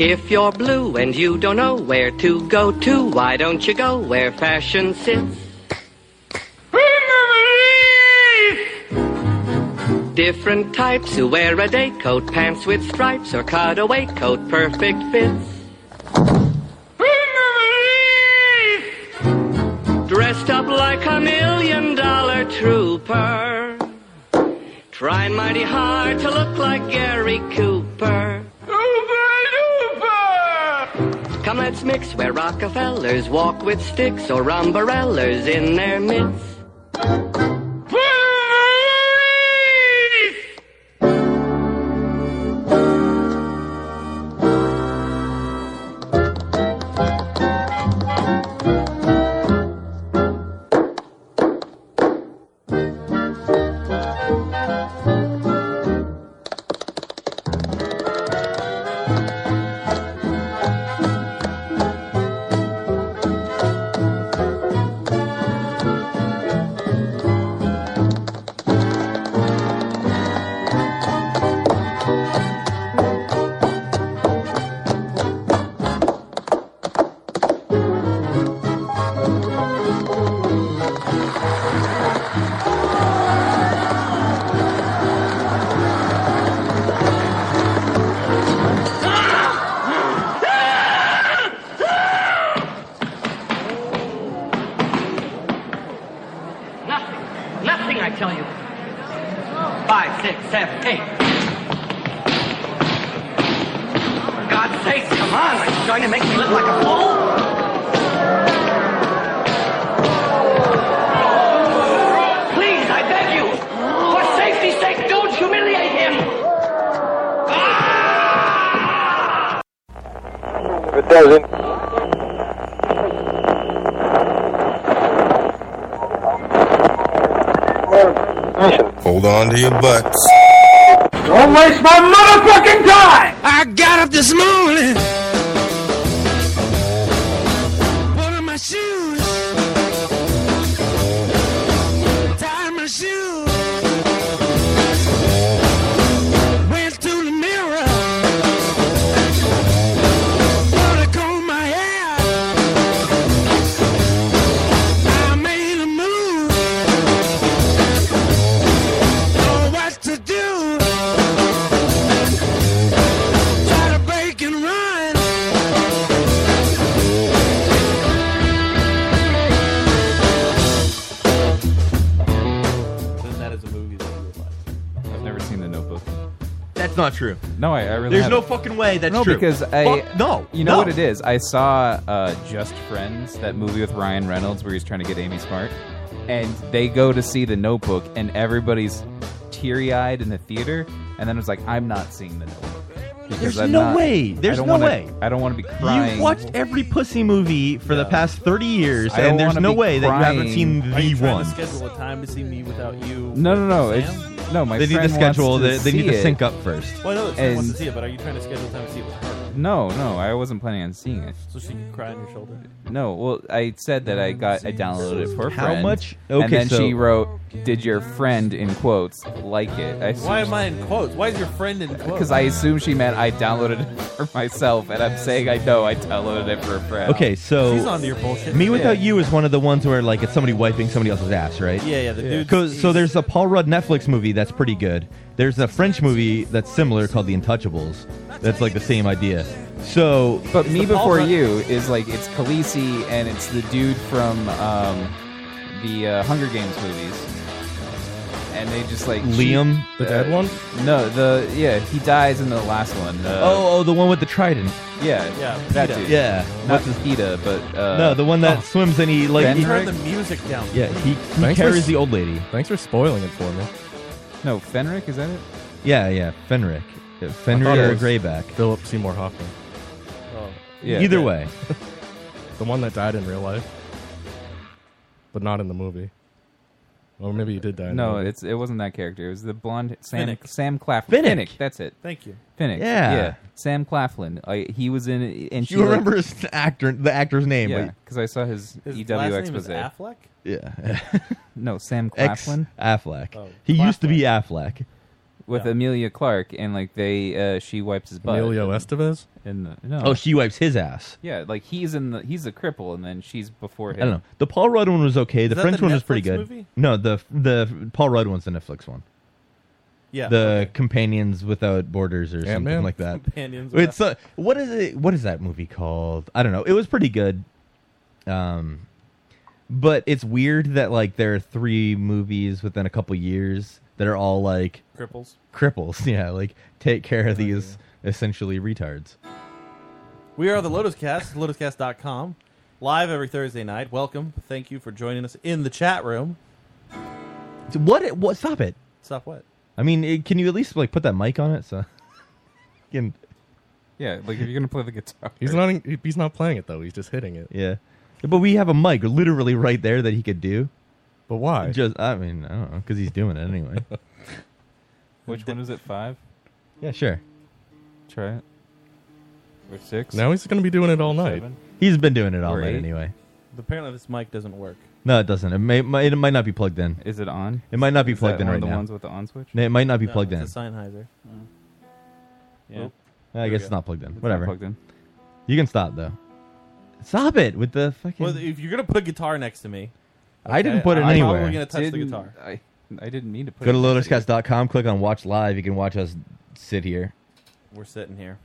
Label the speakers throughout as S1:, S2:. S1: If you're blue and you don't know where to go to, why don't you go where fashion sits? Different types who wear a day coat, pants with stripes, or cutaway coat, perfect fits. Dressed up like a million dollar trooper. Trying mighty hard to look like Gary Cooper. Come, let's mix where Rockefellers walk with sticks or umbrellas in their midst. Nothing. Nothing, I tell you. Five, six, seven, eight. For God's sake, come on. Are you trying to make me look like a fool? Please, I beg you. For safety's sake, don't humiliate him. Ah!
S2: If it doesn't, mission.
S3: Hold on to your butts.
S2: Don't waste my motherfucking time!
S4: I got up this morning. Put on my shoes. Tied my shoes. Went to the mirror. Put a comb in my hair. I made a move. Know what to do try to break and run.
S5: Then that is a movie that you would like.
S6: I've never seen The Notebook.
S5: That's not true.
S6: No, I, I really.
S5: There's no
S6: haven't.
S5: fucking way that's
S6: no
S5: true.
S6: because I
S5: Fuck, no.
S6: You know
S5: no.
S6: what it is? I saw uh, Just Friends, that movie with Ryan Reynolds where he's trying to get Amy Smart, and they go to see The Notebook, and everybody's teary-eyed in the theater, and then it's like, I'm not seeing The Notebook. Because
S5: There's
S6: I'm
S5: no
S6: not-
S5: way.
S6: I
S5: There's
S6: don't
S5: no
S6: wanna-
S5: way.
S6: I don't want to be crying.
S5: You've watched every pussy movie for the
S6: Yeah.
S5: past 30 years,
S6: I don't
S5: and there's
S6: wanna
S5: no
S6: be
S5: way that you haven't
S6: crying.
S5: seen
S7: Are
S5: the
S7: you trying
S5: one.
S7: to schedule a time to see me without you?
S6: No, no, no.
S7: with Sam?
S6: It's no. My
S5: They need to
S6: friend wants
S5: schedule. They, they need
S6: see
S5: to
S6: it.
S5: sync up first.
S7: Well, I know that Sam wants
S6: And-
S7: to see it, but are you trying to schedule a time to see it with her
S6: No, no. I wasn't planning on seeing it.
S7: so she can cry on your shoulder?
S6: No, well, I said that I got I downloaded it for a
S5: How
S6: friend,
S5: much?
S6: and
S5: Okay,
S6: then
S5: so-
S6: she wrote, "Did your friend in quotes like it?" I
S7: Why am I in quotes? Why is your friend in quotes?
S6: Because I assume she meant I downloaded it for myself, and I'm saying I know I downloaded it for a friend.
S5: Okay, so
S7: she's onto your bullshit.
S5: Me Without You is one of the ones where like it's somebody wiping somebody else's ass, right?
S7: Yeah, yeah. The dude.
S5: Cause, so there's a Paul Rudd Netflix movie that's pretty good. There's a French movie that's similar called The Untouchables. That's like the same idea. So
S6: but me
S7: the Paul
S6: before
S7: Rudd-
S6: you is like it's Khaleesi, and it's the dude from um, the uh, Hunger Games movies, and they just like
S5: Liam,
S6: the dead one. No, the yeah, he dies in the last one. Uh,
S5: oh, oh, the one with the trident.
S6: yeah,
S7: Yeah,
S6: that
S7: Peeta.
S6: dude.
S5: Yeah.
S6: not the Theta, but uh,
S5: no, the one that swims and he like.
S6: Ben
S5: he-
S7: turn Oh. the music down.
S5: yeah, he, he
S8: Thanks for
S5: carries
S8: s-
S5: the old lady.
S8: Thanks for spoiling it for me.
S6: No, Fenric, is that it?
S5: Yeah, yeah, Fenric, Yeah, Fenrir
S8: it
S5: or
S8: was-
S5: Greyback.
S8: Philip Seymour Hoffman,
S7: Oh.
S6: Yeah.
S5: Either
S6: yeah.
S5: way,
S8: the one that died in real life, but not in the movie. Or maybe he did die. In the
S6: No,
S8: movie.
S6: it's it wasn't that character. It was the blonde Sam
S7: Finnick.
S6: Sam Claflin.
S5: Finnick.
S6: that's it.
S7: Thank you.
S6: Finnick.
S5: Yeah.
S6: Sam Claflin. I, he was in. And she,
S5: you
S6: like-
S5: remember his actor, the actor's name?
S6: Yeah,
S5: but-
S6: because I saw his, E
S7: His
S6: EW
S7: last name
S6: expose.
S7: is Affleck.
S5: yeah.
S6: no, Sam
S5: Ex
S6: Claflin.
S5: Affleck.
S7: Oh,
S5: he used to
S7: Claflin.
S5: be Affleck.
S9: with Amelia Clark, and like they, uh, she wipes his butt.
S8: Emilio Estevez?
S9: in the, no.
S5: Oh, she wipes his ass.
S9: yeah, like he's in the he's a cripple, and then she's before him.
S5: I don't know. The Paul Rudd one was okay. The
S7: that
S5: French
S7: the
S5: one was pretty
S7: Netflix
S5: good.
S7: movie?
S5: No, the the Paul Rudd one's the Netflix one.
S7: Yeah.
S5: the Companions Without Borders or something
S8: Ant-Man?
S5: like that.
S7: Companions
S5: It's uh, what is it? What is that movie called? I don't know. It was pretty good. Um, but it's weird that like there are three movies within a couple years that are all like
S7: cripples.
S5: cripples. Yeah, like take care of these essentially retards.
S7: We are the Lotus Cast, lotuscast.com. Live every Thursday night. Welcome. Thank you for joining us in the chat room.
S5: So What? What? Stop it!
S7: Stop what?
S5: I mean, it, can you at least like put that mic on it? So, can,
S9: Yeah, like if you're gonna play the guitar,
S8: He's not. in- He's not playing it though. He's just hitting it.
S5: yeah. But we have a mic literally right there that he could do.
S8: But why?
S5: Just, I mean, I don't know, because he's doing it anyway.
S9: Which one is it? Five?
S5: yeah, sure.
S9: Try it. Or six?
S8: Now he's going to be doing it all night.
S9: Seven?
S5: He's been doing it all
S9: Or
S5: night
S9: eight.
S5: anyway.
S7: Apparently, this mic doesn't work.
S5: No, it doesn't. It may, might, it might not be plugged in.
S9: Is it on?
S5: It might not be
S9: Is
S5: plugged
S9: that
S5: in
S9: one of
S5: right
S9: the
S5: now.
S9: ones with the on switch.
S5: No, it might not be
S7: No,
S5: plugged in.
S7: It's a Sennheiser.
S9: Yeah, It's
S5: I
S7: we
S5: guess
S7: go.
S5: it's not plugged in.
S9: not
S5: Whatever.
S9: Plugged in.
S5: You can stop though. Stop it with the fucking.
S7: Well, if you're going to put a guitar next to me,
S5: I didn't put it
S7: I'm
S5: anywhere.
S7: probably going to touch the
S9: Didn't-
S7: guitar.
S9: I, I didn't mean to put
S5: Go to
S9: it next you.
S5: lotuscast.com. Click on watch live. You can watch us sit here.
S7: We're sitting here.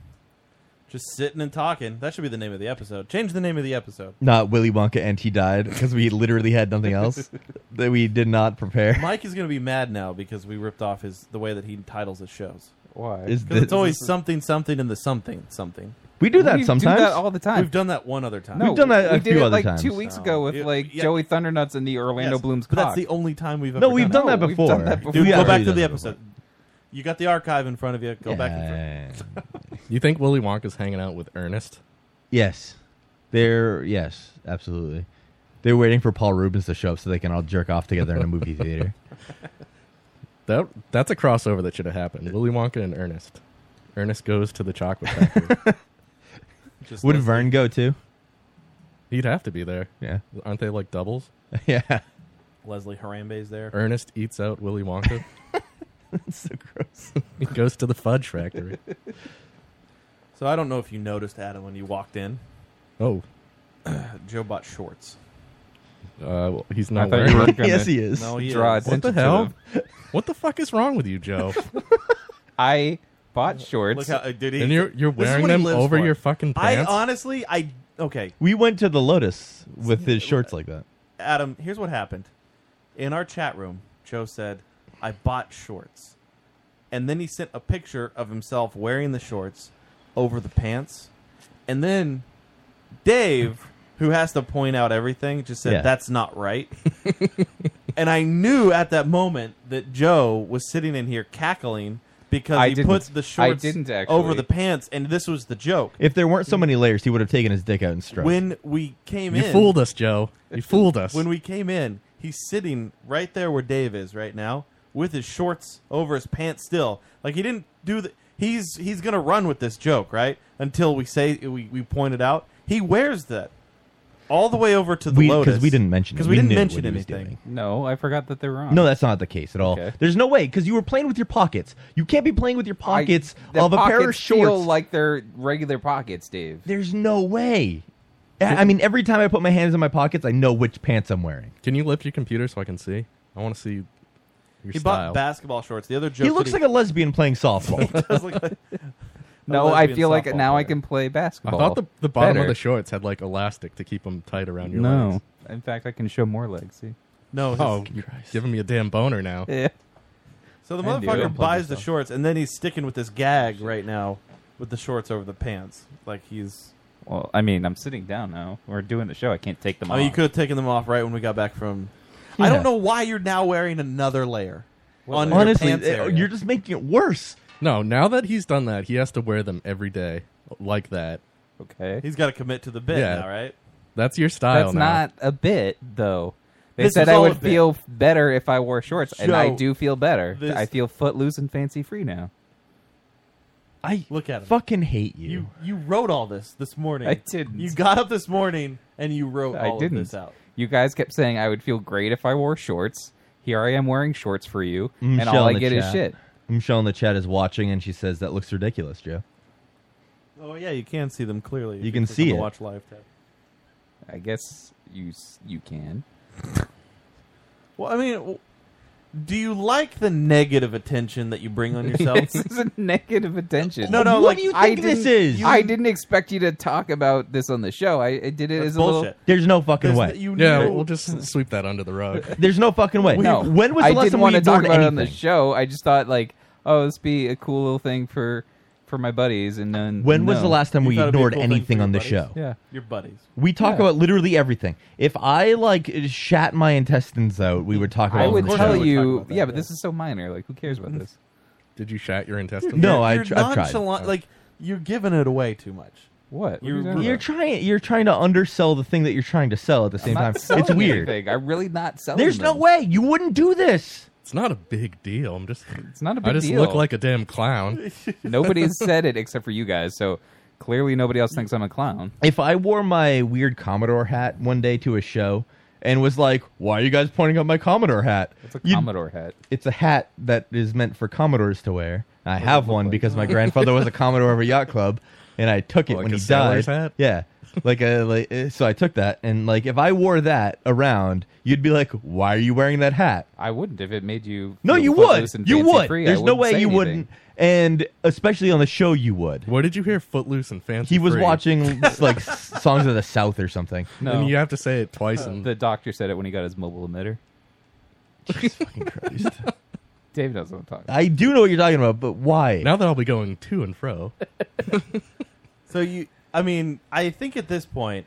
S7: Just sitting and talking. That should be the name of the episode. Change the name of the episode.
S5: Not Willy Wonka and he died because we literally had nothing else that we did not prepare.
S7: Mike is going to be mad now because we ripped off his the way that he titles his shows.
S9: Why?
S5: Is
S7: Because
S5: this-
S7: it's always something, something, and the something, something.
S5: we do that
S9: We
S5: sometimes.
S9: Do that all the time.
S7: We've done that one other time. Oh.
S9: no,
S5: We've done that a
S9: we did
S5: few
S9: it
S5: other
S9: like
S5: times.
S9: two weeks ago with
S7: Yeah,
S9: like
S7: yeah.
S9: Joey Thundernuts and the Orlando
S7: Yes,
S9: Bloom's
S7: But
S9: cock.
S7: that's the only time we've ever
S5: no, we've done
S9: No,
S5: that
S9: we've
S5: before.
S9: done that before.
S7: Dude,
S5: We've
S9: Yeah,
S7: go
S5: already
S7: back to
S5: done
S7: the
S5: that
S7: episode. You got the archive in front of you. Go
S5: before.
S7: back. In front.
S5: Yeah.
S8: You think Willy Wonka's hanging out with Ernest?
S5: Yes. They're yes, absolutely. They're waiting for Paul Rubens to show up so they can all jerk off together in a movie theater.
S8: That that's a crossover that should have happened. Willy Wonka and Ernest. Ernest goes to the chocolate factory.
S7: Just
S5: Would
S7: listen.
S5: Vern go too?
S8: He'd have to be there.
S5: Yeah.
S8: Aren't they like doubles?
S5: yeah.
S7: Leslie Harambe's there?
S8: Ernest eats out Willy Wonka.
S5: That's so gross.
S8: he goes to the fudge factory.
S7: So I don't know if you noticed Adam when you walked in.
S8: Oh,
S7: Joe bought shorts.
S8: uh, well, he's
S9: I
S8: not
S9: thought you
S8: wearing.
S9: were gonna
S5: yes, he is.
S7: No, he
S9: draw
S7: is.
S8: What
S9: attention
S8: the
S9: to
S8: hell?
S9: him.
S8: what the fuck is wrong with you, Joe?
S9: I bought
S7: Look
S9: shorts.
S7: how uh, dude, he,
S8: and you're you're
S7: This is
S8: wearing
S7: what he
S8: them
S7: lives
S8: over
S7: for.
S8: your fucking
S7: I
S8: pants.
S7: honestly, I okay,
S5: We went to the Lotus with his shorts like that.
S7: Adam. Here's what happened. In our chat room, Joe said, "I bought shorts," and then he sent a picture of himself wearing the shorts over the pants, and then Dave, who has to point out everything, just said,
S5: Yeah.
S7: "That's not right." and I knew at that moment that Joe was sitting in here cackling because
S9: I
S7: he
S9: didn't.
S7: put the
S9: I
S7: shorts
S9: didn't actually.
S7: over the pants, and this was the joke.
S5: If there weren't so many layers, he would have taken his dick out and stroked.
S7: When we came
S8: you
S7: in,
S8: fooled us, Joe. You fooled us.
S7: when we came in, he's sitting right there where Dave is right now, with his shorts over his pants still. Like he didn't do the. He's he's gonna run with this joke right until we say we we point it out. He wears that all the way over to the
S5: we
S7: Lotus
S5: because we didn't mention it.
S7: because we, didn't
S5: knew
S7: mention
S5: what he was
S7: anything.
S5: doing.
S9: no, I forgot that they were on.
S5: No, that's not the case at all.
S9: Okay.
S5: There's no way because you were playing with your pockets. You can't be playing with your
S9: I-
S5: pockets
S9: the
S5: of a pair of
S9: pockets feel
S5: shorts
S9: like they're regular pockets, Dave.
S5: There's no way. I I mean, every time I put my hands in my pockets, I know which pants I'm wearing.
S8: Can you lift your computer so I can see? I want to see your
S7: He
S8: style.
S7: bought basketball shorts. The other joke
S5: He looks like a lesbian playing softball.
S7: does look like-
S9: No, I
S7: A lesbian
S9: feel like
S7: softball
S9: now I
S7: player.
S9: can play
S8: I
S9: basketball.
S8: thought the, the bottom
S9: better.
S8: of the shorts had like elastic to keep them tight around your
S9: No,
S8: legs.
S9: in fact, I can show more legs. See?
S7: no. his-
S8: Oh, you're giving me a damn boner now.
S9: Yeah.
S7: so the
S9: I do.
S7: motherfucker
S9: Unplug
S7: buys the
S9: yourself.
S7: shorts and then he's sticking with this gag right now with the shorts over the pants. Like he's
S9: Well, I mean, I'm sitting down now. We're doing the show. I can't take them
S7: I
S9: off.
S7: mean, you could have taken them off right when we got back from. I
S5: Yeah.
S7: don't know why you're now wearing another layer on your
S5: Honestly,
S7: pants
S5: uh,
S7: area.
S5: you're just making it worse.
S8: No, now that he's done that, he has to wear them every day like that.
S9: Okay.
S7: He's got to commit to the bit
S8: Yeah.
S7: now, right?
S8: That's your style
S9: That's
S8: now.
S9: not a bit, though. They
S7: This
S9: said
S7: is
S9: I
S7: all a
S9: would
S7: bit.
S9: feel better if I wore shorts, and I
S7: Joe,
S9: do feel better.
S7: this-
S9: I feel footloose and fancy free now.
S5: I
S7: Look at him.
S5: fucking hate you.
S7: You you wrote all this this morning.
S9: I didn't.
S7: You got up this morning and you wrote
S9: I
S7: all
S9: didn't.
S7: of this out.
S9: You guys kept saying I would feel great if I wore shorts. Here I am wearing shorts for you, and
S5: Mm, Michelle
S9: all I
S5: in the
S9: get is
S5: chat.
S9: shit.
S5: Michelle in the chat is watching and she says that looks ridiculous, Joe.
S7: Oh yeah, you can see them clearly. if
S5: You can
S7: click on
S5: see
S7: the
S5: it.
S7: Watch live tab.
S6: I guess you s- you can.
S7: Well, I mean, w- do you like the negative attention that you bring on yourself?
S6: this is a negative attention.
S7: No, no,
S5: What
S7: like
S5: do you
S7: I
S5: think this
S7: didn't-
S5: is?
S7: you-
S6: I didn't expect you to talk about this on the show. I, I did it
S7: That's
S6: as a
S7: bullshit.
S5: There's no fucking
S7: There's-
S5: way.
S7: You
S8: Yeah,
S7: know-
S8: we'll just sweep that under the rug.
S5: There's no fucking way.
S6: little. No,
S5: When was
S6: I
S5: the last
S6: didn't
S5: time
S6: want
S5: we
S6: to talk
S5: ignored
S6: about it on the
S5: anything?
S6: show. I just thought like, oh, this be a cool little thing for for my buddies. And then
S5: When was
S6: no.
S5: the last time
S7: You
S5: we
S7: thought it'd be a
S5: ignored
S7: cool thing for
S5: anything
S7: your
S5: on the
S7: buddies?
S5: show?
S6: Yeah.
S7: your buddies.
S5: We talk
S6: Yeah.
S5: about literally everything. If I like shat my intestines out, we would talk about.
S6: I
S5: it on
S6: would
S5: the show. Mm-hmm.
S6: tell
S7: we would talk
S6: you,
S7: about that,
S6: yeah, but
S7: yeah.
S6: this is so minor. Like, who cares about this?
S8: Did you shat your intestines?
S5: No, I
S7: you're
S5: tr- I've tried.
S7: nonchalant. Like you're giving it away too much.
S6: What? What are
S7: You're-
S6: talking
S5: You're
S6: about?
S5: trying. You're trying to undersell the thing that you're trying to sell at the same
S6: I'm not
S5: time. It's
S6: selling
S5: weird.
S6: anything. I'm really not selling.
S5: There's no
S6: them.
S5: way you wouldn't do this.
S8: It's not a big deal. I'm just.
S6: It's not a big
S8: I just
S6: deal.
S8: look like a damn clown.
S6: nobody has said it except for you guys. So clearly, nobody else thinks I'm a clown.
S5: If I wore my weird Commodore hat one day to a show and was like, "Why are you guys pointing out my Commodore hat?"
S6: It's a
S5: You'd-
S6: Commodore hat.
S5: It's a hat that is meant for Commodores to wear. I have one because my grandfather was a Commodore of a yacht club, and I took it
S8: Like
S5: when
S8: a
S5: he died.
S8: sailor's hat?
S5: Yeah, like a like. uh, So I took that, and like if I wore that around, you'd be like, "Why are you wearing that hat?"
S6: I wouldn't if it made you.
S5: No,
S6: feel
S5: you would.
S6: footloose and
S5: You would.
S6: fancy-free. I
S5: There's no
S6: wouldn't
S5: way you
S6: say anything.
S5: wouldn't, and especially on the show, you would.
S8: Where did you hear footloose and fancy?
S5: He was
S8: Free?
S5: watching like s- songs of the South or something.
S6: No,
S8: And you have to say it twice. and
S6: the doctor said it when he got his mobile emitter.
S5: Fucking Christ.
S6: Dave knows what I'm talking. about.
S5: I do know what you're talking about, but why?
S8: now that I'll be going to and fro.
S7: So you, I mean, I think at this point,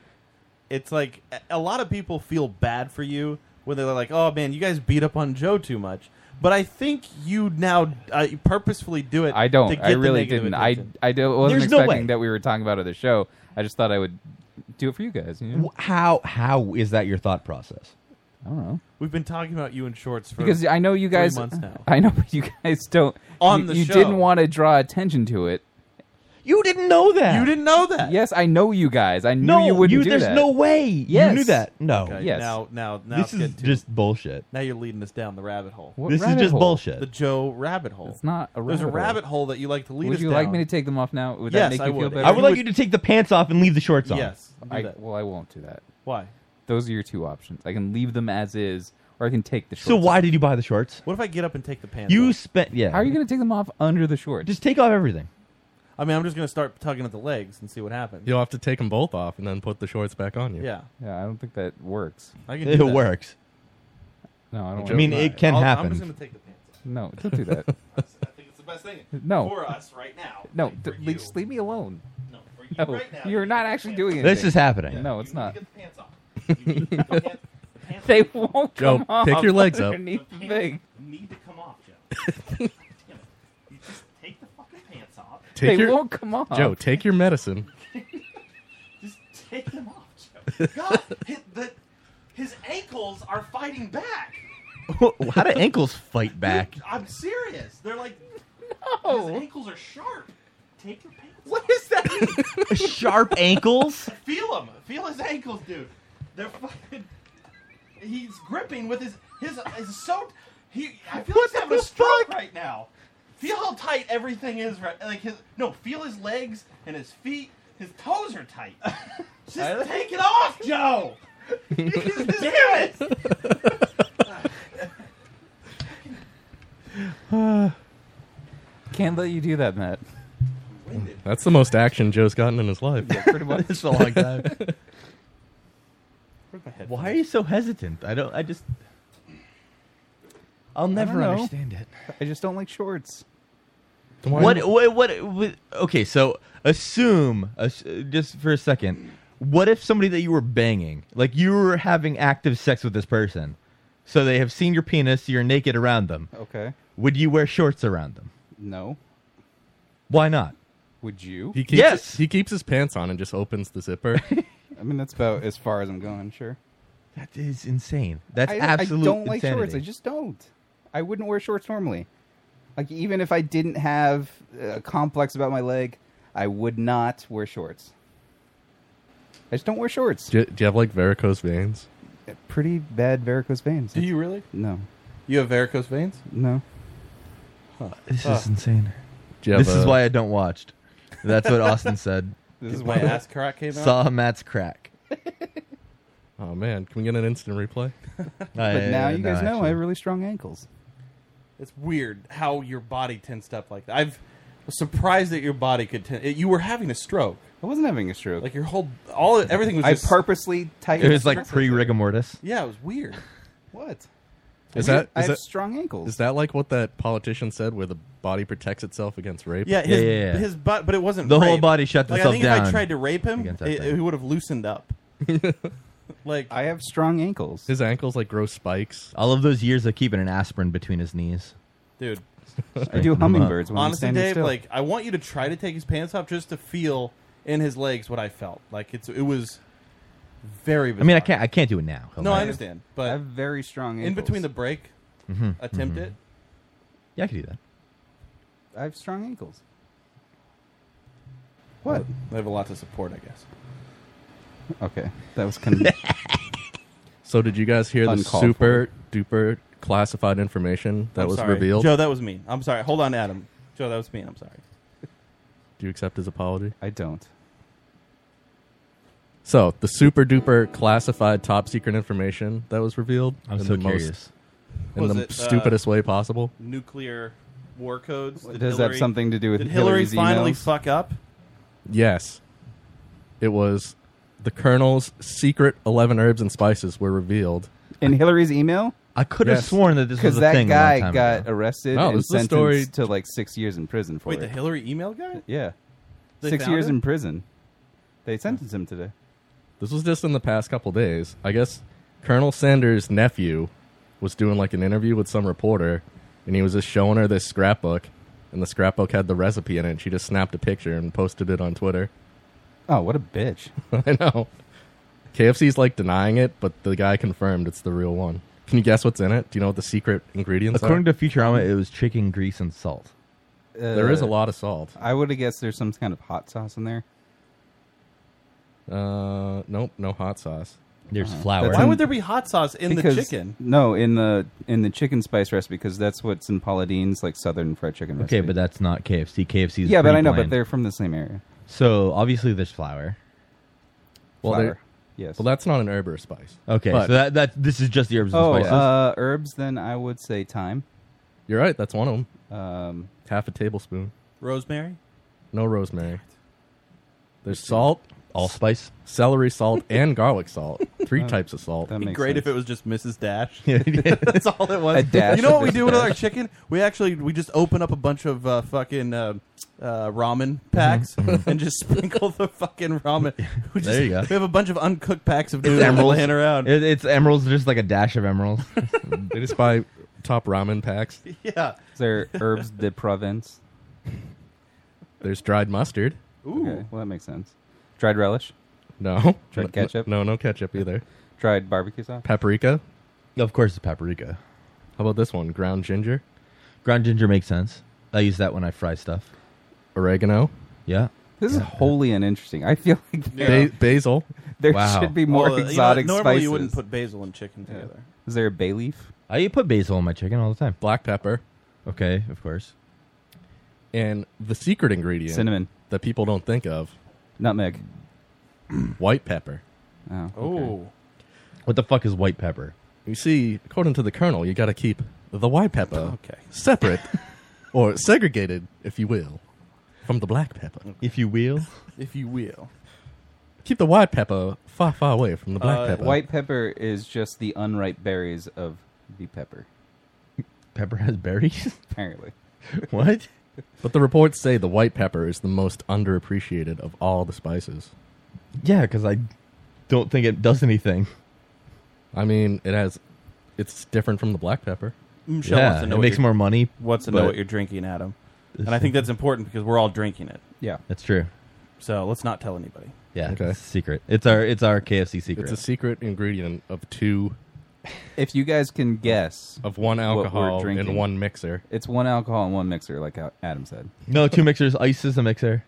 S7: it's like a- a lot of people feel bad for you when they're like, "Oh man, you guys beat up on Joe too much." But I think you now uh, you purposefully do it.
S6: I
S7: to
S6: don't.
S7: get
S6: I
S7: the
S6: really
S7: negative
S6: didn't.
S7: attention.
S6: I I do, wasn't
S5: There's no
S6: expecting
S5: way.
S6: that we were talking about other show. I just thought I would do it for you guys. You know?
S5: Wh- How how is that your thought process?
S6: I don't know
S7: We've been talking about you in shorts for
S6: because I know you
S7: three
S6: guys.
S7: months now.
S6: I know but you guys don't.
S7: On
S6: you,
S7: the
S6: you
S7: show.
S6: didn't want to draw attention to it.
S5: You didn't know that.
S7: you didn't know that.
S6: Yes, I know you guys. I knew
S5: No,
S6: you wouldn't do
S5: There's
S6: that.
S5: no way.
S6: Yes.
S5: You knew that. No.
S7: Okay,
S6: Yes.
S7: Now, now, now
S5: This
S7: it's
S5: is
S7: getting too-
S5: just bullshit.
S7: now you're leading us down the rabbit hole.
S6: What
S5: This is
S6: rabbit
S5: just
S6: hole?
S5: bullshit.
S7: The Joe rabbit hole.
S6: It's not a
S7: There's
S6: rabbit.
S7: a
S6: hole.
S7: rabbit hole that you like to lead
S6: Would
S7: us
S6: you
S7: down.
S6: like me to take them off now? Would
S7: Yes,
S6: that make
S7: I
S6: you feel
S7: would.
S6: better?
S5: I would like you to take the pants off and leave the shorts on.
S7: Yes. do
S6: I,
S7: that.
S6: well, I won't do that.
S7: Why?
S6: Those are your two options. I can leave them as is, or I can take the shorts.
S5: So why
S6: off.
S5: did you buy the shorts?
S7: What if I get up and take the pants?
S5: You
S7: off?
S5: spent yeah.
S6: How are you going to take them off under the shorts?
S5: just take off everything?
S7: I mean, I'm just gonna start tugging at the legs and see what happens.
S8: You'll have to take them both off and then put the shorts back on you.
S7: Yeah,
S6: yeah, I don't think that works.
S7: I can.
S5: It
S7: do that.
S5: works.
S6: No, I don't.
S5: I mean,
S6: want-
S5: it can
S7: I'll- I'm just
S5: happen.
S7: gonna take the pants off.
S6: no, don't do that.
S7: I think it's the best thing
S6: No.
S7: for us right now.
S6: No,
S7: Like,
S6: th-
S7: for
S6: le-
S7: you.
S6: just leave me alone.
S7: No, for you
S6: No,
S7: right now,
S6: you're
S7: you
S6: not
S7: need
S6: actually
S7: the pants
S6: doing it.
S5: This is happening.
S6: No,
S7: off.
S6: it's
S7: You need
S6: not.
S7: to get the pants off. You need the pants- the pants
S6: They
S7: off.
S6: won't
S8: Joe,
S6: come off.
S8: pick your legs up.
S6: underneath the thing.
S7: need to come off, Joe. Damn it. You just take the fucking pants off.
S8: Take
S6: They
S8: your
S6: won't come off.
S8: Joe, take your medicine.
S7: Just take them off, Joe. God, his, the, his ankles are fighting back.
S5: How do ankles fight back?
S7: I'm serious. They're like his
S6: Oh,
S7: ankles are sharp. Take your pants.
S6: what is that?
S5: Sharp ankles?
S7: off. Feel him. Feel his ankles, dude. They're fucking. He's gripping with his his is so. He I feel
S5: What
S7: he's having
S5: the
S7: a stroke
S5: fuck?
S7: right now. Feel how tight everything is. Right, like his no. Feel his legs and his feet. His toes are tight. Just take it off, Joe. Damn it.
S6: Can't let you do that, Matt.
S8: That's the most action Joe's gotten in his life.
S6: Pretty much.
S5: It's a long time. Why are you so hesitant? I don't. I just. I'll never
S6: know.
S5: understand it.
S6: I just don't like shorts.
S8: Why-
S5: What, what? What? What? Okay, so assume ass- just for a second. What if somebody that you were banging, like you were having active sex with this person, so they have seen your penis, you're naked around them.
S6: Okay.
S5: Would you wear shorts around them?
S6: No.
S5: Why not?
S6: Would you?
S8: He keeps,
S5: Yes.
S8: He keeps his pants on and just opens the zipper.
S6: I mean, that's about as far as I'm going. Sure.
S5: That is insane. That's
S6: I,
S5: absolute
S6: I don't like
S5: insanity.
S6: shorts. I just don't. I wouldn't wear shorts normally. Like even if I didn't have a complex about my leg, I would not wear shorts. I just don't wear shorts.
S8: do, do you have like varicose veins?
S6: Pretty bad varicose veins.
S7: you really?
S6: No,
S7: You have varicose veins?
S6: no.
S5: This is insane.
S8: Do you have
S5: this is
S8: a-
S5: why I don't watch. That's what Austin said.
S9: This is
S7: My
S9: why
S7: ass crack came out.
S5: Saw Matt's crack.
S8: Oh man, can we get an instant replay?
S5: I-
S6: But now you
S5: no,
S6: guys know I
S5: actually.
S6: have really strong ankles.
S7: It's weird how your body tensed up like that. I've was surprised that your body could. Ten- you were having a stroke.
S6: I wasn't having a stroke.
S7: Like your whole all everything was.
S9: I
S7: just,
S9: purposely
S5: It
S9: tightened.
S5: was like pre rigor mortis.
S7: Yeah, it was weird.
S6: what?
S8: Is that
S6: I
S8: is
S6: have
S8: that
S6: strong ankles.
S8: is that like what that politician said, where the body protects itself against rape?
S7: Yeah, his
S5: Yeah, yeah, yeah.
S7: his butt, but it wasn't
S5: The whole
S7: rape.
S5: body shut
S7: like, I
S5: itself
S7: think If I
S5: down
S7: tried to rape him,
S5: against that
S7: it,
S5: thing.
S7: he would have loosened up. like
S6: I have strong ankles.
S8: His ankles like grow spikes.
S5: All of those years of keeping an aspirin between his knees.
S7: dude,
S6: I do
S5: Straighten them up.
S6: hummingbirds when I'm
S7: honestly,
S6: standing
S7: Dave,
S6: still.
S7: like I want you to try to take his pants off just to feel in his legs what I felt. Like it's it was very. Bizarre.
S5: I mean, I can't. I can't do it now.
S7: No, I understand,
S6: I
S7: but
S6: have very strong ankles.
S7: in between the break,
S8: Hmm.
S6: Mm-hmm.
S5: Hmm.
S7: attempt it.
S5: Yeah, I could do that.
S6: I have strong ankles. What?
S7: I have a lot to support, I guess.
S6: Okay, that was kind of
S8: So did you guys hear the
S6: Uncalled
S8: super duper classified information that
S7: I'm
S8: was
S7: sorry.
S8: revealed?
S7: Joe, that was mean. I'm sorry. Hold on, Adam. Joe, that was mean. I'm sorry.
S8: Do you accept his apology?
S6: I don't.
S8: So the super duper classified top secret information that was revealed
S5: I'm
S8: in
S5: so
S8: the
S5: curious.
S8: most in
S7: Was
S8: the
S7: it, uh,
S8: stupidest way possible.
S7: Nuclear war codes. Did
S6: Does that have
S7: Hillary-
S6: something to do with
S7: Did Hillary
S6: Hillary's
S7: finally
S6: emails?
S7: fuck up?
S8: Yes, it was the colonel's secret eleven herbs and spices were revealed.
S6: in Hillary's email?
S5: I could have
S8: Yes.
S5: sworn that this
S6: Because
S5: was a
S6: that
S5: thing. a long
S6: guy
S5: time
S6: got
S5: ago.
S6: arrested
S8: No,
S6: and
S8: this is a
S6: sentenced
S8: story-
S6: to like six years in prison for
S7: Wait,
S6: it.
S7: the Hillary email guy?
S6: yeah,
S7: They
S6: six
S7: found
S6: years
S7: it?
S6: in prison. They sentenced him today.
S8: This was just in the past couple days. I guess Colonel Sanders' nephew was doing like an interview with some reporter, and he was just showing her this scrapbook, and the scrapbook had the recipe in it. And she just snapped a picture and posted it on Twitter.
S6: Oh, what a bitch!
S8: I know. KFC's like denying it, but the guy confirmed it's the real one. Can you guess what's in it? Do you know what the secret ingredients
S5: According
S8: are?
S5: to Futurama, it was chicken grease and salt.
S8: there is a lot of salt.
S6: Uh, I would have guessed there's some kind of hot sauce in there.
S8: Uh, nope, no hot sauce.
S5: There's flour.
S7: Why would there be hot sauce in
S6: Uh-huh. because,
S7: the chicken?
S6: No, in the in the chicken spice recipe because that's what's in Paula Deen's like Southern fried chicken recipe.
S5: Okay, but that's not KFC. KFC is
S6: yeah, but
S5: pretty
S6: I know, but
S5: bland.
S6: they're from the same area.
S5: so obviously there's flour.
S8: Well,
S6: Flour.
S8: there-
S6: yes.
S8: well, that's not an herb or spice.
S5: Okay,
S8: But
S5: so that that this is just the herbs
S6: oh,
S5: and spices.
S6: uh, herbs. Then I would say thyme.
S8: you're right. That's one of them.
S6: Um,
S8: Half a tablespoon.
S7: Rosemary?
S8: No rosemary. There's salt,
S5: Allspice.
S8: celery salt, and garlic salt. Three types of salt.
S6: Oh, that
S7: It'd be
S6: makes
S7: great
S6: sense.
S7: if it was just Mrs. Dash.
S5: yeah,
S7: That's all it was.
S6: A dash
S7: you know
S6: of
S7: what we
S6: Mrs.
S7: do with our
S6: Dash.
S7: chicken? We actually we just open up a bunch of uh, fucking uh, uh, ramen packs and just sprinkle the fucking ramen. We just,
S5: Mm-hmm. There you go.
S7: We have a bunch of uncooked packs of noodles laying around.
S5: It, it's emeralds, just like a dash of emeralds.
S8: They just buy top ramen packs.
S7: yeah.
S6: Is there herbs de Provence?
S8: There's dried mustard.
S7: Ooh.
S6: Okay, well that makes sense. Dried relish,
S8: No.
S6: Dried
S8: No-
S6: ketchup?
S8: No, no ketchup either.
S6: dried barbecue sauce.
S8: Paprika.
S5: of course, it's paprika.
S8: How about this one? Ground ginger,
S5: Ground ginger makes sense. I use that when I fry stuff.
S8: oregano,
S5: Yeah.
S6: This is wholly uninteresting. I feel like there,
S8: ba- basil.
S6: there
S5: Wow.
S6: should be more
S7: Well, you know,
S6: exotic
S7: normally
S6: spices.
S7: you wouldn't put basil and chicken together.
S6: Is there a bay leaf?
S5: I put basil in my chicken all the time.
S8: black pepper,
S5: Okay, of course.
S8: and the secret ingredient
S6: Cinnamon.
S8: that people don't think of,
S6: Nutmeg.
S8: white pepper.
S6: Oh, okay.
S7: Oh.
S5: What the fuck is white pepper?
S8: You see, according to the colonel, you got to keep the white pepper
S7: Okay.
S8: separate or segregated, if you will, from the black pepper.
S5: If you will.
S7: If you will.
S8: Keep the white pepper far, far away from the black
S7: Uh,
S8: pepper.
S6: White pepper is just the unripe berries of the pepper,
S5: Pepper has berries?
S6: apparently.
S5: what?
S8: But the reports say the white pepper is the most underappreciated of all the spices.
S5: Yeah, because I don't think it does anything.
S8: I mean, it has, it's different from the black pepper.
S7: Michelle wants
S5: yeah,
S7: to know
S5: it
S7: what
S5: makes
S7: you're-
S5: more money.
S7: wants to know
S5: but-
S7: what you're drinking, Adam. And I think that's important because we're all drinking it.
S6: Yeah.
S5: That's true.
S7: So let's not tell anybody.
S5: Yeah,
S8: Okay.
S5: it's a secret. It's our it's our KFC secret.
S8: It's a secret ingredient of two,
S6: If you guys can guess,
S8: of one
S6: we're
S8: alcohol and
S6: drinking.
S8: one mixer.
S6: it's one alcohol and one mixer, like how Adam said.
S5: no, two mixers. Ice is a mixer.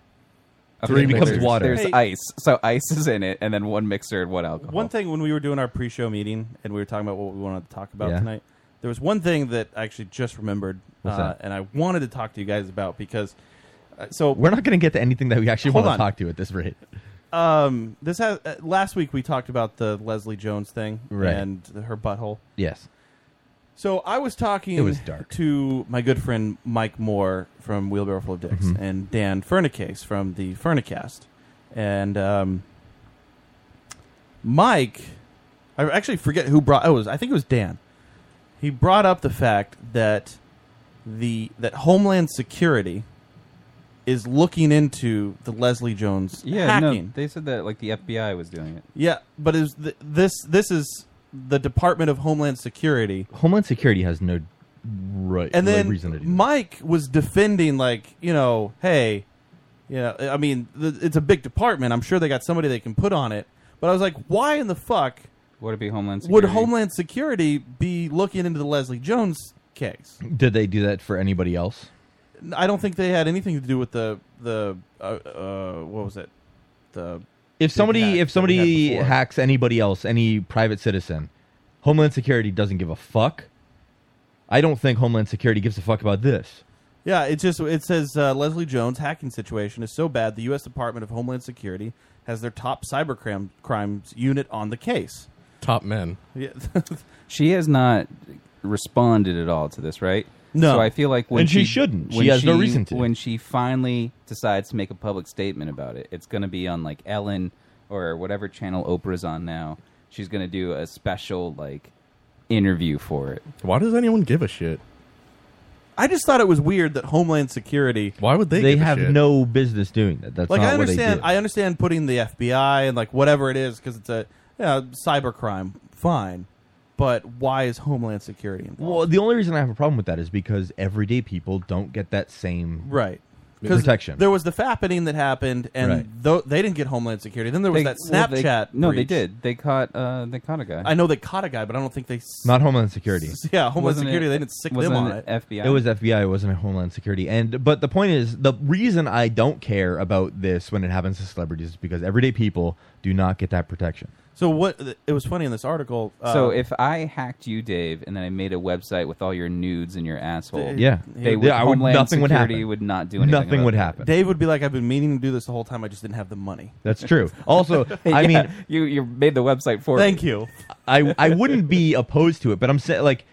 S5: Three becomes
S6: mixers.
S5: water.
S6: There's
S7: Hey.
S6: ice, so ice is in it, and then one mixer and one alcohol.
S7: One thing when we were doing our pre-show meeting and we were talking about what we wanted to talk about
S5: Yeah.
S7: tonight, There was one thing that I actually just remembered, uh, and I wanted to talk to you guys about because. Uh, so
S5: We're not going to get to anything that we actually
S7: Hold
S5: want to
S7: on.
S5: talk to at this rate.
S7: um, this has uh, last week we talked about the Leslie Jones thing
S5: Right.
S7: and her butthole.
S5: Yes.
S7: So I was talking
S5: It was dark.
S7: to my good friend Mike Moore from Wheelbarrow Full of Dicks
S5: Mm-hmm.
S7: and Dan Fernicase from the Fernicast. And um, Mike, I actually forget who brought oh, it was. I think it was Dan. He brought up the fact that the that Homeland Security is looking into the Leslie Jones
S6: Yeah,
S7: hacking.
S6: no, they said that like the FBI was doing it.
S7: yeah, but is th- this this is the Department of Homeland Security
S5: Homeland Security has no right
S7: and
S5: no
S7: then
S5: reason to do that.
S7: Mike was defending like you know, hey, you know, I mean, th- it's a big department. I'm sure they got somebody they can put on it. But I was like, why in the fuck
S6: Would it be Homeland Security?
S7: would Homeland Security be looking into the Leslie Jones case?
S5: Did they do that for anybody else?
S7: I don't think they had anything to do with the the uh, uh, what was it? The
S5: If somebody
S7: hack
S5: if
S7: that we had
S5: somebody
S7: before.
S5: hacks anybody else, any private citizen, Homeland Security doesn't give a fuck. I don't think Homeland Security gives a fuck about this.
S7: Yeah, it just it says uh, Leslie Jones hacking situation is so bad the U.S. Department of Homeland Security has their top cyber crime crimes unit on the case.
S8: Top men.
S7: Yeah.
S6: She has not responded at all to this, right?
S7: No.
S6: So I feel like when
S5: And she shouldn't. She
S6: when
S5: has no reason to.
S6: When she finally decides to make a public statement about it, it's going to be on like Ellen or whatever channel Oprah's on now. She's going to do a special like interview for it.
S8: Why does anyone give a shit?
S7: I just thought it was weird that Homeland Security.
S8: Why would they?
S5: They
S8: give a
S5: have
S8: shit?
S5: no business doing that. That's
S7: Like
S5: not
S7: I understand,
S5: what they
S7: I
S5: do.
S7: understand putting the FBI and like whatever it is because it's a you know, cyber crime. Fine, but why is Homeland Security
S5: well,
S7: involved?
S5: the only reason I have a problem with that is because everyday people don't get that same
S7: right. 'Cause
S5: protection.
S7: There was the fappening that happened, and
S5: Right.
S7: tho- they didn't get Homeland Security. Then there was
S6: They-
S7: that
S6: well,
S7: Snapchat.
S6: they- no, they
S7: breach.
S6: did. They caught. Uh, they caught a guy.
S7: I know they caught a guy, but I don't think they. s-
S5: Not Homeland Security.
S7: Yeah, Homeland
S6: Wasn't it-
S7: Security. they didn't sick them
S6: wasn't
S7: on it.
S6: FBI.
S5: It was FBI, it wasn't Homeland Security. And but the point is the reason I don't care about this when it happens to celebrities is because everyday people do not get that protection.
S7: so what? It was funny in this article. Uh,
S6: So if I hacked you, Dave, and then I made a website with all your nudes and your asshole,
S7: They-
S5: Yeah.
S6: they would,
S5: Yeah, I would-
S6: Homeland
S5: nothing would
S6: Security
S5: happen.
S6: would not do anything.
S5: Nothing
S6: about
S5: would
S6: it.
S5: happen.
S7: Dave would be like, "I've been meaning to do this the whole time. I just didn't have the money."
S5: That's true. Also, I
S6: Yeah,
S5: mean,
S6: you you made the website for
S7: Thank
S6: me.
S7: you.
S5: I I wouldn't be opposed to it, but I'm saying like,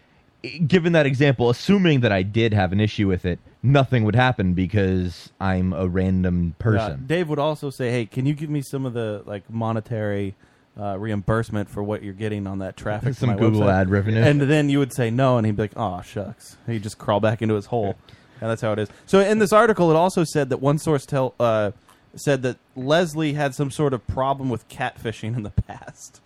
S5: i- given that example, assuming that I did have an issue with it, nothing would happen because I'm a random
S7: Uh,
S5: person.
S7: Dave would also say, "Hey, can you give me some of the like monetary uh, reimbursement for what you're getting on that traffic?" to
S5: Some
S7: my
S5: Google
S7: website?"
S5: ad revenue.
S7: And then you would say no, and he'd be like, "Oh shucks," he'd just crawl back into his hole, and that's how it is. So in this article, it also said that one source tell uh, said that Leslie had some sort of problem with catfishing in the past.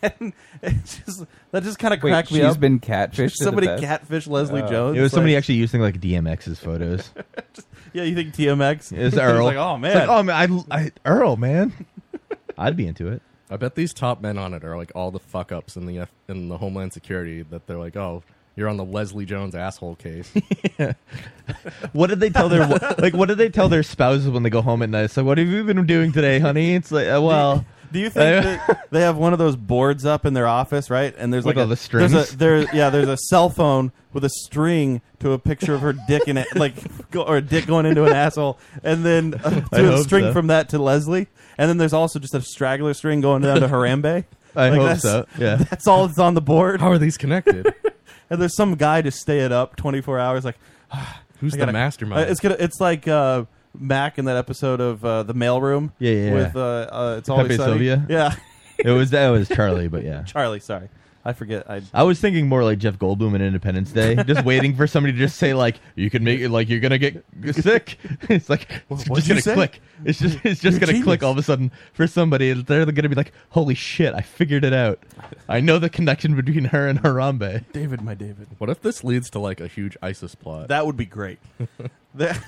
S7: And it just that just kind of
S6: Wait,
S7: cracked
S6: she's
S7: me up.
S6: been catfished.
S7: Somebody
S6: to the best? Oh.
S7: catfished Leslie Jones.
S5: it was
S7: It's
S5: somebody
S7: like,
S5: actually using like DMX's photos.
S7: Yeah, you think TMX? It's
S5: It's Earl.
S7: like, oh
S5: It's like,
S7: man.
S5: oh man, I, I Earl man, I'd be into it.
S8: I bet these top men on it are like all the fuck ups in the F- in the Homeland Security that they're like, oh, you're on the Leslie Jones asshole case.
S5: What did they tell their like? What did they tell their spouses when they go home at night? It's like, what have you been doing today, honey? It's like, uh, well,
S7: Do you think that they have one of those boards up in their office, right? And there's
S5: With
S7: like
S5: all
S7: a,
S5: the strings?
S7: There's a, there, yeah, there's a cell phone with a string to a picture of her dick in it, like go, or a dick going into an asshole, and then uh,
S5: I
S7: to a
S5: hope
S7: string
S5: so.
S7: from that to Leslie, and then there's also just a straggler string going down to Harambe.
S5: I
S7: Like,
S5: hope
S7: that's-
S5: so. Yeah.
S7: That's all that's on the board,
S8: How are these connected?
S7: and there's some guy to stay it up 24 hours, like.
S8: Who's
S7: I
S8: the
S7: gotta-
S8: mastermind?
S7: Uh, it's gonna. It's like uh, Mac in that episode of uh, the Mailroom.
S5: Yeah, yeah, yeah.
S7: With uh, uh, it's always
S5: Pepe
S7: sunny.
S5: Sylvia?
S7: Yeah,
S5: It was that was Charlie, but yeah.
S7: Charlie. Sorry, I forget. I
S5: I was thinking more like Jeff Goldblum in Independence Day, just waiting for somebody to just say like, "You can make it like you're gonna get sick." It's like it's
S7: what'd
S5: just
S7: you
S5: gonna
S7: say?
S5: click. It's just it's just gonna
S7: genius.
S5: click all of a sudden for somebody. and They're gonna be like, "Holy shit! I figured it out. I know the connection between her and Harambe."
S7: David, my David.
S8: what if this leads to like a huge ISIS plot?
S7: That would be great. that,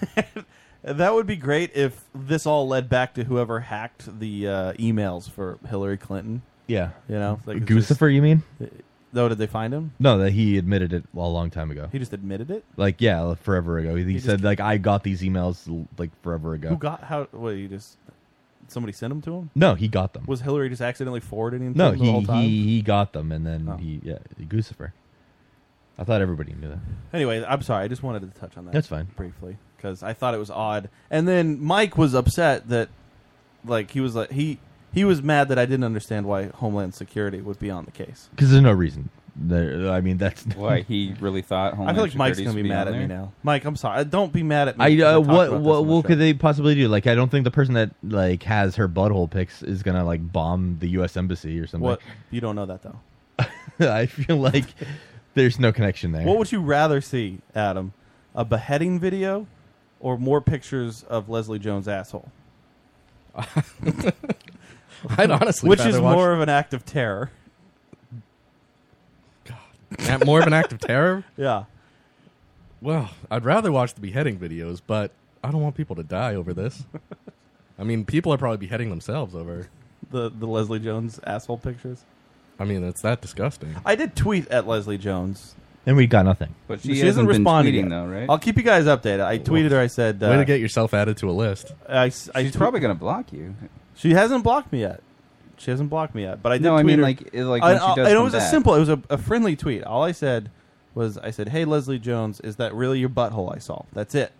S7: that would be great if this all led back to whoever hacked the uh, emails for Hillary Clinton.
S5: Yeah, e-
S7: You know, like it's just-
S5: Guccifer, you mean?
S7: Though, did they find him?
S5: No, that he admitted it a long time ago.
S7: He just admitted it.
S5: Like yeah, forever ago. He,
S7: just-
S5: said like, "I got these emails l- like forever ago."
S7: Who got how? What you just somebody sent him to him?
S5: no, he got them.
S7: Was Hillary just accidentally forwarding him? to
S5: no,
S7: him the
S5: he
S7: whole time?
S5: he he got them, and then
S7: Oh.
S5: he yeah, Guccifer. I thought everybody knew that.
S7: Anyway, I'm sorry. I just wanted to touch on that.
S5: That's fine.
S7: Briefly, because I thought it was odd. And then Mike was upset that, like, he was like he he was mad that I didn't understand why Homeland Security would be on the case.
S5: Because there's no reason. There, I mean, that's
S6: Why he really thought Homeland
S7: I feel like Mike's gonna
S6: Security's
S7: be
S6: would
S7: mad
S6: on
S7: at me
S6: there?
S7: now. Mike, I'm sorry. Don't be mad at me.
S5: I
S7: because
S5: uh,
S7: talked
S5: what
S7: about this
S5: what
S7: on the
S5: what
S7: show.
S5: could they possibly do? Like, I don't think the person that like has her butthole pics is gonna like bomb the U.S. embassy or something.
S7: What you don't know that though.
S5: I feel like there's no connection there.
S7: What would you rather see, Adam? A beheading video, or more pictures of Leslie Jones' asshole?
S8: I'd honestly
S7: Which
S8: rather
S7: is
S8: watch-
S7: more of an act of terror?
S8: that more of an act of terror.
S7: Yeah.
S8: Well, I'd rather watch the beheading videos, but I don't want people to die over this. I mean, people are probably beheading themselves over.
S7: The the Leslie Jones asshole pictures.
S8: I mean, it's that disgusting.
S7: I did tweet at Leslie Jones.
S5: and we got nothing.
S6: But she,
S7: she
S6: hasn't,
S7: hasn't
S6: been
S7: responded
S6: tweeting
S7: yet.
S6: though, right?
S7: I'll keep you guys updated. I tweeted her. I said, uh,
S8: Way to get yourself added to a list.
S7: I, s- I
S6: She's
S7: tw-
S6: probably gonna block you.
S7: She hasn't blocked me yet. She hasn't blocked me yet. But I did.
S6: No, I
S7: tweet
S6: mean
S7: her.
S6: like it- like
S7: I-
S6: when she
S7: I-
S6: does.
S7: and it
S6: come
S7: was a
S6: back.
S7: simple. It was a, a friendly tweet. All I said was, I said, "Hey Leslie Jones, is that really your butthole?" I saw. That's it.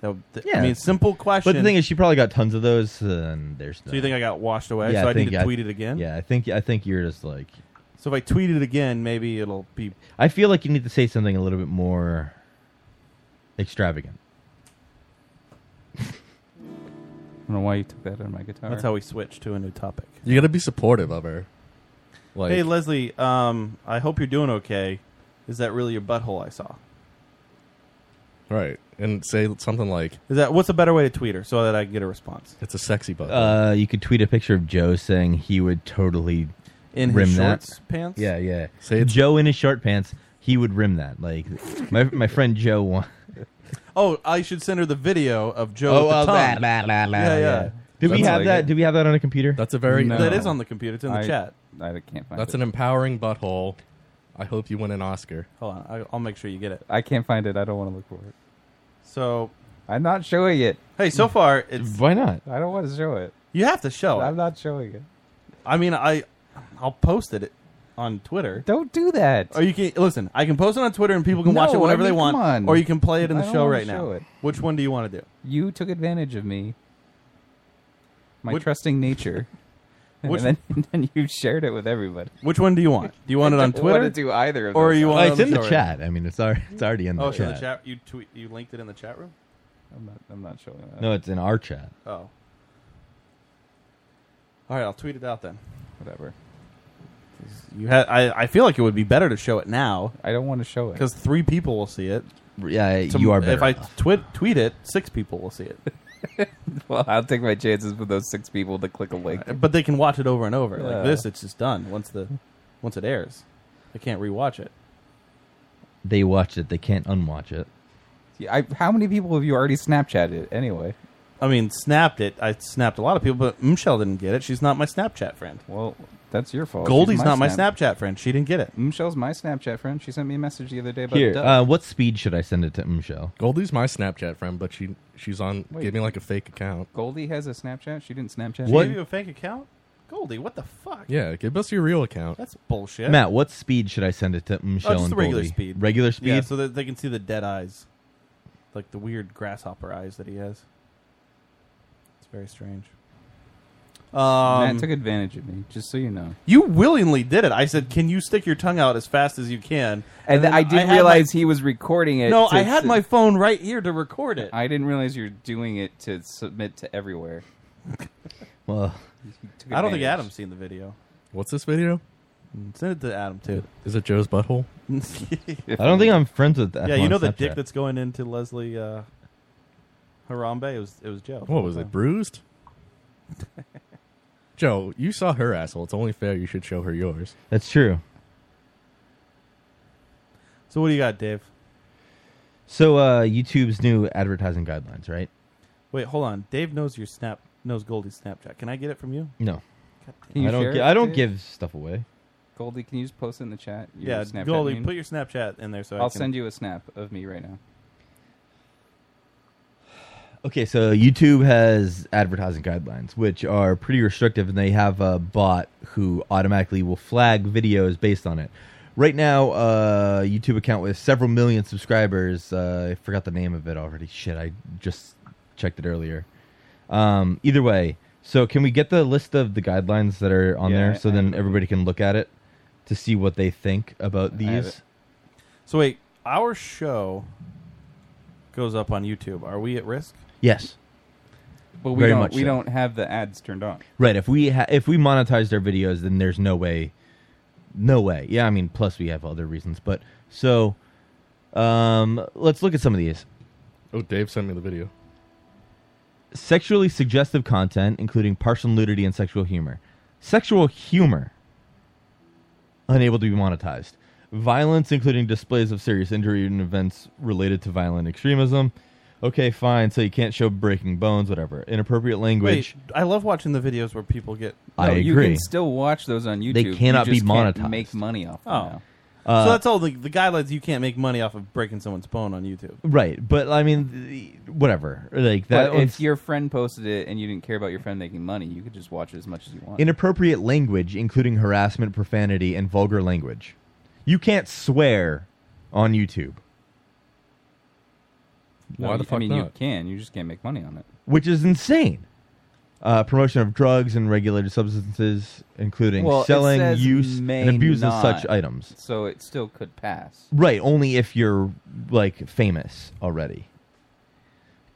S7: That, that, I
S5: Yeah.
S7: mean, simple question.
S5: But the thing is, she probably got tons of those, and there's.
S7: so you think I got washed away?
S5: Yeah,
S7: so
S5: I
S7: I, need
S5: think
S7: to
S5: I-
S7: tweet it again.
S5: Yeah, I think I think you're just like.
S7: So if I tweet it again, maybe it'll be.
S5: I feel like you need to say something a little bit more extravagant.
S6: I don't know why you took that out of my guitar.
S7: That's how we switch to a new topic.
S8: You got to be supportive of her. Like,
S7: hey Leslie, um, I hope you're doing okay. Is that really your butthole? I saw.
S8: right, and say something like,
S7: Is that what's a better way to tweet her so that I can get a response
S8: "It's a sexy butt."
S5: Uh, you could tweet a picture of Joe saying he would totally.
S7: in
S5: Rim
S7: his
S5: that.
S7: shorts pants?
S5: Yeah, yeah.
S8: Say it's-
S5: Joe in his short pants, he would rim that. Like my my friend Joe. Won-
S7: Oh, I should send her the video of Joe. with the tongue. Yeah, yeah.
S5: Do we
S6: That's
S5: have
S6: like
S5: that?
S6: it.
S5: Do we have that on a computer?
S8: that's a very
S6: No.
S7: That is on the computer. It's in the
S6: I-
S7: chat.
S6: I can't find
S8: that's
S6: it.
S8: an empowering butthole. I hope you win an Oscar.
S7: Hold on, I, I'll make sure you get it.
S6: I can't find it. I don't want to look for it.
S7: So,
S6: I'm not showing it.
S7: hey, so far it's
S5: Why not?
S6: I don't want to show it.
S7: you have to show.
S6: Oh. I'm
S7: it.
S6: not showing it.
S7: I mean, I I'll post it on Twitter.
S6: Don't do that.
S7: Or you can listen. I can post it on Twitter and people can watch
S6: No,
S7: it
S6: I
S7: whenever
S6: mean,
S7: they want.
S6: come on.
S7: Or you can play it in
S6: I
S7: the
S6: don't
S7: show
S6: wanna
S7: right now.
S6: show it.
S7: Which one do you want to do?
S6: You took advantage of me. My
S7: Which-
S6: trusting nature.
S7: Which-
S6: and, then, and then you shared it with everybody.
S7: Which one do you want? Do you want it on
S6: I don't
S7: Twitter
S6: want to do either of
S7: or
S6: those.
S7: you want
S5: Well,
S7: it
S5: Uh, it's
S7: on
S5: in the
S7: show right
S5: chat. I mean, it's already, it's already in
S7: now?
S5: the
S7: Oh, it's
S5: chat.
S7: in the chat. You tweet. You linked it in the chat room.
S6: I'm not, I'm not showing that.
S5: No, it's in our chat.
S7: Oh. All right, I'll tweet it out then.
S6: Whatever.
S7: You had. I, I feel like it would be better to show it now
S6: I don't want to show it.
S7: because three people will see it.
S5: Yeah,
S7: Tom-
S5: you are better.
S7: If I
S5: off.
S7: tweet tweet it, six people will see it,
S6: Well, I'll take my chances with those six people to click a link.
S7: Uh,
S6: uh,
S7: but they can watch it over and over.
S6: Yeah.
S7: Like this, it's just done once the once it airs. They can't rewatch it.
S5: they watch it, they can't unwatch it.
S6: I, how many people have you already Snapchatted anyway?
S7: I mean, snapped it. I snapped a lot of people, but Michelle didn't get it. She's not my Snapchat friend.
S6: Well, that's your fault.
S7: Goldie's
S6: She's
S7: not my
S6: Snap-
S7: Snapchat friend. She didn't get it.
S6: Michelle's my Snapchat friend. She sent me a message the other day about
S5: Here,
S6: Doug.
S8: um,
S5: uh, what speed should I send it to Michelle?
S8: Goldie's my Snapchat friend, but she she's on
S6: Wait.
S8: gave me like a fake account.
S6: Goldie has a Snapchat. She didn't Snapchat.
S7: She
S6: me.
S5: What-
S7: gave you a fake account, Goldie. What the fuck?
S8: Yeah, give us your real account.
S7: that's bullshit. Oh,
S5: Matt, what speed should I send it to Michelle
S7: just
S5: and
S7: the regular
S5: Goldie?
S7: speed.
S5: Regular speed.
S7: yeah, so that they can see the dead eyes, like the weird grasshopper eyes that he has. It's very strange. Um,
S6: Matt took advantage of me, just so you know.
S7: You willingly did it. I said, "Can you stick your tongue out as fast as you can?"
S6: And,
S7: then
S6: I didn't
S7: had
S6: realize he was recording
S7: My,
S6: it.
S7: no,
S6: to-
S7: I had
S6: to-
S7: my phone right here to record it. I,
S6: I didn't realize you were doing it to submit to everywhere.
S5: well,
S6: You
S7: don't
S6: took
S7: think
S6: advantage.
S7: Adam's seen the video.
S8: What's this video?
S7: Send it to Adam too.
S8: Is it Joe's butthole?
S7: yeah,
S5: I don't think I'm friends with that.
S7: you
S5: on
S7: know the
S5: Snapchat.
S7: dick that's going into Leslie uh, Harambe. It was it was Joe.
S8: What was it? Bruised? Joe, you saw her asshole. It's only fair you should show her yours.
S5: That's true.
S7: So what do you got, Dave?
S5: So uh, YouTube's new advertising guidelines, right?
S7: Wait, hold on. Dave knows your snap knows Goldie's Snapchat. Can I get it from you?
S5: No,
S7: God damn.
S6: Can you
S5: I don't.
S6: share
S5: gi-
S6: it,
S5: I don't
S6: Dave?
S5: give stuff away.
S6: Goldie. Can you just post it in the chat? Your
S7: Yeah,
S6: Snapchat
S7: Goldie,
S6: name?
S7: put your Snapchat in there so I
S6: I'll
S7: can-
S6: send you a snap of me right now.
S5: Okay, so YouTube has advertising guidelines, which are pretty restrictive, and they have a bot who automatically will flag videos based on it. Right now, uh, YouTube account with several million subscribers. Uh, I forgot the name of it already. Shit, I just checked it earlier. Um, either way, so can we get the list of the guidelines that are on
S6: Yeah,
S5: there
S6: I-
S5: so
S6: I
S5: then
S6: have it.
S5: everybody can look at it to see what they think about
S6: I have
S5: these?
S6: it.
S7: So wait, our show goes up on YouTube. Are we at risk?
S5: Yes.
S6: But we
S5: Very
S6: don't
S5: much
S6: we
S5: so.
S6: don't have the ads turned on.
S5: Right. If we ha- if we monetized our videos, then there's no way, no way. Yeah, I mean, plus we have other reasons, but so, um, let's look at some of these.
S8: Oh, Dave sent me the video.
S5: Sexually suggestive content, including partial nudity and sexual humor. Sexual humor, unable to be monetized. Violence, including displays of serious injury and events related to violent extremism. Okay, fine. So you can't show breaking bones, whatever. Inappropriate language.
S7: Wait, I love watching the videos where people get.
S5: I
S6: No,
S5: agree.
S6: You can still watch those on YouTube. You
S5: cannot be
S6: just can't
S5: monetized.
S6: make money off.
S7: Oh.
S6: Them now.
S5: Uh,
S7: so that's all the, the guidelines. You can't make money off of breaking someone's bone on YouTube.
S5: Right, but I mean, th- whatever. Like that.
S6: But if
S5: one's-
S6: your friend posted it and you didn't care about your friend making money, you could just watch it as much as you want.
S5: inappropriate language, including harassment, profanity, and vulgar language. You can't swear on YouTube,
S6: No,
S8: Why the
S6: you-
S8: fuck
S6: I mean, you
S8: not?
S6: can. You just can't make money on it.
S5: which is insane. Uh, promotion of drugs and regulated substances, including
S6: Well, it
S5: selling,
S6: says
S5: use,
S6: may
S5: and abuse of such
S6: not.
S5: items.
S6: So it still could pass.
S5: Right, only if you're like famous already.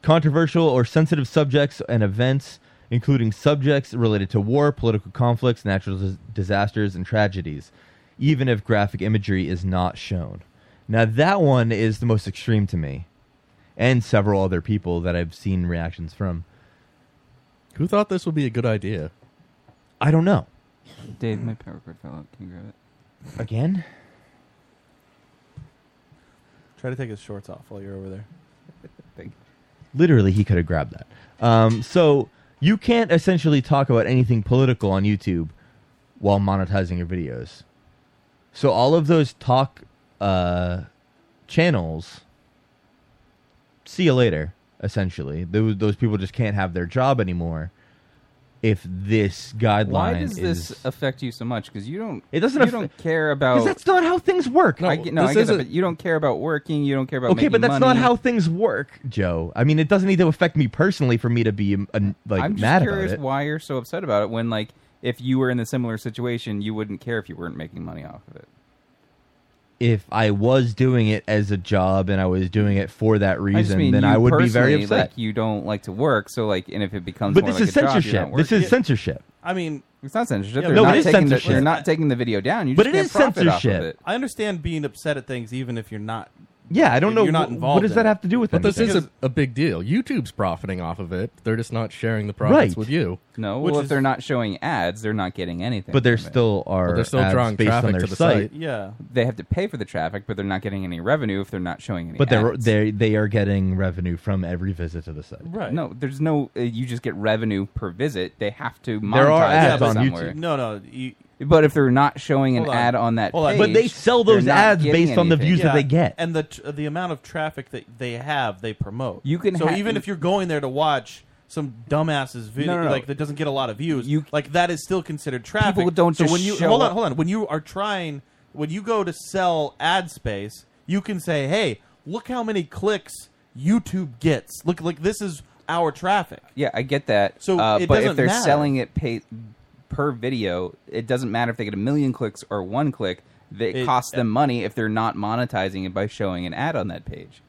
S5: Controversial or sensitive subjects and events, including subjects related to war, political conflicts, natural dis- disasters, and tragedies, even if graphic imagery is not shown. Now, that one is the most extreme to me, and several other people that I've seen reactions from.
S8: Who thought this would be a good idea?
S5: I don't know.
S6: Dave, my power cord fell out. Can you grab it?
S5: Again?
S7: Try to take his shorts off while you're over there.
S5: Literally, he could have grabbed that. Um, so you can't essentially talk about anything political on YouTube while monetizing your videos. So all of those talk uh, channels, see you later. Essentially, those, those people just can't have their job anymore if this guideline
S6: Why does
S5: is.
S6: this affect you so much? Because you don't.
S5: It doesn't
S6: You
S5: aff-
S6: don't care
S5: 'Cause
S6: about.
S5: that's not how things work.
S6: I get, no,
S8: this
S6: I get it,
S8: isn't-
S6: but you don't care about working. You don't care about
S5: okay, but
S6: making
S5: that's not
S6: money.
S5: how things work, Joe. I mean, it doesn't need to affect me personally for me to be um, an- like
S6: I'm just
S5: mad
S6: curious
S5: about it.
S6: why you're so upset about it. When like, if you were in a similar situation, you wouldn't care if you weren't making money off of it.
S5: if I was doing it as a job and I was doing it for that
S6: I just
S5: reason,
S6: mean
S5: then
S6: you
S5: I would be very
S6: personally,
S5: upset.
S6: Like, you don't like to work, so like, and if it becomes
S5: but
S6: more
S5: this
S6: like
S5: is
S6: a job, you're
S5: censorship.
S6: not
S5: this
S6: working.
S5: is censorship.
S7: I mean,
S6: It's not censorship.
S7: Yeah,
S6: they're
S7: no,
S6: not
S7: it is
S6: taking
S5: censorship.
S6: The, they're not taking the video down. You
S5: But
S6: just
S5: it
S6: can't
S5: is
S6: profit off of
S5: censorship.
S6: it.
S7: I understand being upset at things even if you're not.
S5: Yeah, I don't know.
S7: You're not
S5: wh-
S7: involved
S5: What does
S7: in
S5: that
S7: it.
S5: have to do with
S8: But this
S5: anything?
S8: is a, a big deal. YouTube's profiting off of it. They're just not sharing the profits
S5: Right.
S8: with you.
S6: No,
S7: Which
S6: well,
S7: is-
S6: if they're not showing ads, they're not getting anything.
S5: But there
S6: from it.
S5: still are.
S8: they're still
S5: ads
S8: drawing
S5: based on
S8: traffic
S5: their
S8: to the
S5: site.
S8: site.
S7: Yeah.
S6: they have to pay for the traffic, but they're not getting any revenue if they're not showing any.
S5: But they're,
S6: ads.
S5: they they are getting revenue from every visit to the site.
S7: Right.
S6: no, there's no. Uh, you just get revenue per visit. They have to monetize
S5: There are
S6: it
S5: ads on
S6: somewhere.
S7: No, no. You,
S6: But if they're not showing an
S7: Hold on.
S6: ad on that,
S7: Hold on.
S6: page,
S5: But they sell
S6: they're
S5: those
S6: not
S5: ads
S6: getting
S5: based on the
S6: anything.
S5: views that they get.
S7: And the tr- the amount of traffic that they have, they promote.
S6: You can
S7: so
S6: ha-
S7: even if you're going there to watch some dumbass's video,
S6: No, no, no.
S7: like that doesn't get a lot of views,
S6: You-
S7: like that is still considered traffic.
S6: People don't
S7: so
S6: just
S7: when you
S6: show
S7: hold on,
S6: up-
S7: hold on. When you are trying, when you go to sell ad space, you can say, "Hey, look how many clicks YouTube gets. Look, like this is our traffic."
S6: Yeah, I get that.
S7: So
S6: uh,
S7: it
S6: but if
S7: doesn't
S6: they're
S7: matter.
S6: selling it pay, per video, it doesn't matter if they get a million clicks or one click. They, it
S7: It-
S6: costs
S5: uh,
S6: them money if they're not monetizing it by showing an ad on that page.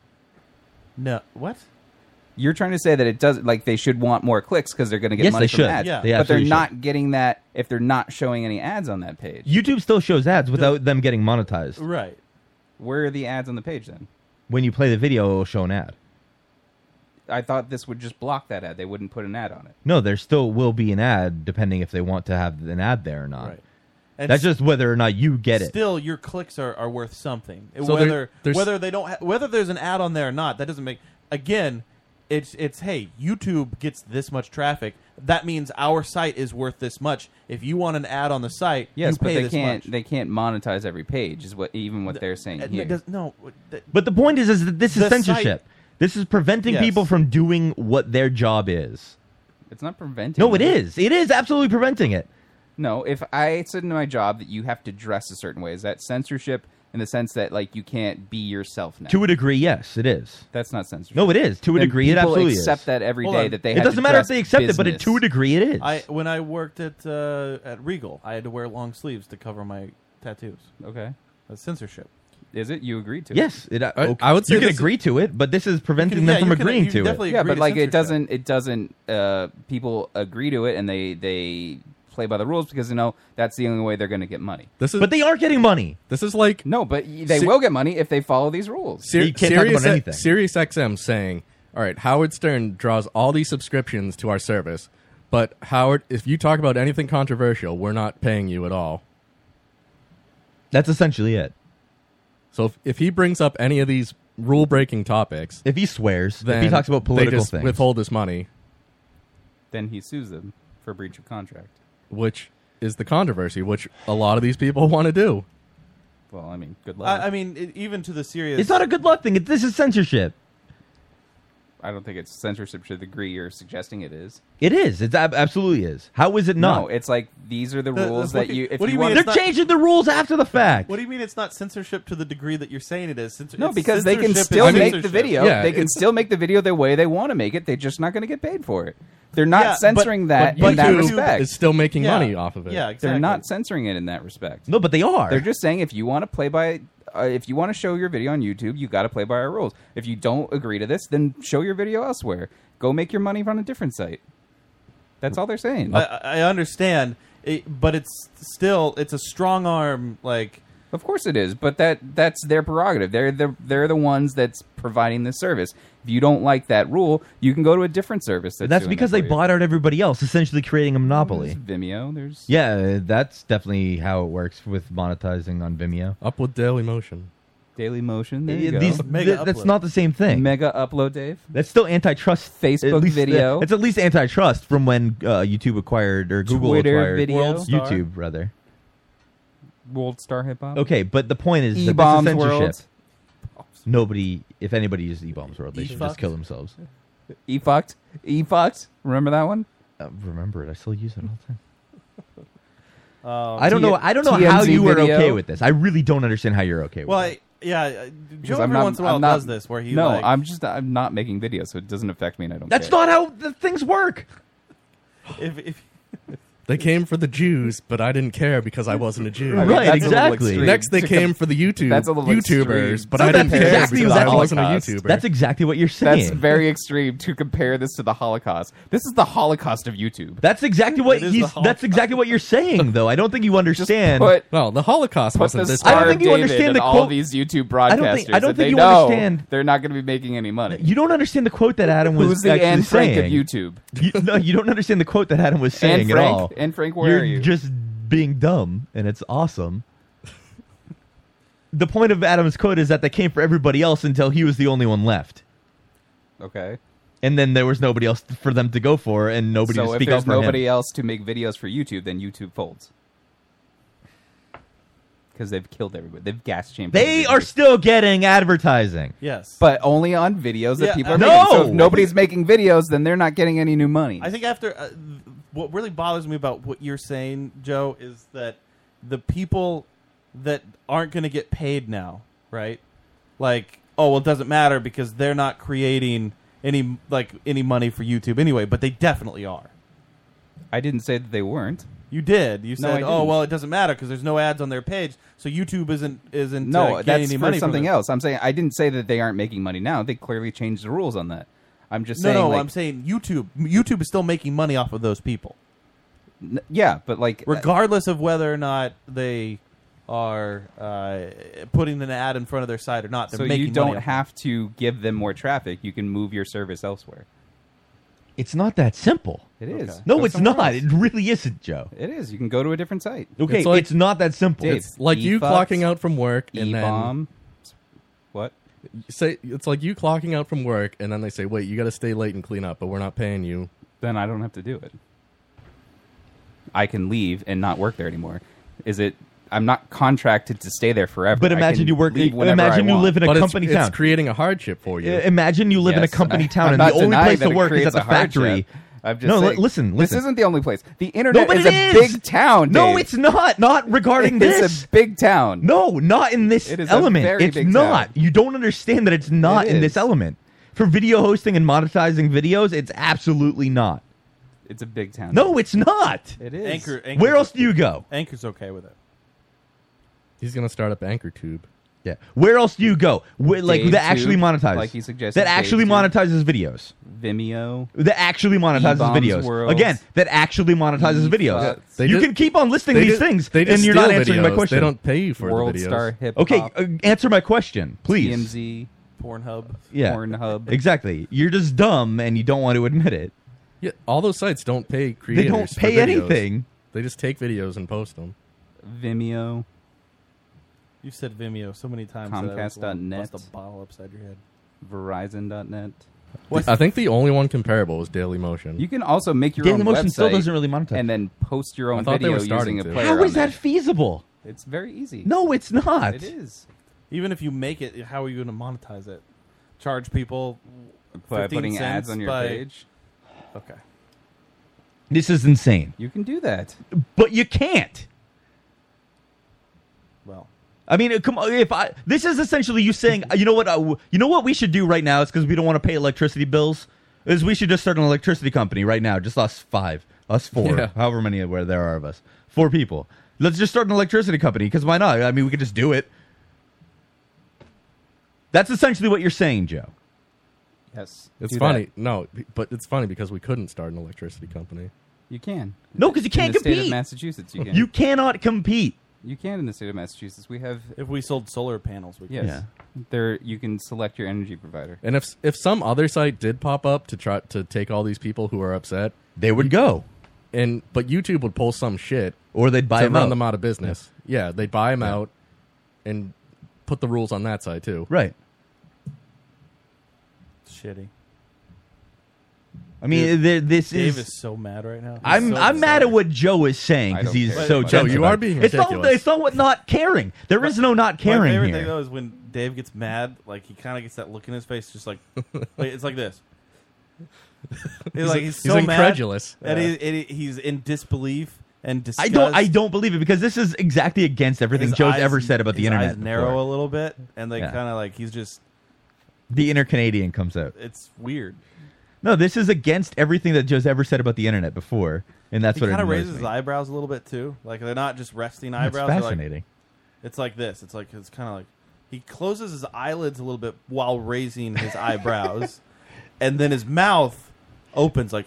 S7: No, what?
S6: You're trying to say that it does like they should want more clicks because they're going to get
S5: Yes,
S6: money
S5: they
S6: from
S5: should.
S6: ads.
S7: Yeah. They
S6: but they're
S5: absolutely
S6: not getting that if they're not showing any ads on that page.
S5: YouTube still shows ads without them getting monetized.
S7: Right.
S6: Where are the ads on the page then?
S5: When you play the video, it'll show an ad.
S6: I thought this would just block that ad. They wouldn't put an ad on it.
S5: No, there still will be an ad depending if they want to have an ad there or not.
S7: Right. And
S5: That's just whether or not you get it.
S7: Still, your clicks are, are worth something.
S8: So
S7: whether
S8: there- there's-
S7: whether they don't ha- whether there's an ad on there or not, that doesn't make again. It's it's hey, YouTube gets this much traffic. That means our site is worth this much. If you want an ad on the site,
S6: Yes,
S7: you
S6: but
S7: pay
S6: they
S7: this
S6: can't.
S7: much.
S6: They can't monetize every page. Is what even what they're saying
S7: Uh,
S6: here.
S7: it does- no, th-
S5: But the point is, is that this is
S7: The
S5: censorship.
S7: site-
S5: This is preventing
S7: Yes.
S5: people from doing what their job is.
S6: It's not preventing.
S5: No, it
S6: them.
S5: is. It is absolutely preventing it.
S6: No, if I said in my job that you have to dress a certain way, is that censorship in the sense that like you can't be yourself now?
S5: To a degree, yes, it is.
S6: That's not censorship.
S5: No, it is. To a
S6: And
S5: degree, it
S6: people
S5: absolutely
S6: accept
S5: is.
S6: that every day
S7: Hold on.
S6: that they.
S5: It
S6: have
S5: doesn't
S6: to
S5: matter if
S6: dress
S5: they accept it, but it-
S6: business.
S5: to a degree, it is.
S7: I when I worked at uh, at Regal, I had to wear long sleeves to cover my tattoos.
S6: Okay,
S7: That's censorship.
S6: is it? You agree to? it?
S5: yes, it, uh, okay.
S8: I would say
S5: you can
S8: this-
S5: agree to it, but this is preventing
S7: Yeah,
S5: them from
S7: you can-
S5: agreeing
S7: you
S5: to
S7: definitely
S5: it.
S6: yeah
S7: agree
S6: but
S7: to
S6: like it
S7: censorship.
S6: doesn't it doesn't uh people agree to it and they they play by the rules because you know that's the only way they're going to get money
S8: This is
S5: But they are getting money.
S8: this is like
S6: no but y- they
S8: See-
S6: will get money if they follow these rules
S8: Sir-
S5: You can't talk
S8: Sirius,
S5: about anything.
S8: Sirius XM saying, "All right, Howard Stern draws all these subscriptions to our service, but Howard, if you talk about anything controversial, we're not paying you at all."
S5: That's essentially it.
S8: So if, if he brings up any of these rule breaking topics,
S5: If he swears,
S8: then
S5: if he talks about
S8: they
S5: political
S8: just
S5: things,
S8: withhold his money,
S6: then he sues them for breach of contract
S8: which is the controversy, which a lot of these people want to do.
S6: well i mean good luck
S7: I, I mean, it, even to the serious.
S5: it's not a good luck thing. It, this is censorship.
S6: i don't think it's censorship to the degree you're suggesting it is
S5: It is. It ab- absolutely is. How is it not?
S6: it's like these are the
S7: The-
S6: rules
S7: what
S6: that
S7: do-
S6: you if
S7: what do you
S6: you,
S7: mean
S6: want
S5: They're
S7: it's not-
S5: changing the rules after the fact.
S7: What do you mean it's not censorship to the degree that you're saying it is? Censor-
S6: no
S7: it's
S6: because they can
S7: censorship is
S6: still make the
S7: censorship.
S6: video
S8: Yeah,
S6: they can
S8: it's-
S6: still make the video the way they want to make it they're just not going to get paid for it they're not
S7: Yeah, but-
S6: censoring that
S8: But
S6: in that
S8: YouTube
S6: respect
S8: is still making
S7: Yeah.
S8: money off of it.
S7: Yeah,
S6: they're
S7: exactly.
S6: not censoring it in that respect
S5: no, but they are.
S6: They're just saying if you want to play by, uh, if you want to show your video on YouTube, you got to play by our rules. If you don't agree to this, then show your video elsewhere. Go make your money on a different site. That's all they're saying.
S7: I, I understand, it, but it's still it's a strong arm. Like
S6: of course it is, but that that's their prerogative. They're the they're the ones that's providing this service. If you don't like that rule, you can go to a different service. That's,
S5: And that's
S6: doing
S5: because
S6: that
S5: they
S6: for you. Mm,
S5: bought out everybody else, essentially creating a
S6: There's
S5: monopoly.
S6: Vimeo. There's
S5: Yeah, that's definitely how it works with monetizing on Vimeo.
S8: Up with Daily Motion.
S6: Daily Motion. There you go.
S5: These-
S7: Mega
S5: th- that's
S7: upload.
S5: not the same thing.
S6: Mega upload, Dave.
S5: that's still antitrust. at
S6: Facebook
S5: least- uh,
S6: video.
S5: It's at least antitrust from when uh, YouTube acquired or Google
S6: Twitter
S5: acquired
S6: video. World
S7: Star.
S5: YouTube, rather.
S6: World Star Hip Hop.
S5: Okay, but the point is that
S6: E
S5: this is
S6: bombs
S5: censorship.
S6: Um, world.
S5: Nobody, if anybody uses e-bombs world, they should
S7: E-fucked.
S5: just kill themselves.
S6: E fucked. E fucked. Remember that one?
S5: Uh, remember it. I still use it all the time.
S10: Oh,
S7: um,
S5: I don't
S6: T-
S5: know. I don't know
S6: TMZ
S5: how you were
S6: video.
S5: okay with this. I really don't understand how you're okay with.
S7: well,
S5: it.
S7: I, yeah, I- Joe
S6: Because
S7: every
S6: I'm not-
S7: once in a while
S6: I'm not-
S7: does this where he
S6: no,
S7: like,
S6: I'm just I'm not making videos, so it doesn't affect me, and I don't.
S5: That's
S6: care.
S5: not how the things work.
S7: if, if
S8: They came for the Jews, but I didn't care because I wasn't a Jew.
S6: I mean,
S5: Right,
S6: that's a little
S5: exactly.
S6: extreme.
S8: Next, they came for the YouTube
S6: That's a little
S8: YouTubers,
S6: extreme.
S8: but
S5: No,
S8: I didn't
S5: that's
S8: care
S5: exactly
S8: because I
S5: exactly-
S8: wasn't a
S6: Holocaust.
S8: YouTuber.
S5: That's exactly what you're saying.
S6: That's very extreme to compare this to the Holocaust. This is the Holocaust of YouTube.
S5: That's exactly what
S7: It is
S5: he's.
S7: the
S5: That's exactly what you're saying, though. I don't think you
S6: Just
S5: understand.
S6: put
S8: well, the Holocaust
S6: put the
S8: wasn't this
S5: I
S6: star
S5: don't
S8: bad.
S5: think you
S6: David
S5: understand
S6: in
S5: the
S6: all
S5: quote-
S6: these YouTube broadcasters.
S5: I don't think- I don't
S6: that
S5: think
S6: they
S5: you
S6: know
S5: understand-
S6: They're not going to be making any money.
S5: you don't understand the quote that Adam was
S6: Who's the
S5: actually
S6: Anne
S5: saying.
S6: Frank of YouTube?
S5: You, no, you don't understand the quote that Adam was saying
S6: Anne
S5: at
S6: Frank?
S5: all.
S6: Anne Frank, where
S5: you're
S6: are you?
S5: just being dumb, and it's awesome. the point of Adam's quote is that they came for everybody else until he was the only one left,
S6: Okay.
S5: and then there was nobody else for them to go for, and nobody
S6: so
S5: to
S6: if
S5: speak up
S6: there's
S5: for
S6: nobody
S5: him.
S6: else to make videos for YouTube, then YouTube folds. Because they've killed everybody. They've gas chambered.
S5: They
S6: everybody.
S5: are still getting advertising.
S7: yes,
S6: but only on videos that
S7: Yeah,
S6: people are
S7: I-
S6: making. So
S5: No!
S6: if nobody's making videos, then they're not getting any new money.
S7: I think after uh, th- what really bothers me about what you're saying, Joe, is that the people that aren't going to get paid now, right? Like, oh, well, it doesn't matter because they're not creating any like any money for YouTube anyway, but they definitely are.
S6: I didn't say that they weren't.
S7: You did. You
S6: No, I
S7: said, "Oh,
S6: didn't.
S7: well, it doesn't matter because there's no ads on their page, so YouTube isn't isn't uh,
S6: No,
S7: getting
S6: that's
S7: any
S6: for
S7: money
S6: something
S7: from it."
S6: else. I'm saying I didn't say that they aren't making money now. They clearly changed the rules on that. I'm just
S7: No,
S6: saying.
S7: no,
S6: like,
S7: I'm saying YouTube. YouTube is still making money off of those people,
S6: n- yeah, but
S9: uh,
S6: like,
S7: regardless of whether or not they are uh, putting an ad in front of their site or not. They're
S6: so
S7: making
S6: you
S7: money
S6: don't
S7: off
S6: have to give them more traffic. You can move your service elsewhere.
S5: It's not that simple.
S6: It is.
S5: No,
S6: Go
S5: it's
S6: somewhere
S5: not.
S6: else.
S5: It really isn't, Joe.
S6: It is. You can go to a different site.
S5: Okay, it's,
S8: It's like-
S5: not that simple.
S6: Dave,
S8: It's like you
S6: E-fucks,
S8: clocking out from work and
S6: E bomb. What?
S8: then say it's like you clocking out from work and then they say, "Wait, you got to stay late and clean up, but we're not paying you."
S6: Then I don't have to do it. I can leave and not work there anymore. Is it? I'm not contracted to stay there forever.
S5: But
S6: I
S5: imagine
S6: can
S5: you work.
S6: leave whenever I
S5: Imagine you
S6: want.
S5: live in a
S8: but it's,
S5: company
S8: it's
S5: town.
S8: creating a hardship for you.
S5: I- Imagine you live in a
S6: Yes,
S5: company
S6: I-
S5: town,
S6: I'm
S5: and the
S6: not
S5: only
S6: denying
S5: place
S6: that
S5: to
S6: it
S5: work is
S6: creates
S5: at the
S6: a hardship.
S5: factory.
S9: I'm just
S5: No, li-
S9: saying,
S5: listen,
S9: This
S5: listen.
S9: isn't the only place. The internet
S5: No, but
S9: is
S5: it
S9: a
S5: is!
S9: big town.
S5: No,
S9: Dave.
S5: it's not. Not regarding
S9: It's
S5: this.
S9: a big town.
S5: No, not in this
S9: It is a
S5: element.
S9: very
S5: it's
S9: big
S5: not.
S9: town.
S5: You don't understand that it's not
S9: It
S5: in
S9: is.
S5: this element. For video hosting and monetizing videos, it's absolutely not.
S9: it's a big town.
S5: No, it's not.
S9: it is.
S7: Anchor, anchor.
S5: Where else do you go?
S7: Anchor's okay with it.
S8: He's gonna start up Anchor Tube.
S5: Yeah. Where else do you go? Where, like
S9: Dave
S5: that actually
S9: Tube,
S5: monetizes.
S9: like he suggested,
S5: That actually
S9: Dave Tube.
S5: monetizes videos.
S9: Vimeo.
S5: That actually monetizes
S9: E-Bombs
S5: videos.
S9: Worlds.
S5: Again, that actually monetizes videos.
S9: E-Fucks.
S8: They
S5: you
S8: ju-
S5: can keep on listing these
S8: ju-
S5: things,
S8: they just
S5: and you're not
S8: steal
S5: answering
S8: videos.
S5: my question.
S8: They don't pay you for
S9: World
S8: the videos.
S9: Star Hip
S5: okay,
S9: Hop,
S5: uh, answer my question, please.
S9: TMZ,
S7: Pornhub.
S5: Yeah.
S9: Pornhub.
S5: Exactly. You're just dumb, and you don't want to admit it.
S8: Yeah, all those sites don't pay creators.
S5: They don't
S8: for
S5: pay
S8: videos.
S5: anything.
S8: They just take videos and post them.
S9: Vimeo.
S7: You said Vimeo so many times. that I was
S9: Comcast.net.
S7: Bust a bottle upside your head.
S9: Verizon.net.
S8: I think the only one comparable was Daily Motion.
S9: You can also make your
S5: Daily
S9: own
S5: Motion
S9: website
S5: still doesn't really monetize.
S9: and then post your
S8: I
S9: own
S8: thought they
S9: video
S8: were starting
S9: using a
S8: to.
S9: player.
S5: How is
S9: on there.
S5: that feasible?
S9: It's very easy.
S5: No, it's not.
S9: it is.
S7: Even if you make it, how are you going to monetize it? Charge people
S9: By
S7: 15
S9: putting ads
S7: cents
S9: on your
S7: by-
S9: page,
S7: Okay.
S5: This is insane.
S9: you can do that.
S5: But you can't.
S7: Well,
S5: I mean, uh, come on. If I this is essentially you saying, you know what, uh, w- you know what we should do right now is because we don't want to pay electricity bills. Is we should just start an electricity company right now, just us five, us four,
S8: Yeah.
S5: however many where there are of us, four people. Let's just start an electricity company because why not? I mean, we could just do it. That's essentially what you're saying, Joe.
S9: Yes,
S8: It's
S9: do
S8: funny.
S9: that.
S8: No, b- but it's funny because we couldn't start an electricity company.
S9: You can.
S5: No, because you
S9: in
S5: can't
S9: the state of
S5: compete.
S9: Massachusetts. You can.
S5: You cannot compete.
S9: you can in the state of Massachusetts. We have
S7: if we sold solar panels, we could.
S9: yes.
S5: Yeah.
S9: There, you can select your energy provider.
S8: And if if some other site did pop up to try to take all these people who are upset,
S5: They would go,
S8: and but YouTube would pull some shit
S5: or they'd buy
S8: to
S5: them
S8: run
S5: out.
S8: them out of business. Yeah, they'd buy them out and put the rules on that side too.
S5: Right.
S7: It's shitty.
S5: I mean,
S7: Dude,
S5: th- this
S7: Dave
S5: is.
S7: is so mad right now. He's
S5: I'm
S7: so
S5: I'm mad
S7: upset.
S5: at what Joe is saying
S9: I
S5: because
S9: don't
S5: he's
S9: care.
S5: so.
S9: Wait,
S5: tense
S8: Joe, you
S5: about
S8: are
S5: it.
S8: being
S5: It's not,
S8: ridiculous.
S5: it's not what not caring. There is no not
S7: My
S5: caring
S7: favorite
S5: here.
S7: thing though is when Dave gets mad, like he kind of gets that look in his face, just like, like it's like this. He's like he's,
S8: he's
S7: so
S8: incredulous.
S7: mad, and he, and he's in disbelief and disgust.
S5: I don't I don't believe it because this is exactly against everything
S7: His
S5: Joe's
S7: eyes-
S5: ever said about the
S7: his
S5: internet.
S7: Eyes narrow
S5: before.
S7: a little bit, and they
S5: Yeah.
S7: kind of like he's just
S5: The inner Canadian comes out.
S7: it's weird.
S5: No, this is against everything that Joe's ever said about the internet before, and that's
S7: He
S5: what
S7: kind of
S5: annoys
S7: raises his
S5: me.
S7: eyebrows a little bit too. Like they're not just resting
S5: That's
S7: eyebrows. they're, like,
S5: fascinating.
S7: It's like this. It's like it's kind of like he closes his eyelids a little bit while raising his eyebrows, and then his mouth opens like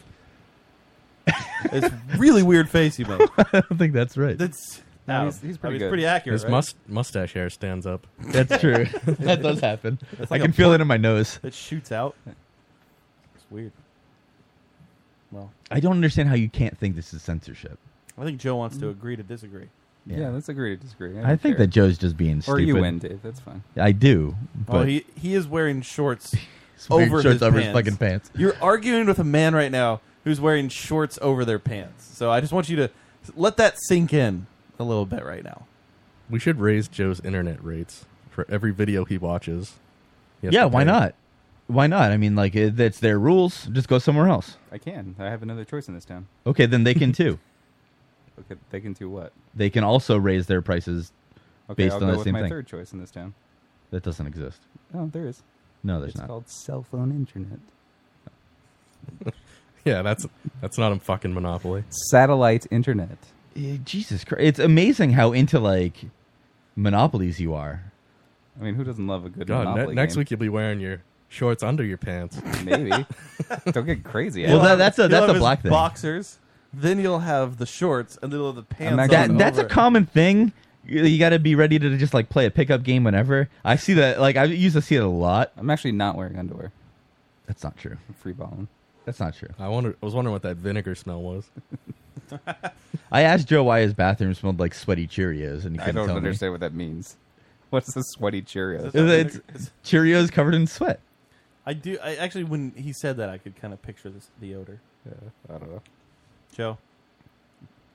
S7: it's really weird face he makes.
S5: I don't think that's right.
S7: That's
S9: No,
S7: ow.
S9: he's- he's
S7: I
S9: pretty
S7: mean,
S9: good.
S7: It's pretty accurate.
S8: His
S7: right?
S8: must, mustache hair stands up.
S5: That's true. that does happen. I
S7: like
S5: can
S7: a
S5: feel it in my nose.
S7: it shoots out. It's weird. Well,
S5: I don't understand how you can't think this is censorship.
S7: I think Joe wants to agree to disagree.
S5: Yeah.
S9: Mm. Yeah, let's agree to disagree.
S5: I think that Joe's just being
S9: Or
S5: stupid.
S9: you win, Dave. That's fine.
S5: I do, but
S7: Well, he he is wearing shorts
S5: wearing
S7: over
S5: shorts
S7: his
S5: over his
S7: pants.
S5: fucking pants.
S7: You're arguing with a man right now who's wearing shorts over their pants. So I just want you to let that sink in a little bit right now.
S8: We should raise Joe's internet rates for every video he watches. He has
S5: Yeah,
S8: to
S5: why
S8: pay.
S5: not? Why not? I mean, like it, that's their rules. Just go somewhere else.
S9: I can. I have another choice in this town.
S5: Okay, then they can too.
S9: Okay, they can do what?
S5: They can also raise their prices.
S9: Okay,
S5: Based
S9: I'll
S5: on
S9: go
S5: the
S9: with
S5: same
S9: my
S5: thing.
S9: third choice in this town.
S5: That doesn't exist.
S9: Oh, there is.
S5: No, there's
S9: it's
S5: not.
S9: called cell phone internet.
S8: Yeah, that's that's not a fucking monopoly.
S9: Satellite internet.
S5: Eh, Jesus Christ! It's amazing how into like monopolies you are.
S9: I mean, who doesn't love a good
S8: God, ne-
S9: monopoly
S8: next
S9: game?
S8: week you'll be wearing your shorts under your pants.
S9: Maybe. Don't get crazy.
S5: Well,
S9: Adam.
S5: that, that's a
S7: You'll
S5: that's
S7: have
S5: a
S7: his
S5: black thing.
S7: Boxers, then you'll have the shorts, and then you'll have the pants.
S9: actually-
S7: on
S5: That that's a
S7: over it.
S5: common thing. You- You got to be ready to just like play a pickup game whenever. I see that. Like I used to see it a lot.
S9: I'm actually not wearing underwear.
S5: That's not true.
S9: I'm free balling.
S5: That's not true.
S8: I wonder. I was wondering what that vinegar smell was.
S5: I asked Joe why his bathroom smelled like sweaty Cheerios, and he
S9: I
S5: couldn't
S9: don't
S5: tell me.
S9: understand what that means. What's the sweaty Cheerios?
S7: That's not
S5: It's-
S7: vinegar.
S5: Cheerios covered in sweat.
S7: I do. I actually, when he said that, I could kind of picture this the odor.
S9: I don't know.
S7: Joe,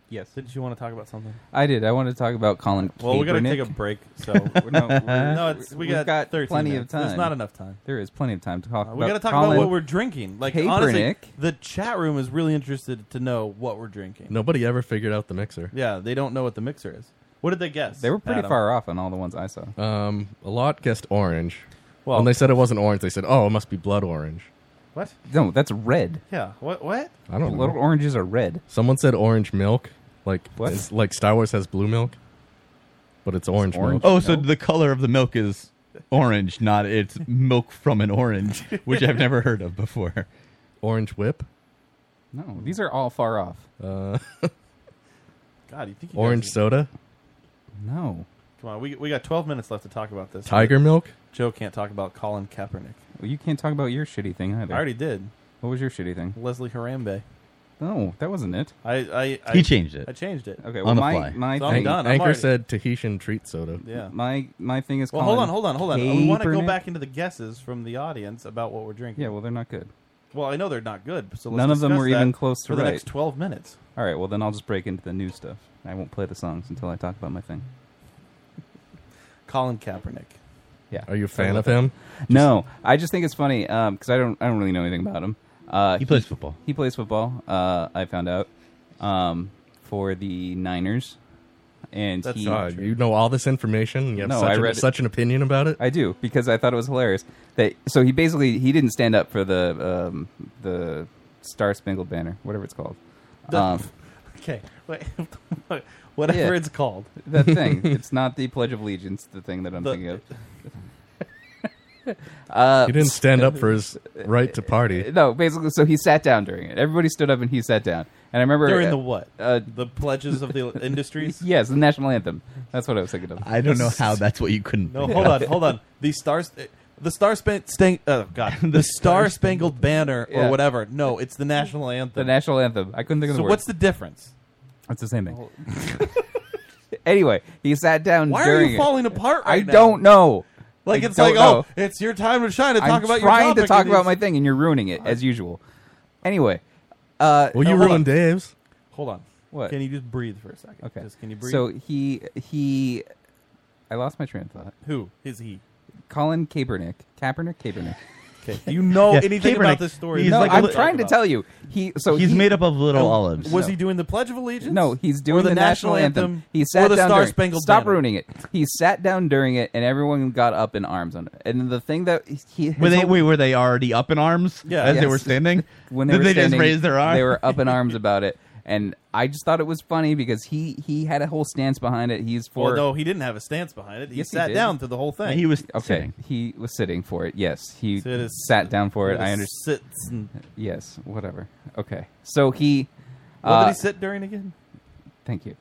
S6: Yes,
S7: Didn't you want to talk about something?
S6: I did. I wanted to talk about Colin.
S7: Well, we're gonna
S6: Kaepernick.
S7: take a break. So we're-
S6: No, we're-
S7: no, it's, we
S6: We've
S7: got,
S6: got
S7: 13
S6: plenty of
S7: minutes. There's
S6: time.
S7: not enough time.
S6: there is plenty of time to talk.
S7: Uh, we got to talk
S6: Colin.
S7: about what we're drinking. Like honestly,
S6: Kaepernick.
S7: the chat room is really interested to know what we're drinking.
S8: Nobody ever figured out the mixer.
S7: Yeah, they don't know what the mixer is. What did they guess?
S6: They were pretty
S7: Adam?
S6: far off on all the ones I saw.
S8: Um, a lot guessed orange.
S7: Well,
S8: when they said it wasn't orange, they said, "Oh, it must be blood orange."
S7: what?
S6: No, that's red.
S7: Yeah. What? What?
S8: I don't know.
S6: Little oranges are red.
S8: Someone said orange milk, like
S6: What?
S8: it's like Star Wars has blue milk, but it's orange,
S6: orange.
S8: milk.
S5: Oh, so the color of the milk is orange, not it's milk from an orange, which I've never heard of before.
S8: Orange whip,
S6: No, these are all far off.
S8: uh,
S7: God, you think you
S8: orange
S7: Guys,
S8: soda,
S6: No,
S7: come on, we we got 12 minutes left to talk about this.
S8: tiger milk.
S7: Joe can't talk about Colin Kaepernick.
S6: well, you can't talk about your shitty thing either.
S7: I already did.
S6: What was your shitty thing?
S7: Leslie Harambe.
S6: No, that wasn't it.
S7: I I, I
S5: He changed it.
S7: I changed it.
S6: Okay,
S5: On
S6: well,
S5: the
S6: my
S5: fly.
S6: my
S7: So I'm
S6: thing,
S8: An-
S7: done. I'm
S8: Anchor
S7: already-
S8: said Tahitian treat soda.
S7: Yeah.
S6: my my thing is.
S7: Well,
S6: Colin
S7: hold on, hold on, hold on. We want to go
S6: Kaepernick.
S7: back into the guesses from the audience about what we're drinking.
S6: Yeah, well, they're not good.
S7: Well, I know they're not good. So let's
S6: None of them
S7: discuss
S6: were
S7: that
S6: even close to
S7: for the
S6: right.
S7: next 12 minutes.
S6: All right, well then I'll just break into the new stuff. I won't play the songs until I talk about my thing.
S7: Colin Kaepernick.
S6: Yeah.
S8: Are you a fan of him?
S6: No, I just think it's funny because I don't I don't really know anything about him. Uh,
S5: He plays football.
S6: He plays football. Uh, I found out um, for the Niners, and
S7: That's
S6: he,
S8: God, you know all this information. And you have
S6: No,
S8: such,
S6: I
S8: an-
S6: read it.
S8: such an opinion about it.
S6: I do because I thought it was hilarious. That so he basically he didn't stand up for the um, the Star Spangled Banner, whatever it's called. Um,
S7: Okay. Wait. Whatever
S6: Yeah.
S7: it's called.
S6: that thing. it's not the Pledge of Allegiance. The thing that I'm
S7: The-
S6: thinking of. uh,
S8: he didn't stand up for his right to party.
S6: no, basically, so he sat down during it. Everybody stood up and he sat down. And I remember
S7: During the
S6: uh,
S7: what?
S6: uh,
S7: the pledges of the industries?
S6: Yes, the national anthem. That's what I was thinking of.
S5: I don't know how that's what you couldn't.
S7: No,
S5: think
S7: hold
S5: of.
S7: on, hold on. The stars. The Star Span- Stan- oh God, the Star Spangled Banner or
S6: Yeah.
S7: whatever. No, it's the national anthem.
S6: The national anthem. I couldn't think of
S7: so
S6: the word.
S7: what's the difference?
S6: It's the same thing. anyway, he sat down
S7: Why are
S6: during
S7: you
S6: it.
S7: falling apart? Right
S6: I don't know.
S7: Like
S6: I
S7: it's
S6: don't
S7: like
S6: know.
S7: oh, it's your time to shine to talk
S6: I'm
S7: about your
S6: trying
S7: topic
S6: to talk
S7: and
S6: about
S7: he's-
S6: my thing, and you're ruining it as usual. Anyway, uh,
S8: Well, you
S7: hold
S8: ruined
S7: on.
S8: Dave's.
S7: Hold on.
S6: What?
S7: Can you just breathe for a second?
S6: okay.
S7: Just, can you breathe?
S6: So he he, I lost my train of thought.
S7: who is he?
S6: Colin Kaepernick, Kaepernick, Kaepernick.
S7: Okay. Do you know
S5: Yeah,
S7: anything
S5: Kaepernick,
S7: about this story? Oh,
S5: he's
S6: no,
S5: like a
S6: I'm
S5: li-
S6: trying to tell you. He so
S5: He's
S6: he,
S5: made up of little olives.
S7: Was
S6: No.
S7: he doing the Pledge of Allegiance?
S6: No, he's doing
S7: Or
S6: the, national, anthem. He sat
S7: or the
S6: down.
S7: Star
S6: during-
S7: Spangled
S6: Stop
S7: Banner.
S6: ruining it. He sat down during it, and everyone got up in arms on it. And the thing that he his
S5: Were they
S6: whole-
S5: wait, were they already up in arms
S7: Yeah.
S5: as they
S6: Yes.
S5: were standing?
S6: when they
S5: Did
S6: were
S5: they
S6: standing,
S5: just raise their arms?
S6: They were up in arms about it, and I just thought it was funny because he he had a whole stance behind it. He's for
S7: Well, no, he didn't have a stance behind it. He
S6: Yes, he
S7: sat
S6: did.
S7: down through the whole thing.
S5: he was
S6: okay.
S5: sitting.
S6: He was sitting for it. Yes, he
S7: So it is-
S6: sat down for it. I understand.
S7: understand.
S6: Yes, whatever. Okay, so he.
S7: What
S6: uh,
S7: did he sit during again?
S6: Thank you.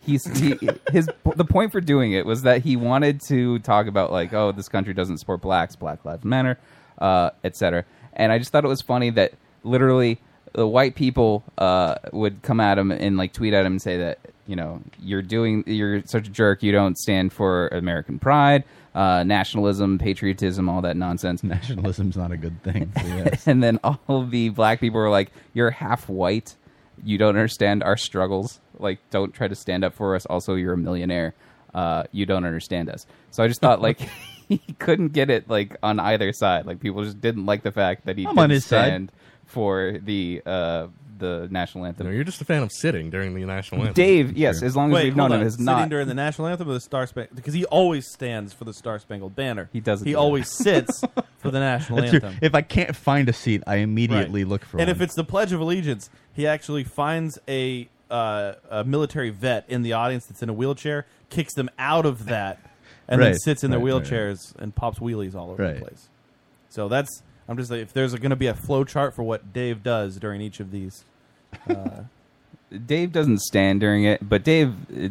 S6: He's he, his the point for doing it was that he wanted to talk about like oh this country doesn't support blacks Black Lives Matter uh, etc. And I just thought it was funny that literally the white people uh, would come at him and like tweet at him and say that you know you're doing you're such a jerk you don't stand for American pride uh, nationalism patriotism all that nonsense
S5: Nationalism's not a good thing. so yes.
S6: and then all of the black people were like, "You're half white. You don't understand our struggles. Like, don't try to stand up for us. Also, you're a millionaire. Uh, you don't understand us." So I just thought like he couldn't get it like on either side. Like people just didn't like the fact that he
S5: I'm
S6: didn't
S5: on his side.
S6: stand for the uh, the national anthem.
S8: No, you're just a fan of sitting during the national anthem.
S6: Dave, yes, as long as
S7: Wait,
S6: we've
S7: hold
S6: known him,
S7: on.
S6: is
S7: sitting
S6: not.
S7: during the national anthem of the Star Spangled because he always stands for the Star Spangled Banner.
S6: He doesn't
S7: He
S6: do
S7: always sits for the national
S5: That's true.
S7: anthem.
S5: If I can't find a seat, I immediately
S7: Right.
S5: look for
S7: And
S5: one.
S7: if it's the Pledge of Allegiance, he actually finds a uh, a military vet in the audience that's in a wheelchair, kicks them out of that, and then
S5: Right,
S7: sits in their
S5: right, right,
S7: wheelchairs and pops wheelies all over the
S5: Right.
S7: place. So that's I'm just like if there's going to be a flow chart for what Dave does during each of these.
S6: Dave doesn't stand during it, but Dave, uh,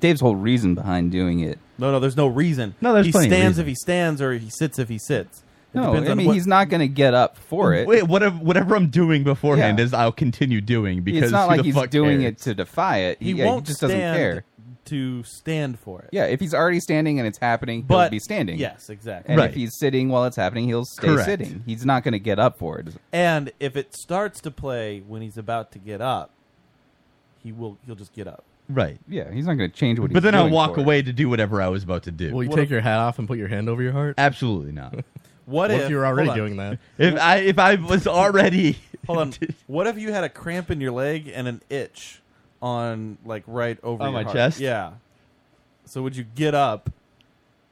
S6: Dave's whole reason behind doing it
S7: No, no, there's no reason.
S5: No, there's
S7: he
S5: plenty of
S7: stands
S5: reason.
S7: if he stands or he sits if he sits. It
S6: no,
S7: depends
S6: I
S7: on
S6: mean
S7: what-
S6: he's not going to get up for it.
S5: Wait, whatever, whatever I'm doing beforehand
S6: Yeah.
S5: is I'll continue doing because
S6: it's not
S5: who
S6: like
S5: the
S6: he's
S5: fuck
S6: doing
S5: cares?
S6: it to defy it.
S7: he
S6: He, yeah, he
S7: won't
S6: just
S7: stand
S6: doesn't care.
S7: to stand for it.
S6: Yeah, if he's already standing and it's happening,
S7: but
S6: he'll be standing.
S7: Yes, exactly.
S6: And
S5: Right.
S6: if he's sitting while it's happening, he'll stay
S5: Correct.
S6: sitting. He's not going to get up for it.
S7: And if it starts to play when he's about to get up, he will he'll just get up.
S5: Right.
S6: Yeah, he's not going to change what.
S5: But
S6: he's
S5: then I
S6: doing
S5: walk
S6: for it.
S5: away to do whatever I was about to do.
S8: Will you
S7: What
S8: take
S7: if-
S8: your hat off and put your hand over your heart?
S5: Absolutely not.
S7: What,
S8: What if you're already
S7: hold on,
S8: doing that?
S5: if I if I was already
S7: Hold on. what if you had a cramp in your leg and an itch on like right over
S5: On
S7: your
S5: my
S7: heart?
S5: chest?
S7: Yeah. So would you get up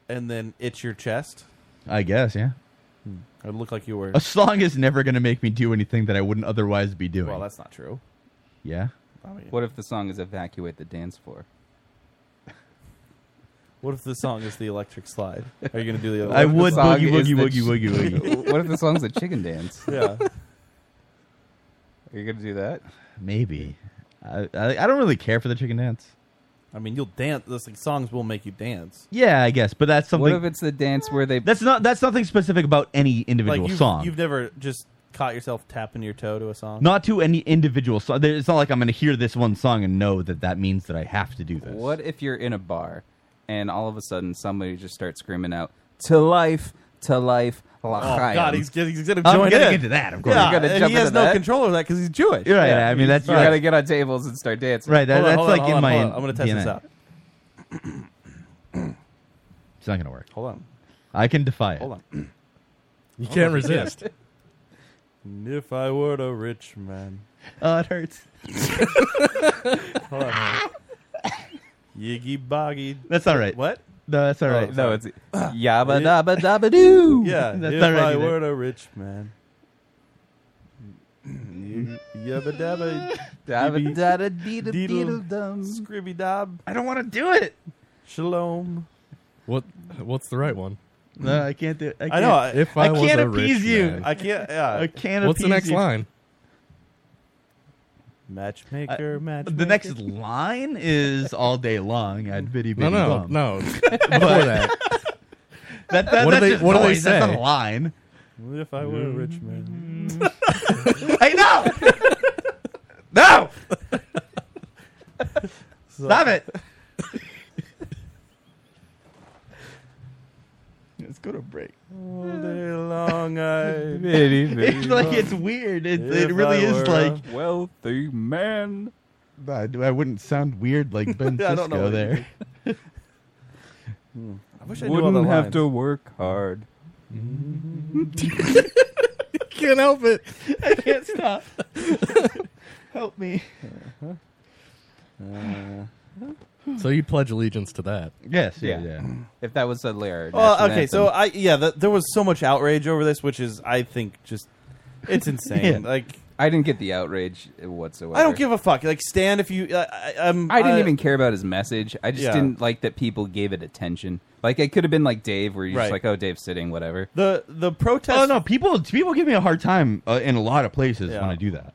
S7: and then itch your chest?
S5: I guess, yeah.
S7: It would Hmm. look like you were.
S5: A song is never gonna make me do anything that I wouldn't otherwise be doing.
S7: well, that's not true.
S5: yeah.
S7: I mean, what,
S6: What if the song is "Evacuate the Dance Floor"?
S7: if the song is the electric slide? Are you going to do the?
S5: I
S7: electric
S5: would
S6: song
S5: boogie
S6: is
S5: woogie
S6: the-
S5: woogie woogie woogie.
S6: what if the song's a chicken dance?
S7: slide? Yeah.
S6: Are you going to do that?
S5: Maybe. I, I I don't really care for the chicken dance.
S7: I mean, you'll dance. Those like, songs will make you dance.
S5: Yeah, I guess, but that's
S6: what
S5: something.
S6: if it's the dance where they?
S5: that's not that's nothing specific about any individual
S7: like you've,
S5: song.
S7: you've never just caught yourself tapping your toe to a song.
S5: not to any individual song. There- It's not like I'm going to hear this one song and know that that means that I have to do this.
S6: What if you're in a bar and all of a sudden somebody just starts screaming out "To life, to life,
S7: Oh
S6: l'chaim."
S7: God, he's, getting- he's going to
S5: I'm
S7: join
S5: getting
S7: in.
S5: into that, of course.
S7: Yeah,
S6: You're gonna
S7: and
S6: jump
S7: he has
S6: into
S7: no
S6: that?
S7: control over that because he's Jewish.
S5: You're right. I mean, that's
S6: you
S5: like-
S6: got to get on tables and start dancing.
S5: right. That,
S7: Hold on,
S5: that's
S7: hold on,
S5: like
S7: hold
S5: in
S7: on,
S5: my.
S7: hold on. I'm going to test
S5: DNA.
S7: this out.
S5: It's not going to work.
S7: Hold on,
S5: I can defy it.
S7: hold on.
S8: You can't resist.
S7: And Oh If I were a rich man,
S5: Oh, it hurts.
S7: Hold on. Yiggy boggy.
S5: That's all right.
S7: What?
S5: No, that's all right.
S7: sorry.
S6: No, it's yabba dabba dabba doo.
S7: Yeah,
S5: That's
S7: if
S5: already
S7: I
S5: there.
S7: were a rich man. You- Yabba dabba,
S6: Dabba dabba dee doo
S7: Deedle.
S6: dee dum.
S7: scribby dob,
S5: I don't want to do it.
S7: shalom.
S8: what? What's the right one?
S5: No, I can't do it. I,
S7: I know. I,
S8: If I,
S5: I
S8: was
S5: can't
S8: a rich
S5: appease you.
S8: man-
S7: I can't.
S5: I
S7: Yeah.
S5: can't.
S8: what's the
S5: appease
S8: next
S5: you.
S8: line?
S7: Matchmaker, matchmaker.
S5: The next line is all day long at Biddy
S8: No,
S5: Biddy
S8: no,
S5: Bum.
S8: no. Before that,
S5: That, that,
S8: What do
S5: that's
S8: they-
S5: just
S8: what do they
S5: noise. That's
S8: say?
S5: not a line.
S7: If I were a rich man.
S5: I know. no. Stop it. Let's go to break.
S7: All day long I.
S5: It's like it's weird. It,
S7: If
S5: it really
S7: I
S5: is
S7: were
S5: like
S7: a-
S6: Wealthy man.
S5: I wouldn't sound weird like Ben
S7: I don't know
S5: Cisco
S7: what you
S5: there.
S7: I wish I knew all the
S6: Wouldn't have
S7: lines.
S6: to work hard.
S8: can't help it.
S5: I can't stop. Help me.
S7: Uh-huh.
S8: So you pledge allegiance to that?
S5: Yes. Yeah.
S6: Yeah. If that was suddenly our
S7: Well,
S6: national
S7: Oh, okay, so
S6: anthem.
S7: I yeah, th there was so much outrage over this, which is I think just it's insane.
S5: Yeah.
S7: Like
S6: I didn't get the outrage whatsoever.
S7: I don't give a fuck. Like Stan, if you, uh, I, I'm,
S6: I didn't
S7: uh,
S6: even care about his message. I just
S7: Yeah.
S6: didn't like that people gave it attention. Like it could have been like Dave, where you're
S7: Right.
S6: just like, "Oh, Dave's sitting, whatever."
S7: the the protest.
S5: Oh no, people people give me a hard time uh, in a lot of places
S7: Yeah.
S5: when I do that.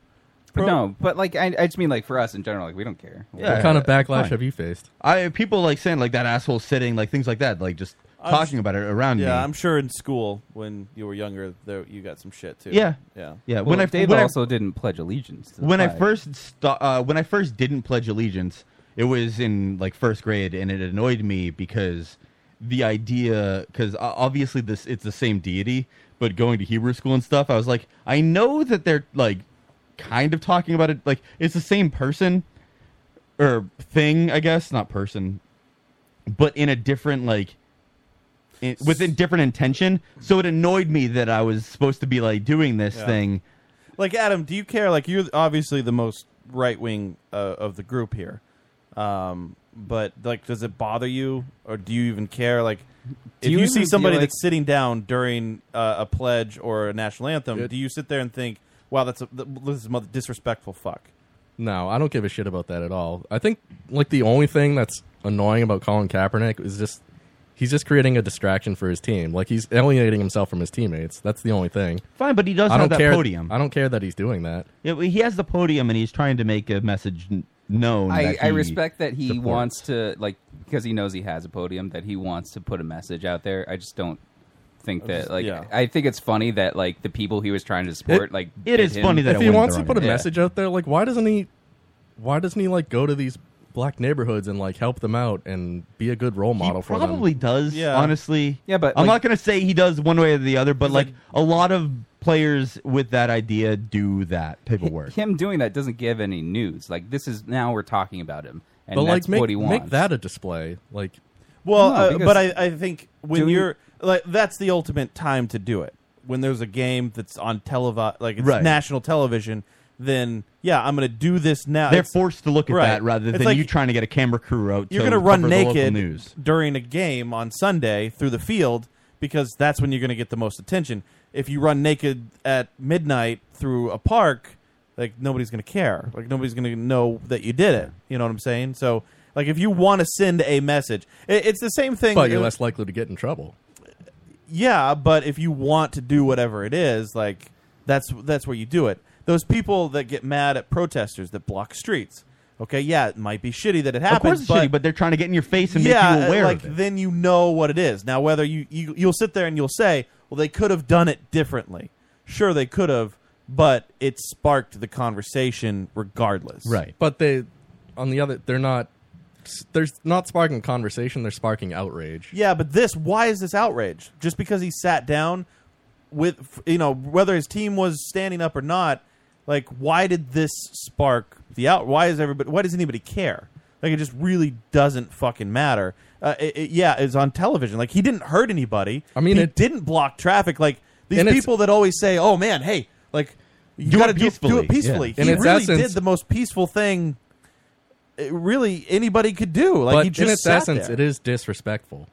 S6: But
S7: Pro-
S6: no, but like I, I just mean like for us in general, like we don't care.
S5: Yeah.
S8: what kind of backlash
S5: fine.
S8: have you faced?
S5: I people like saying like that asshole sitting like things like that like just
S7: I'm
S5: talking
S7: s-
S5: about it around me.
S7: Yeah, I'm sure in school when you were younger, there you got some shit too.
S5: Yeah.
S7: yeah.
S5: yeah.
S6: when
S5: when I
S6: Dave
S5: when I-
S6: also didn't pledge allegiance. To the
S5: when I
S6: flag.
S5: first sto- uh, when I first didn't pledge allegiance, it was in like first grade, and it annoyed me because the idea because obviously this it's the same deity, but going to Hebrew school and stuff, I was like, I know that they're like kind of talking about it, like it's the same person or thing, I guess, not person, but in a different like. In, with a different intention, so it annoyed me that I was supposed to be like doing this
S7: Yeah.
S5: thing,
S7: Like Adam, do you care? Like you're obviously the most right wing uh, of the group here, um, but like, does it bother you, or do you even care? Like, if
S6: you
S7: you,
S6: even
S7: see somebody
S6: feel like-
S7: that's sitting down during uh, a pledge or a national anthem,
S8: It-
S7: do you sit there and think, "Wow, that's a, th- this is a mother- disrespectful fuck"?
S8: No, I don't give a shit about that at all. I think like the only thing that's annoying about Colin Kaepernick is just he's just creating a distraction for his team. Like he's alienating himself from his teammates. That's the only thing.
S5: Fine, but he does
S8: I
S5: have
S8: don't
S5: that
S8: care.
S5: podium.
S8: I don't care that he's doing that.
S5: Yeah, well, he has the podium, and he's trying to make a message n- known.
S6: I,
S5: that
S6: I
S5: he
S6: respect that he
S5: supports.
S6: wants to like because he knows he has a podium that he wants to put a message out there. I just don't think that
S7: just-
S6: like
S7: yeah.
S6: I think it's funny that like the people he was trying to support like
S5: It
S6: did
S5: is
S6: him.
S5: funny that
S8: if
S5: it
S8: he
S5: went
S8: wants
S5: the
S8: to put a
S5: wrong way.
S8: message out there, like why doesn't he? Why doesn't he like go to these black neighborhoods and like help them out and be a good role model
S5: He
S8: for
S5: probably
S8: them?
S5: does.
S7: Yeah.
S5: Honestly,
S6: Yeah, but,
S5: I'm
S6: like-
S5: not going to say he does one way or the other. But like,
S7: like-
S5: a lot of players with that idea do that paperwork.
S6: Him doing that doesn't give any news. Like this is now we're talking about him, and
S8: but
S6: that's
S8: like, make,
S6: what he wants.
S8: make that a display. Like,
S7: Well,
S6: No,
S7: uh,
S6: because
S7: but I, I think when
S6: doing-
S7: you're like that's the ultimate time to do it. When there's a game that's on televi like it's
S5: Right.
S7: national television, then yeah, I'm going to do this now.
S5: They're
S7: It's-
S5: forced to look at
S7: Right.
S5: that rather
S7: It's
S5: than
S7: like-
S5: you trying to get a camera crew out.
S7: you're
S5: going
S7: going to run
S5: to cover the local
S7: naked
S5: news.
S7: during a game on Sunday through the field because that's when you're going to get the most attention. If you run naked at midnight through a park, like nobody's going to care. Like nobody's going to know that you did it. You know what I'm saying? So, like if you want to send a message, it, it's the same thing.
S8: but you're less likely to get in trouble.
S7: Yeah, but if you want to do whatever it is, like that's that's where you do it. Those people that get mad at protesters that block streets. Okay, yeah, it might be shitty that it
S5: Of
S7: happens,
S5: course, it's shitty, but they're trying to get in your face and
S7: yeah,
S5: make you aware
S7: like
S5: of it.
S7: then you know what it is. Now, whether you, you you'll sit there and you'll say, "Well, they could have done it differently." Sure, they could have, but it sparked the conversation regardless.
S5: right.
S8: But they, on the other, they're not. They're not sparking conversation. They're sparking outrage.
S7: Yeah, but this, why is this outrage? Just because he sat down with, f- you know, whether his team was standing up or not, like, why did this spark the out? Why is everybody, why does anybody care? Like, it just really doesn't fucking matter. Uh, it, it- yeah, it's on television. Like, he didn't hurt anybody.
S8: I mean,
S7: he
S8: it-
S7: didn't block traffic. Like, these
S8: And it's-
S7: people that always say, oh man, hey, like, you
S5: Do it
S7: gotta do- Do
S5: peacefully.
S7: it peacefully.
S8: Yeah. In
S7: He
S8: its
S7: really
S8: essence-
S7: did the most peaceful thing. uh, Really, anybody could do. Like
S8: but
S7: he just
S8: in its
S7: sat
S8: essence,
S7: there.
S8: it is disrespectful.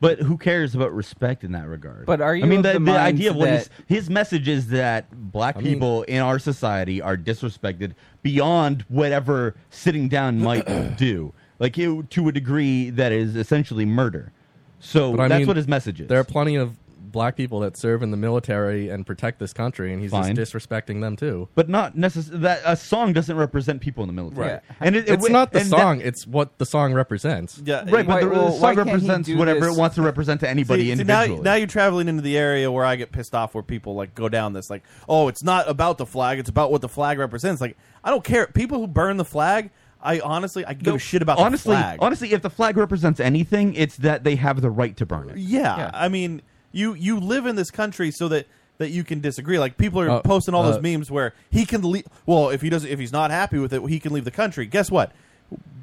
S5: But who cares about respect in that regard?
S6: But are you
S5: I mean,
S6: of
S5: the,
S6: the
S5: the
S6: mind
S5: idea of what his,
S6: that-
S5: his message is that black
S8: mean-
S5: people in our society are disrespected beyond whatever sitting down might do, like it, to a degree that is essentially murder. So
S8: But I
S5: that's
S8: mean,
S5: what his message is.
S8: There are plenty of black people that serve in the military and protect this country, and he's
S5: Fine.
S8: just disrespecting them too.
S5: but not necessarily that a song doesn't represent people in the military.
S6: Right.
S5: And it, it-
S8: It's not the
S5: and that-
S8: song; it's what the song represents.
S7: yeah,
S5: right, but
S6: Why-
S5: the, the
S6: well, why
S5: song
S6: can't he
S5: represents
S6: do
S5: whatever
S6: this?
S5: it wants to represent to anybody
S7: See, see, now,
S5: individually.
S7: now you're traveling into the area where I get pissed off where people like go down this like, oh, it's not about the flag, it's about what the flag represents. Like, I don't care. People who burn the flag, I honestly I give a shit about
S5: honestly,
S7: the flag.
S5: honestly, if the flag represents anything, it's that they have the right to burn it.
S7: yeah,
S6: Yeah.
S7: I mean, you you live in this country so that that you can disagree. Like people are
S8: Uh,
S7: posting all
S8: uh,
S7: those memes where he can leave. Well, if he doesn't, if he's not happy with it, he can leave the country. Guess what?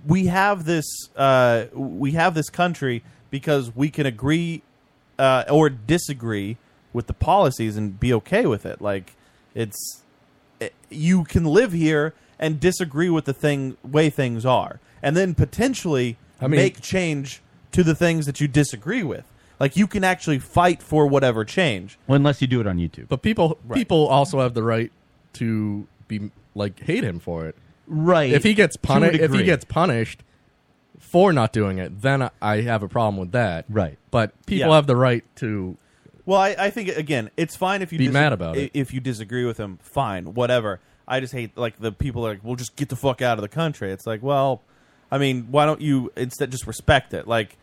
S7: We have this. Uh, we have this country because we can agree uh, or disagree with the policies and be okay with it. Like it's it- you can live here and disagree with the thing way things are, and then potentially
S8: I mean-
S7: make change to the things that you disagree with. Like you can actually fight for whatever change.
S5: Well, unless you do it on YouTube.
S8: But people, people also have the right to be like hate him for it.
S5: Right.
S8: If he gets
S5: To a
S8: punished, if he
S5: degree.
S8: gets punished for not doing it, then I- I have a problem with that.
S5: Right.
S8: But people
S7: Yeah.
S8: have the right to
S7: Well, I, I think again, it's fine if you
S8: Be
S7: dis-
S8: mad about it.
S7: i- If you disagree with him, fine, whatever. I just hate like the people are like, well, just get the fuck out of the country. It's like, well, I mean, why don't you instead just respect it? Like,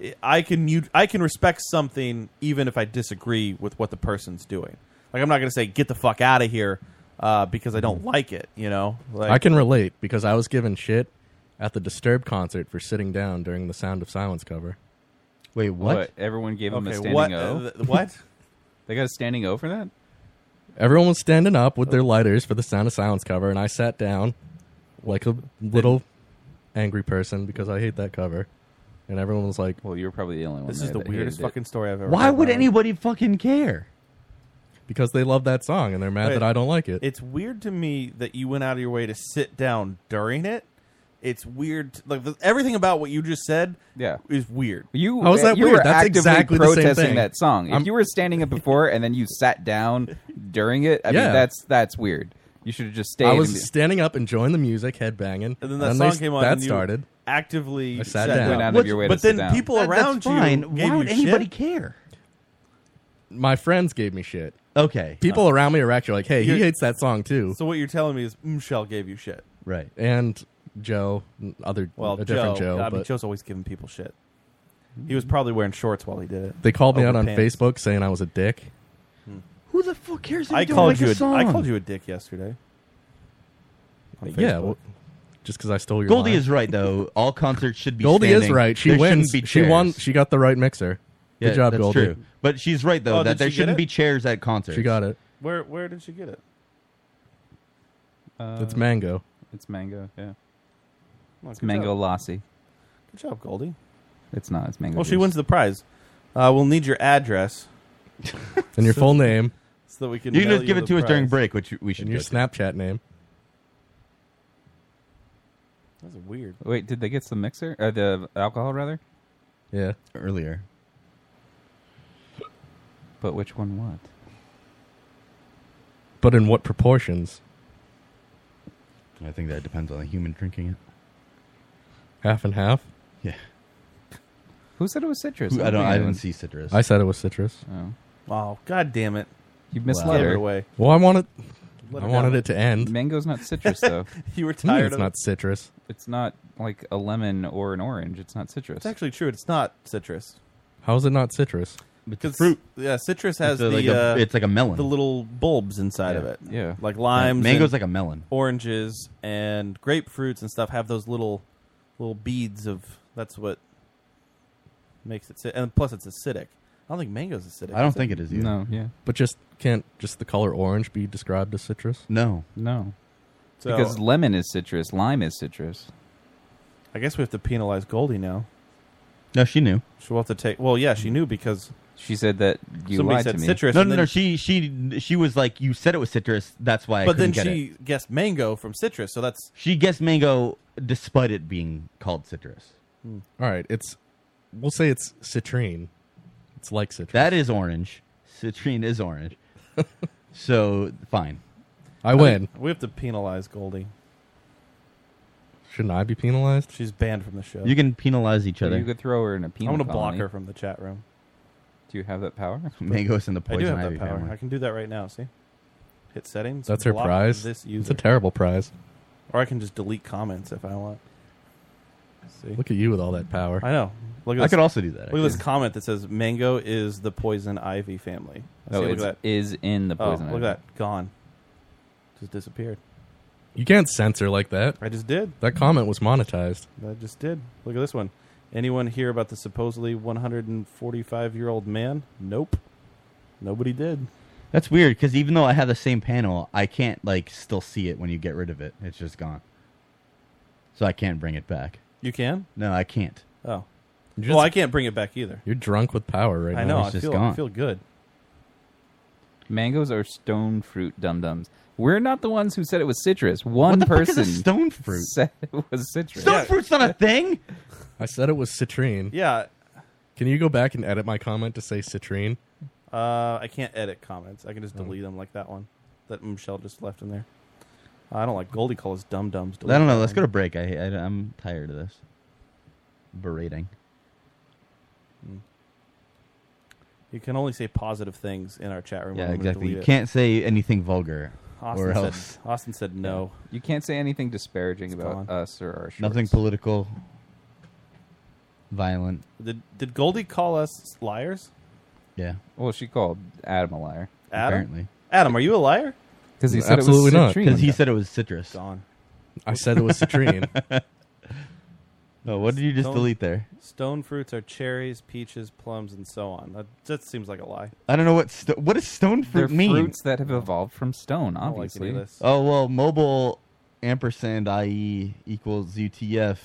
S7: I- I can you I can respect something even if I disagree with what the person's doing. Like, I'm not gonna say get the fuck out of here uh, because I don't like it. You know, like
S8: Mm-hmm. I can relate because I was given shit at the Disturbed concert for sitting down during the Sound of Silence cover.
S5: Wait, what?
S6: Everyone gave him a
S7: okay
S6: standing
S7: what
S6: O.
S7: uh, th- what
S6: they got a standing O for that.
S8: Everyone was standing up with their lighters for the Sound of Silence cover, and I sat down like a little angry person because I hate that cover. And everyone was like,
S6: Well, you were probably the only one.
S7: this
S6: there
S7: is the
S6: that hated
S7: weirdest
S6: it.
S7: fucking story I've ever.
S5: Why
S7: heard in
S5: would
S7: my life.
S5: anybody fucking care?
S8: because they love that song and they're mad
S7: Wait.
S8: that I don't like it.
S7: It's weird to me that you went out of your way to sit down during it. It's weird. t- Like the, everything about what you just said
S6: Yeah.
S7: is weird.
S6: You,
S8: How is that
S6: you
S8: weird?
S6: were
S8: That's
S6: actively
S8: exactly the same
S6: protesting
S8: thing.
S6: that song. If
S8: I'm-
S6: you were standing up before and then you sat down during it, I
S8: Yeah.
S6: mean that's that's weird. You should have just stayed.
S8: I
S6: and-
S8: was standing up enjoying the music, headbanging.
S7: And then that
S8: they
S7: song
S8: s-
S7: came on.
S8: That
S7: and you
S8: started.
S7: Actively
S8: I
S7: sat
S8: sat down. Went
S6: out of
S7: Which-
S6: your way to
S7: but
S6: sit
S7: then
S6: down.
S7: people
S5: That-
S7: around
S5: that's fine.
S7: you.
S5: Why
S7: gave you
S5: would anybody
S7: shit.
S5: care?
S8: My friends gave me shit.
S5: Okay.
S8: People around me are actually like, hey, he
S7: You're-
S8: hates that song too.
S7: So what you're telling me is Michelle gave you shit.
S5: right.
S8: and Joe, n- other
S7: Well, Joe,
S8: a different Joe.
S7: I mean,
S8: but
S7: Joe's always giving people shit. He was probably wearing shorts while he did it.
S8: they called me out on
S7: Overpants. Hmm.
S8: Facebook saying I was a dick.
S5: Who the fuck cares if
S7: I
S5: you don't
S7: called
S5: like
S7: you.
S5: a
S7: A,
S5: song?
S7: I called you a dick yesterday. On
S8: Yeah,
S7: Facebook.
S8: well, just because I stole your
S5: Goldie
S8: line.
S5: is right though. All concerts should be.
S8: Goldie
S5: standing.
S8: is right. She
S5: There shouldn't
S8: wins.
S5: Be
S8: She won.
S5: chairs.
S8: She got the right mixer.
S5: Yeah,
S8: Good job,
S5: that's
S8: Goldie.
S5: True. But she's right though
S7: Oh,
S5: that
S7: did
S5: there
S7: she get
S5: shouldn't
S7: it?
S5: be chairs at concerts.
S8: She got it.
S7: Where where did you get it?
S6: Uh,
S8: It's mango.
S6: it's mango. Yeah,
S7: Oh,
S6: it's
S7: good
S6: mango
S7: Job.
S6: lassi.
S7: Good job, Goldie.
S6: It's not. It's mango.
S7: Well, she
S6: juice.
S7: wins the prize. Uh, we'll need your address
S8: And your full name
S7: so that we can.
S5: You can
S7: mail
S5: just give
S7: you
S5: it
S7: the
S5: to us during
S7: prize.
S5: break, which we should
S8: and your
S5: go to.
S8: Snapchat name.
S7: That's weird.
S6: Wait, did they get some mixer or the alcohol rather?
S8: Yeah.
S5: earlier.
S6: But which one? What?
S8: But in what proportions?
S5: I think that depends on the human drinking it.
S8: Half and half?
S5: Yeah,
S6: Who said it was citrus? Oh,
S5: I don't.
S6: think
S5: I didn't
S6: anyone-
S5: see citrus.
S8: I said it was citrus.
S6: Oh.
S7: Oh God damn it!
S6: You
S7: Give
S6: misled
S7: it
S6: her.
S7: away.
S8: Well, I wanted
S7: Let Hmm. her
S8: I wanted
S7: down.
S8: it to end.
S6: Mango's not citrus though.
S7: You were
S8: To me,
S7: tired
S8: it's
S7: of
S8: not citrus.
S6: it's not like a lemon or an orange. It's not citrus.
S7: It's actually true. It's not citrus
S8: How is it not citrus?
S7: because fruit. Yeah, citrus has
S5: So
S7: the
S5: like a-
S7: uh,
S5: it's like a melon.
S7: the little bulbs inside of it.
S6: Yeah.
S7: like
S5: Yeah,
S7: limes,
S5: mango's
S7: and
S5: like a melon.
S7: oranges, and grapefruits and stuff have those little little beads of. That's what makes it. Sit- and plus, it's acidic. I don't think mango's acidic.
S5: I don't
S7: is
S5: think it is either.
S6: no. Yeah.
S8: But just can't just the color orange be described as citrus?
S5: No.
S6: No.
S7: it? So,
S6: Because lemon is citrus. Lime is citrus.
S7: I guess we have to penalize Goldie now.
S5: No, she knew.
S7: She'll have to take. Well, yeah, she knew because
S6: She said that you
S7: somebody
S6: lied
S7: said
S6: to me.
S7: citrus.
S5: No,
S7: and
S5: no,
S7: then
S5: no. She, she, she was like, you said it was citrus. That's why. I
S7: but then
S5: couldn't get
S7: she
S5: it.
S7: guessed mango from citrus, so that's
S5: she guessed mango despite it being called citrus.
S7: Hmm.
S8: All right, it's we'll say it's citrine. It's like citrus.
S5: That is orange. Citrine is orange. so fine.
S8: I win.
S7: we have to penalize Goldie.
S8: Shouldn't I be penalized?
S7: She's banned from the show.
S5: You can penalize each other.
S6: You could throw her in a
S7: I'm
S6: peanut.
S7: going to block
S6: colony.
S7: her from the chat room.
S6: Do you have that power?
S5: Mangoes in the
S7: I do
S5: poison
S7: have
S5: ivy
S7: that power. I
S5: family.
S7: can do that right now. See, hit settings.
S8: That's her
S7: block
S8: prize.
S7: This
S8: It's
S7: user,
S8: a terrible prize.
S7: or I can just delete comments if I want. See,
S8: Look at you with all that power.
S7: I know. Look
S5: I
S7: at
S5: could
S7: this.
S5: also do that.
S7: Look at
S5: actually.
S7: this comment that says mango is the poison ivy family. See,
S6: Oh,
S7: look at
S6: it's
S7: that.
S6: is in the
S7: Oh,
S6: poison.
S7: look at
S6: ivy.
S7: that. Gone. Just disappeared.
S8: You can't censor like that.
S7: I just did.
S8: That comment was monetized.
S7: I just did. Look at this one. Anyone hear about the supposedly 145 year old man? Nope. Nobody did.
S5: That's weird because even though I have the same panel, I can't like still see it when you get rid of it. It's just gone. So I can't bring it back.
S7: You can?
S5: No, I can't.
S7: Oh.
S8: You're,
S7: Well, I
S8: just-
S7: can't bring it back either.
S8: you're drunk with power right
S7: I
S8: now.
S7: know.
S5: it's
S7: I
S5: just
S7: feel, I
S5: gone.
S7: feel good.
S6: Mangoes are stone fruit dum dums. We're not the ones who said it was citrus.
S5: what
S6: One
S5: the
S6: person
S5: fuck is a stone fruit?
S6: said it was citrus.
S5: Stone fruit's not a thing.
S8: I said it was citrine.
S7: Yeah.
S8: Can you go back and edit my comment to say citrine?
S7: Uh, I can't edit comments. I can
S5: Oh.
S7: just delete them like that one that Michelle just left in there. I don't like Goldie calls us dum dums.
S5: I don't know. Let's go to break. I, I I'm tired of this berating.
S7: You can only say positive things in our chat room.
S5: Yeah,
S7: I'm gonna
S5: exactly. You
S7: delete it.
S5: can't say anything vulgar
S7: Austin
S5: or
S7: said,
S5: else
S7: Austin said no.
S6: You can't say anything disparaging
S7: It's
S6: about
S7: gone.
S6: us or our shorts.
S5: nothing political, violent.
S7: Did did Goldie call us liars?
S5: Yeah, Oh,
S6: Well, she called Adam a liar
S7: Adam?
S5: apparently
S7: Adam, are you a liar?
S6: because he
S8: No,
S6: said
S8: absolutely
S6: it was
S8: not.
S6: citrine.
S5: because he said it was citrus.
S7: Gone.
S8: I said it was citrine.
S5: No, what did you just
S7: Don't-
S5: delete there?
S7: Stone fruits are cherries, peaches, plums, and so on. That, that seems like a lie.
S5: I don't know what sto- what does stone
S6: They're
S5: fruit mean.
S6: fruits that have evolved from stone.
S7: I don't like any
S6: Obviously,
S7: of this.
S5: Oh well, mobile ampersand IE equals UTF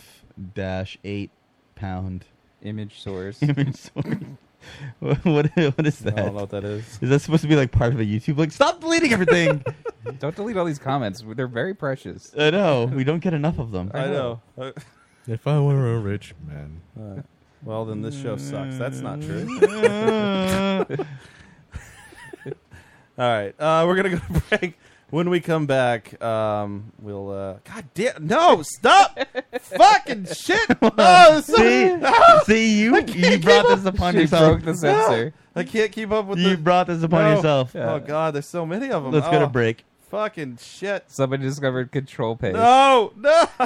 S5: dash eight pound
S6: image source.
S5: image source. what, what what is
S7: I
S5: that?
S7: don't know what that is.
S5: Is that supposed to be like part of a YouTube link? Stop deleting everything.
S6: Don't delete all these comments. They're very precious.
S5: I know we don't get enough of them.
S7: I know. Uh,
S8: if I were a rich man.
S7: well, then this show sucks. That's not true. All right, uh, we're gonna go to break. When we come back, um, we'll. Uh, God damn! No, stop! Fucking shit! Oh, No,
S5: see,
S7: so,
S5: see you you brought this upon
S6: She
S5: yourself.
S6: broke the sensor.
S7: I can't keep up with
S5: you
S7: the,
S5: brought this upon
S7: No.
S5: yourself.
S7: Oh God, there's so many of them.
S5: Let's go
S7: Oh,
S5: to break.
S7: Fucking shit!
S6: Somebody discovered control page.
S7: No, no.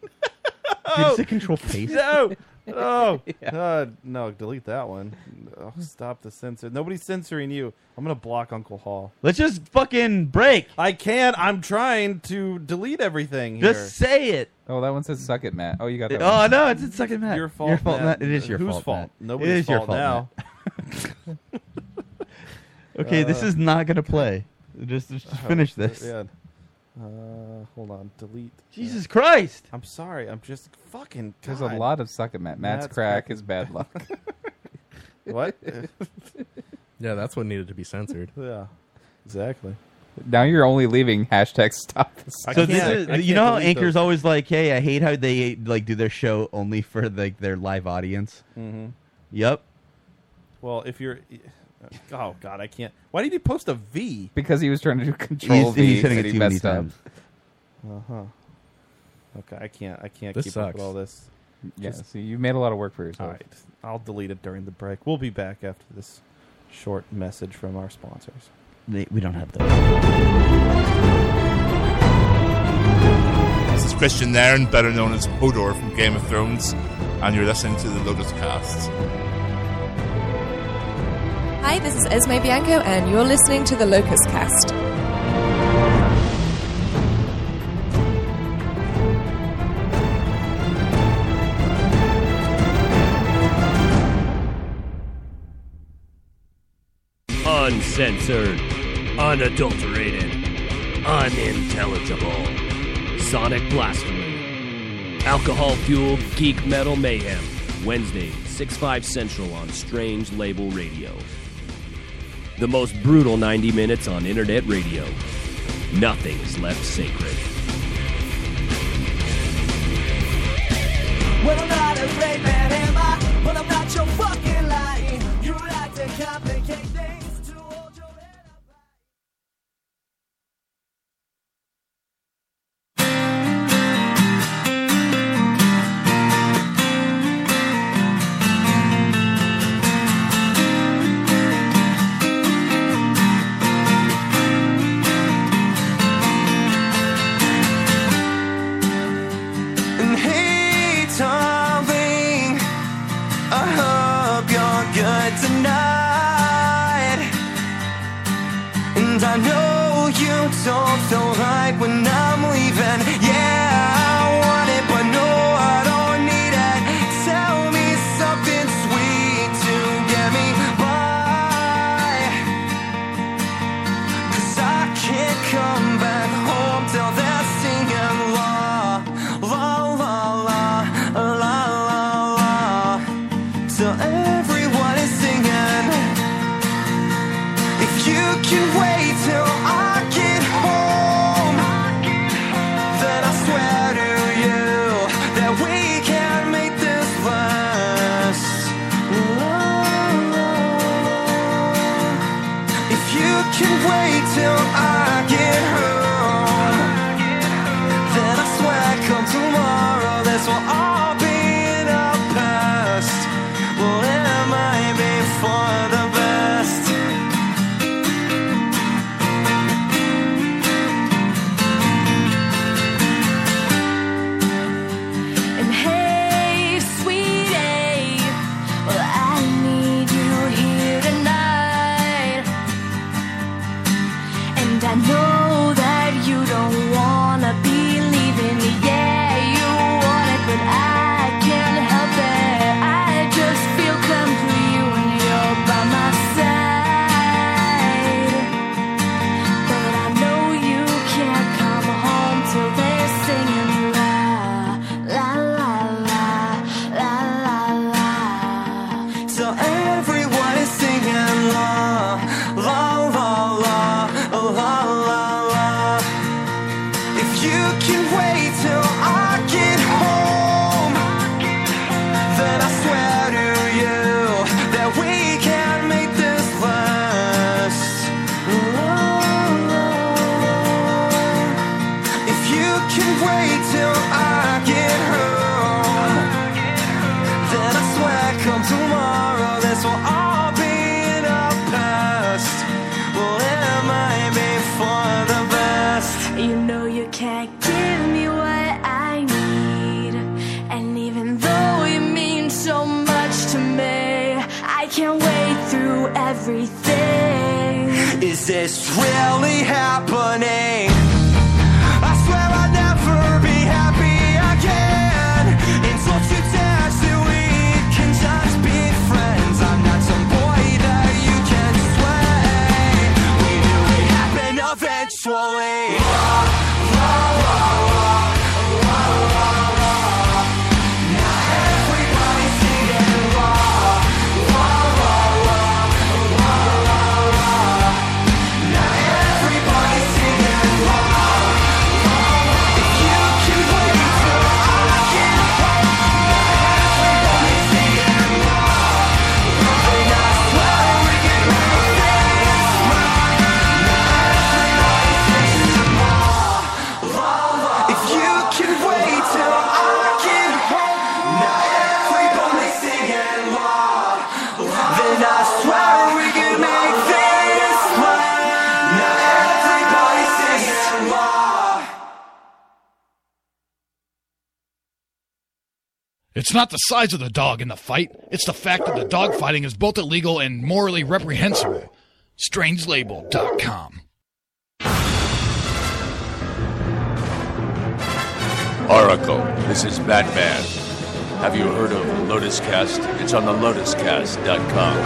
S5: Did you say control paste?
S7: no, no, uh, no! Delete that one. Oh, stop the censor. Nobody's censoring you. I'm gonna block Uncle Hall.
S5: Let's just fucking break.
S7: I can't. I'm trying to delete everything here.
S5: Just say it.
S6: Oh, that one says "suck it, Matt." Oh, you got that. one.
S5: Oh no, it's, it's second Matt.
S7: your fault.
S5: Your fault, Matt. It is your
S7: Whose
S5: fault. Matt.
S7: Nobody's
S5: it is
S7: fault,
S5: your
S7: now.
S5: fault Matt. Okay, this is not gonna play. Just, just finish this.
S7: Oh, Yeah. Uh, hold on. Delete.
S1: Jesus Christ!
S7: I'm sorry. I'm just fucking.
S6: There's
S7: God.
S6: a lot of suck at Matt. Matt's,
S7: Matt's
S6: crack,
S7: crack
S6: is bad luck.
S7: What?
S8: Yeah, that's what needed to be censored.
S7: yeah. Exactly.
S6: now you're only leaving hashtag stop this.
S7: I
S5: So this
S7: can't- I
S5: is, you
S7: can't
S5: know how
S7: delete
S5: anchors
S7: those.
S5: always like, hey, I hate how they like do their show only for like their live audience.
S7: Mhm.
S5: Yep.
S7: Well, if you're. Oh God, I can't. Why did he post a V?
S6: Because he was trying to do control V and he messed up.
S7: Uh
S6: Uh-huh.
S7: huh. Okay, I can't. I can't
S8: This
S7: keep up
S8: sucks.
S7: with all this.
S6: Yeah, so you made a lot of work for yourself.
S7: All right, I'll delete it during the break. We'll be back after this short message from our sponsors.
S5: They- we don't have those.
S11: This is Christian Nairn, better known as Hodor from Game of Thrones, and you're listening to the Lotus Cast.
S12: Hi, this is Esme Bianco, and you're listening to the Locust Cast.
S10: Uncensored, unadulterated, unintelligible, sonic blasphemy, alcohol fueled geek metal mayhem. Wednesday, 6 5 Central on Strange Label Radio. The most brutal 90 minutes on internet radio. Nothing is left sacred.
S2: Well, I'm not a great man, am I? Well, I'm not your fucking lying. You like to complicate things to hold your head up. And hey, darling, I hope you're good tonight. And I know you don't feel right when I'm leaving. Yeah, I want it, but no, I don't need it. Tell me something sweet to get me by. Cause I can't come back home till they're singing la, la, la, la, la, la, la. Till everyone is singing. If you can wait till I get home, then I swear to you that we can make this last. La, la, la. If you can wait till I get home, then I swear come tomorrow, this will all be in our past. Well, it might be for the best.
S12: And hey, sweetie, well, I need you here tonight. And I know that you don't wanna be leaving. Yeah, you want it, but I can't help it. I just feel complete when you're by my side. But I know you can't come home till they're singing la la la la la la la.
S2: So everyone is singing la, la, la, la, la, la, la. If you can wait till I get home, then I swear to you that we can make this last. La, la, la. If you can wait till I get home. Then I swear come tomorrow this will all be in our past. Well it might be for the best.
S12: You know you can't give me what I need. And even though you mean so much to me, I can't wade through everything.
S2: Is this really happening? I swear I'll never be happy again. Insults you text you eat can just be friends. I'm not some boy that you can sway. We knew it happened a sexually. If you can wait till I get home, now everybody sing along. Then I swear we can make this last. Now everybody sing along.
S13: It's not the size of the dog in the fight, it's the fact that the dog fighting is both illegal and morally reprehensible. StrangeLabel.com.
S14: Oracle, this is Batman. Have you heard of Lotus Cast? It's on the lotuscast.com.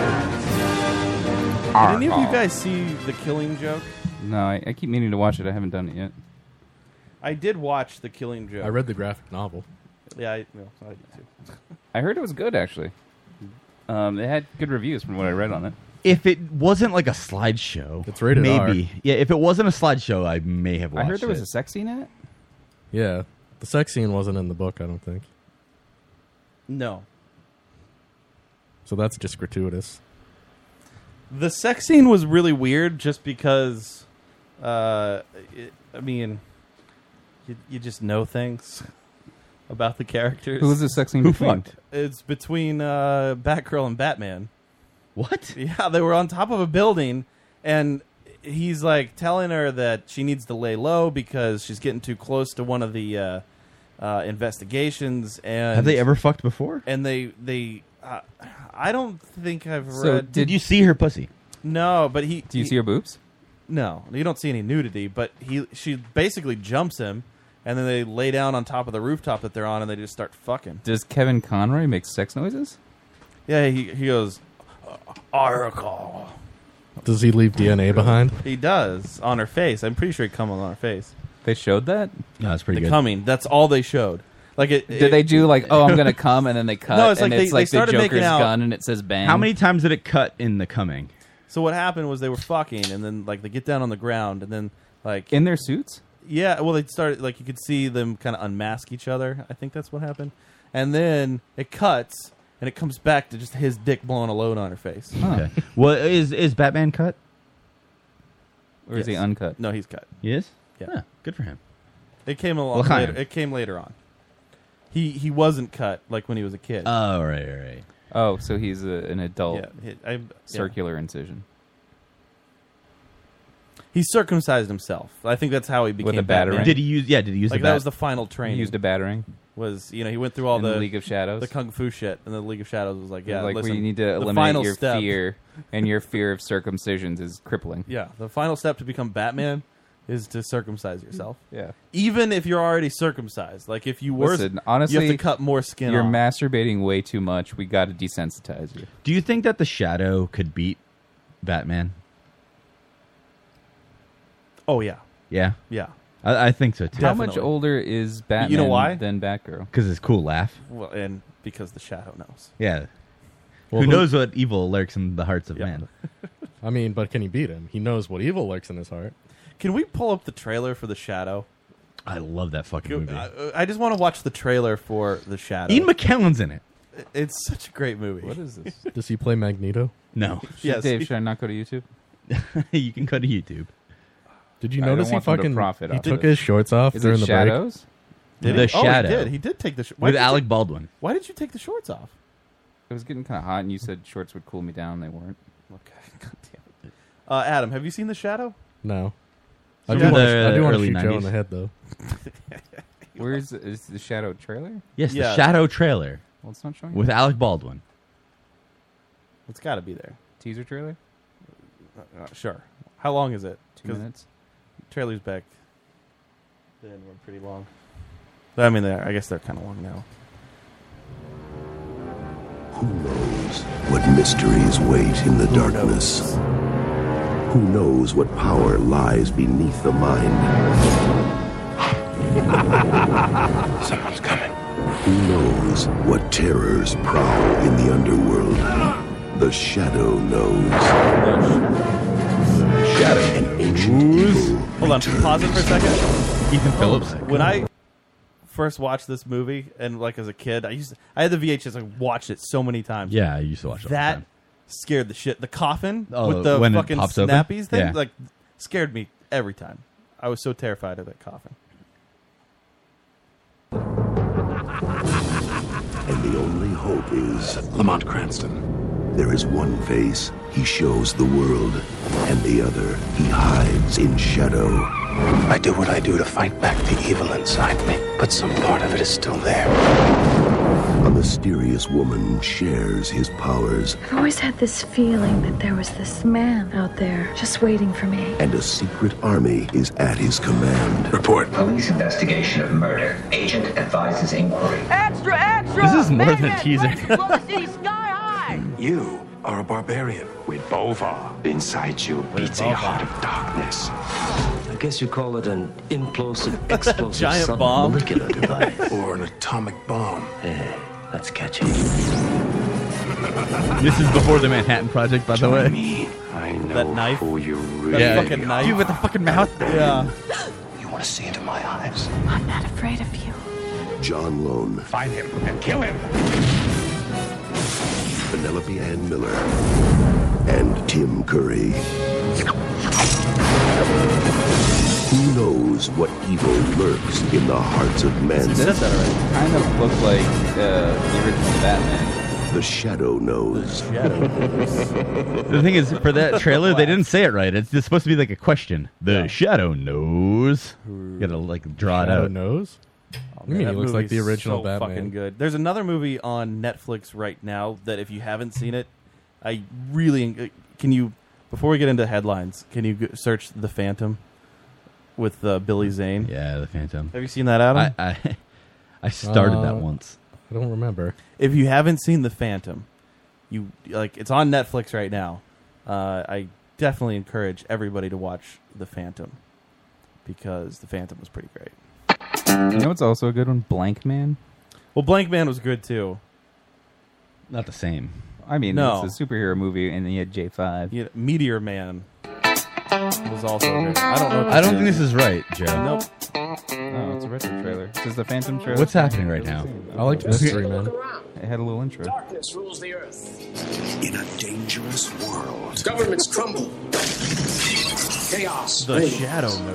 S7: Did any of you guys see The Killing Joke?
S6: Ah, No, I, I keep meaning to watch it. I haven't done it yet.
S7: I did watch The Killing Joke.
S8: I read the graphic novel.
S7: Yeah, I, no, I did too.
S6: I heard it was good actually. Um, it had good reviews from what I read on it.
S5: If it wasn't like a slideshow,
S8: It's rated R.
S5: maybe. Yeah, if it wasn't a slideshow, I may have watched
S6: I heard there was
S5: it.
S6: a sex scene in it.
S8: Yeah, the sex scene wasn't in the book. I don't think
S7: No.
S8: so. That's just gratuitous.
S7: The sex scene was really weird just because, uh, it, I mean, you, you just know things about the characters.
S6: Who was the sex scene
S5: Who
S6: between?
S5: fucked?
S7: It's between uh, Batgirl and Batman.
S5: What?
S7: Yeah, they were on top of a building, and he's like telling her that she needs to lay low because she's getting too close to one of the uh, uh, investigations. And
S5: Have they ever fucked before?
S7: And they they. Uh, I don't think I've
S6: So
S7: read.
S5: Did you see her pussy?
S7: no, but he.
S6: Do you
S7: he-
S6: see her boobs?
S7: No, you don't see any nudity, but he she basically jumps him, and then they lay down on top of the rooftop that they're on, and they just start fucking.
S6: Does Kevin Conroy make sex noises?
S7: Yeah, he he goes, "Uh, Oracle.
S8: Does he leave DNA behind?
S7: He does on her face. I'm pretty sure it come on her face.
S6: They showed that.
S5: No, that's pretty
S7: The
S5: good.
S7: coming. That's all they showed. Like it.
S6: Did they do like, oh, I'm gonna come, and then they cut,
S7: No, it's
S6: and
S7: like they-
S6: it's
S7: they
S6: like the
S7: started making
S6: Joker's
S7: out.
S6: gun, and it says bang.
S5: How many times did it cut in the coming?
S7: So what happened was they were fucking, and then like they get down on the ground, and then like
S6: in their suits?
S7: yeah, well they started like you could see them kind of unmask each other. I think that's what happened, and then it cuts, and it comes back to just his dick blowing a load on her face.
S5: Okay. well, is is Batman cut?
S6: Or is he
S7: Yes.
S6: uncut?
S7: No, he's cut.
S5: He is.
S7: Yeah.
S5: Huh, good for him.
S7: It came along
S5: Well, kind
S7: later.
S5: of.
S7: It came later on. He he wasn't cut like when he was a kid.
S5: Oh, right, right, right.
S6: Oh, so he's a, an adult
S7: yeah, he, I, yeah.
S6: circular incision
S7: He circumcised himself. I think that's how he became
S6: with a
S7: Batman.
S6: batarang.
S5: Did he use? Yeah, did he use
S7: Like
S5: the bat?
S7: that was the final
S6: he
S7: training.
S6: used a batarang
S7: was you know he went through all
S6: in
S7: the
S6: the League of Shadows.
S7: the kung fu shit, and the League of Shadows was like, yeah,
S6: like
S7: listen,
S6: where you need to
S7: the
S6: eliminate
S7: final
S6: your
S7: step,
S6: fear, and your fear of circumcisions is crippling.
S7: Yeah, the final step to become Batman is to circumcise yourself,
S6: Yeah.
S7: even if you're already circumcised. Like if you were,
S6: Listen,
S7: you have
S6: honestly,
S7: to cut more skin.
S6: You're
S7: off.
S6: masturbating way too much. We got to desensitize you.
S5: Do you think that the Shadow could beat Batman?
S7: Oh yeah,
S5: Yeah,
S7: yeah.
S5: I, I think so too.
S6: How
S7: Definitely.
S6: much older is Batman
S7: You know why?
S6: than Batgirl?
S5: Because it's cool laugh.
S7: Well, and because the shadow knows.
S5: Yeah.
S8: Well,
S5: who,
S8: who-
S5: knows what evil lurks in the hearts of
S7: Yeah.
S5: man?
S8: I mean, but can he beat him? He knows what evil lurks in his heart.
S7: Can we pull up the trailer for the shadow?
S5: I love that fucking
S7: Go-
S5: movie.
S7: I, I just want to watch the trailer for The Shadow.
S5: Ian McKellen's in it.
S7: it's such a great movie.
S6: What is this?
S8: Does he play Magneto?
S5: No,
S7: Yes.
S6: Dave, should I not go to YouTube?
S5: you can go to YouTube.
S8: Did you
S6: I don't
S8: notice he
S6: want them to
S8: fucking
S6: profit
S8: he
S6: off
S8: took
S6: this.
S8: his shorts off
S6: Is
S8: during
S6: it
S8: the break?
S6: Shadows?
S7: Did
S5: The
S7: he?
S5: Shadow.
S7: Oh, he did. He did take the. Sh- why
S5: With
S7: did you
S5: Alec
S7: take-
S5: Baldwin.
S7: why did you take the shorts off?
S6: It was getting kind of hot, and you said shorts would cool me down. They weren't.
S7: Okay. God damn it. Uh, Adam, have you seen The Shadow?
S8: No. I
S5: So
S8: do,
S5: in
S8: want
S5: the
S8: to, I do want to
S5: early
S8: shoot Joe in
S5: 90s.
S8: the head though.
S6: Where's is the Shadow trailer?
S5: Yes,
S7: Yeah.
S5: the Shadow trailer
S6: Well, it's not showing.
S5: with Alec Baldwin.
S7: It's got to be there.
S6: Teaser trailer,
S7: Uh, sure. How long is it?
S6: two
S7: 'Cause
S6: minutes.
S7: trailer's back. Then we're pretty long. I mean, they're- I guess they're kind of long now.
S14: What mysteries wait in the darkness?
S15: Who knows what power lies beneath the mind? Someone's coming. Who knows what terrors prowl in the underworld? The Shadow knows. Shadow, an ancient evil.
S7: Hold on, pause it for a second.
S5: Ethan Phillips.
S7: When I first watched this movie, and like as a kid, I used I had the VHS. I watched it so many times.
S5: Yeah, I used to watch it all the
S7: that. scared the shit. The coffin
S5: Oh,
S7: with the
S5: when it
S7: fucking
S5: pops open?
S7: snappies thing,
S5: Yeah.
S7: like scared me every time. I was so terrified of that coffin.
S15: And the only hope is Lamont Cranston. There is one face he shows the world, and the other he hides in shadow. I do what I do to fight back the evil inside me, but some part of it is still there. A mysterious woman shares his powers,
S16: I've always had this feeling that there was this man out there just waiting for me.
S15: and a secret army is at his command. Report.
S17: Police investigation of murder. Agent advises inquiry.
S3: Extra, extra!
S17: This is more than a teaser.
S15: You are a barbarian with Bova inside you beats a heart of darkness.
S17: I guess you call it an implosive, explosive,
S15: Giant
S17: sub-
S15: bomb.
S17: molecular device.
S15: or an atomic bomb.
S17: Yeah, that's catchy. That
S5: This is before the Manhattan Project, by the way.
S15: I know
S5: knife.
S7: Oh,
S15: who you
S5: That
S15: really
S5: Yeah. fucking knife. Dude, with the fucking mouth.
S15: Yeah. You want to see into my eyes?
S16: I'm not afraid of you.
S15: John Lone. Find him and kill him. Penelope Ann Miller and Tim Curry. Who knows what evil lurks in the hearts of men?
S6: Kind of looked like uh, the original Batman.
S15: The Shadow knows.
S5: The thing is, for that trailer, they didn't say it right. It's, it's supposed to be like a question. The shadow knows. You gotta like draw
S7: Shadow
S5: it out. Knows.
S7: Oh, Man, that movie's so Fucking good. There's another movie on Netflix right now that if you haven't seen it, I really can you. Before we get into headlines, can you g- search The Phantom with uh, Billy Zane?
S5: Mm. Yeah, The Phantom.
S7: Have you seen that, Adam?
S5: I I, I started that
S7: Uh,
S5: once.
S7: I don't remember. If you haven't seen The Phantom, you like it's on Netflix right now. Uh, I definitely encourage everybody to watch The Phantom because The Phantom was pretty great.
S6: You know what's also a good one? Blank Man.
S7: Well, Blank Man was good too.
S5: Not the same.
S6: I mean,
S7: No.
S6: it's a superhero movie, and then you had J Five.
S7: You had Meteor Man. Was also good. I don't know. what
S5: I don't think this is right, Joe.
S7: Nope.
S6: Oh, it's a retro trailer. This is the Phantom trailer.
S5: What's happening right now? I like the mystery, man.
S6: It had a little intro.
S18: Darkness rules the earth.
S15: In a dangerous world.
S18: Governments crumble. Chaos. reigns.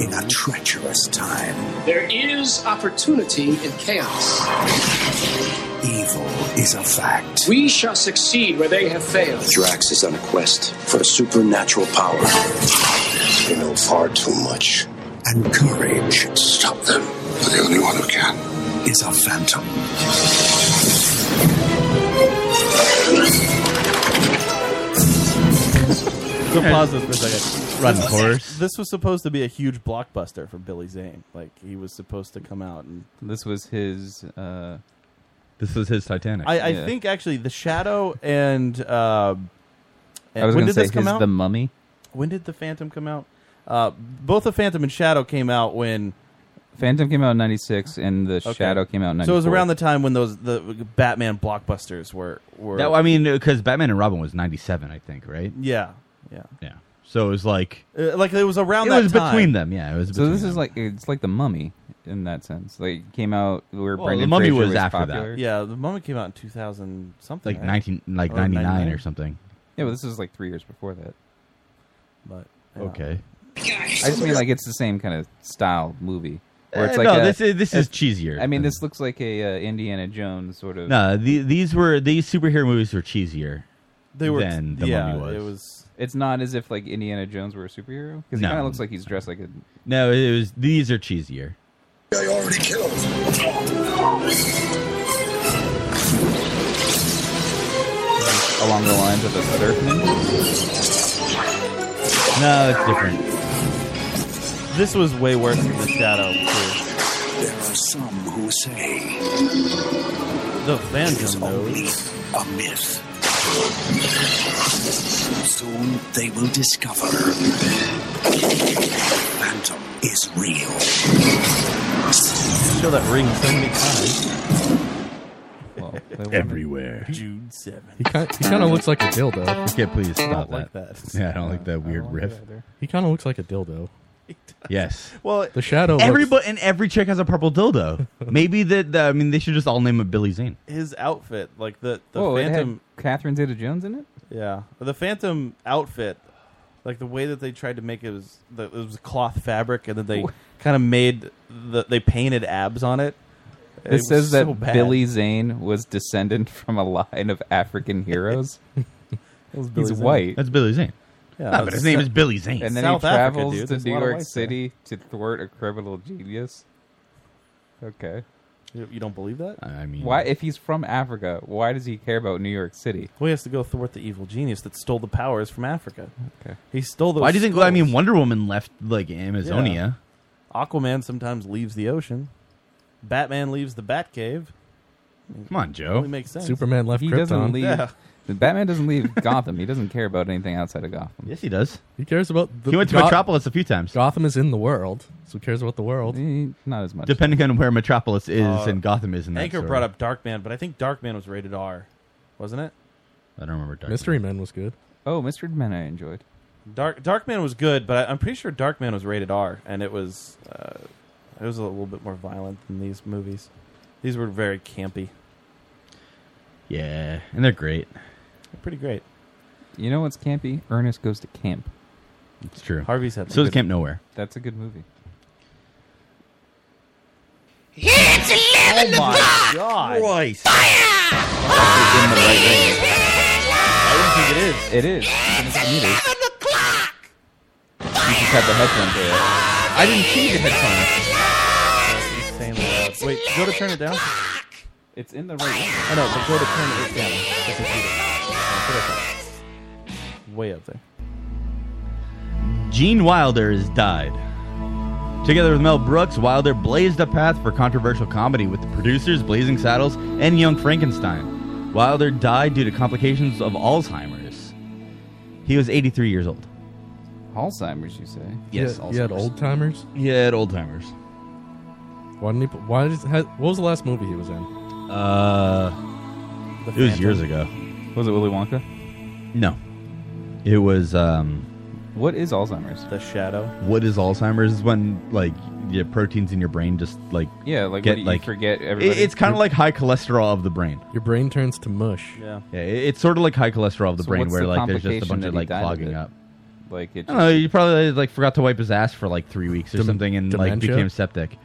S15: In a treacherous time,
S18: There is opportunity in chaos.
S15: evil is a fact.
S18: We shall succeed where they have failed.
S15: Drax is on a quest for a supernatural power. They know far too much. And courage. Stop them. The only one who can is a phantom.
S7: So pause this for a second.
S5: Run,
S7: This-
S5: horse.
S7: This was supposed to be a huge blockbuster for Billy Zane. Like he was supposed to come out and
S6: this was his. Uh,
S5: this was his Titanic.
S7: I, I think actually the Shadow and. Uh, and
S6: I was
S7: when
S6: gonna
S7: did
S6: say
S7: this come
S6: his
S7: out?
S6: The Mummy.
S7: When did the Phantom come out? Uh, both the Phantom and Shadow came out when
S6: Phantom came out in '96, and the
S7: Okay.
S6: Shadow came out in '94.
S7: So it was around the time when those the Batman blockbusters were were.
S5: That, I mean, because Batman and Robin was '97, I think, right?
S7: yeah, yeah,
S5: yeah. So it was like
S7: Uh, like it was around.
S5: It
S7: that
S5: was
S7: time.
S5: between them, yeah, it was
S6: so
S5: between
S6: this is like it's like the Mummy in that sense. Like it came out where
S5: Well,
S6: Brendan
S5: The Mummy
S6: Fraser
S5: was after that.
S6: popular.
S7: Yeah, the moment came out in two thousand something,
S5: Like
S7: right?
S5: 19 like
S7: Or
S5: 99 or something.
S6: Yeah, but this is like three years before that.
S7: But
S5: Okay.
S6: I just mean like it's the same kind of style movie. Where it's
S5: Eh,
S6: like
S5: no,
S6: a-
S5: this is- this is
S6: it's-
S5: cheesier
S6: I mean, this looks like a uh, Indiana Jones sort of.
S5: No, the, these were these superhero movies were cheesier.
S6: They were-
S5: than the
S6: yeah,
S5: mummy was.
S6: it was. It's not as if like Indiana Jones were a superhero because
S5: No.
S6: he kind of looks like he's dressed like a.
S5: No, it was these are cheesier.
S15: I already killed.
S6: Along the lines of a surfman.
S5: No, it's different.
S7: This was way worse than the Shadow. Too.
S15: There are some who say
S7: The Phantom knows.
S15: a myth. Soon they will discover Phantom is real.
S7: Show that ring so many times.
S3: Everywhere.
S7: June 7th.
S8: He kind, he kind of looks like a dildo.
S5: Okay, please
S7: I
S5: stop
S7: don't like that.
S3: Yeah, I don't like that weird riff.
S8: He kind of looks like a dildo.
S5: Yes.
S7: Well,
S8: the shadow. looks,
S5: Everybody and every chick has a purple dildo. Maybe that the, I mean they should just all name him Billy Zane.
S7: His outfit, like the the
S6: Whoa,
S7: Phantom,
S6: it had Catherine Zeta-Jones in it.
S7: yeah, the Phantom outfit, like the way that they tried to make it was the, it was cloth fabric, and then they kind of made the they painted abs on it. It
S6: This says
S7: was
S6: that
S7: so bad.
S6: Billy Zane was descended from a line of African heroes.
S7: was
S6: He's
S7: Billy Zane.
S6: white.
S5: That's Billy Zane.
S7: Yeah,
S5: No, but his name is Billy Zane.
S6: And then
S5: South
S6: he
S5: Africa,
S6: travels
S5: dude. There's
S6: to
S5: a lot
S6: New
S5: of
S6: York
S5: whites
S6: City to thwart a criminal genius. Okay.
S7: You, you don't believe that?
S5: I mean,
S6: why? If he's from Africa, why does he care about New York City?
S7: Well, he has to go thwart the evil genius that stole the powers from Africa.
S6: Okay.
S7: He stole those.
S5: Why do you think?
S7: skulls.
S5: I mean, Wonder Woman left like Amazonia.
S7: Yeah. Aquaman sometimes leaves the ocean. Batman leaves the Batcave.
S5: Come on, Joe.
S7: Only makes sense.
S6: He doesn't leave. Batman doesn't leave Gotham. He doesn't care about anything outside of Gotham.
S5: Yes, he does.
S8: He cares about. The,
S5: He went to
S8: Goth-
S5: Metropolis a few times.
S8: Gotham is in the world, so he cares about the world.
S6: Not as much.
S5: Depending on where Metropolis is
S7: Uh,
S5: and Gotham is in that
S7: Anchor
S5: story.
S7: brought up Darkman, but I think Darkman was rated R, wasn't it?
S5: I don't remember. Dark
S8: Mystery Men was good.
S6: Oh, Mystery Men, I enjoyed.
S7: Dark Darkman was good, but I, I'm pretty sure Darkman was rated R, and it was uh, it was a little bit more violent than these movies. These were very campy,
S5: Yeah, and they're great.
S7: pretty great.
S6: You know what's campy? Ernest goes to camp.
S5: It's true.
S7: Harvey's had
S5: So does Camp Nowhere.
S6: That's a good movie.
S2: It's 11
S6: Oh my
S2: o'clock!
S7: God.
S5: Christ.
S7: I don't think
S6: it is. It is. It is. You just had the headphones there.
S5: I didn't see the headphones.
S7: Insane loud. uh, Wait, go to turn it down.
S6: It's in the right. I
S7: know, but go to turn it down. That's included. Put it up. Way up there.
S5: Gene Wilder has died. Together with Mel Brooks, Wilder blazed a path for controversial comedy with the producers Blazing Saddles and Young Frankenstein. Wilder died due to complications of Alzheimer's. He was 83 years old.
S6: Alzheimer's, you say?
S5: Yes,
S8: He had- he had
S5: Alzheimer's.
S8: old timers.
S5: He had old timers.
S8: Why didn't he? put- Why did? ha- What was the last movie he was in?
S5: Uh,
S7: The
S5: it was
S8: Phantom.
S5: years ago.
S6: Was it Willy Wonka?
S5: No, it was. um
S6: What is Alzheimer's?
S7: The shadow.
S5: What is Alzheimer's? Is when like your proteins in your brain just like
S6: Yeah, like, what
S5: get
S6: do you
S5: like
S6: forget
S5: it-
S6: everybody?
S5: it's kind of like high cholesterol of the brain.
S8: Your brain turns to mush.
S7: Yeah.
S5: Yeah, it- it's sort of like high cholesterol of the
S6: So
S5: brain,
S6: what's
S5: where
S6: the
S5: like there's just a
S6: complication
S5: bunch
S6: that
S5: of
S6: he
S5: like
S6: died of
S5: clogging
S6: it?
S5: up.
S6: Like it
S5: I don't know. You probably like forgot to wipe his ass for like three weeks or
S8: Dem-
S5: something, and like
S8: dementia?
S5: became septic.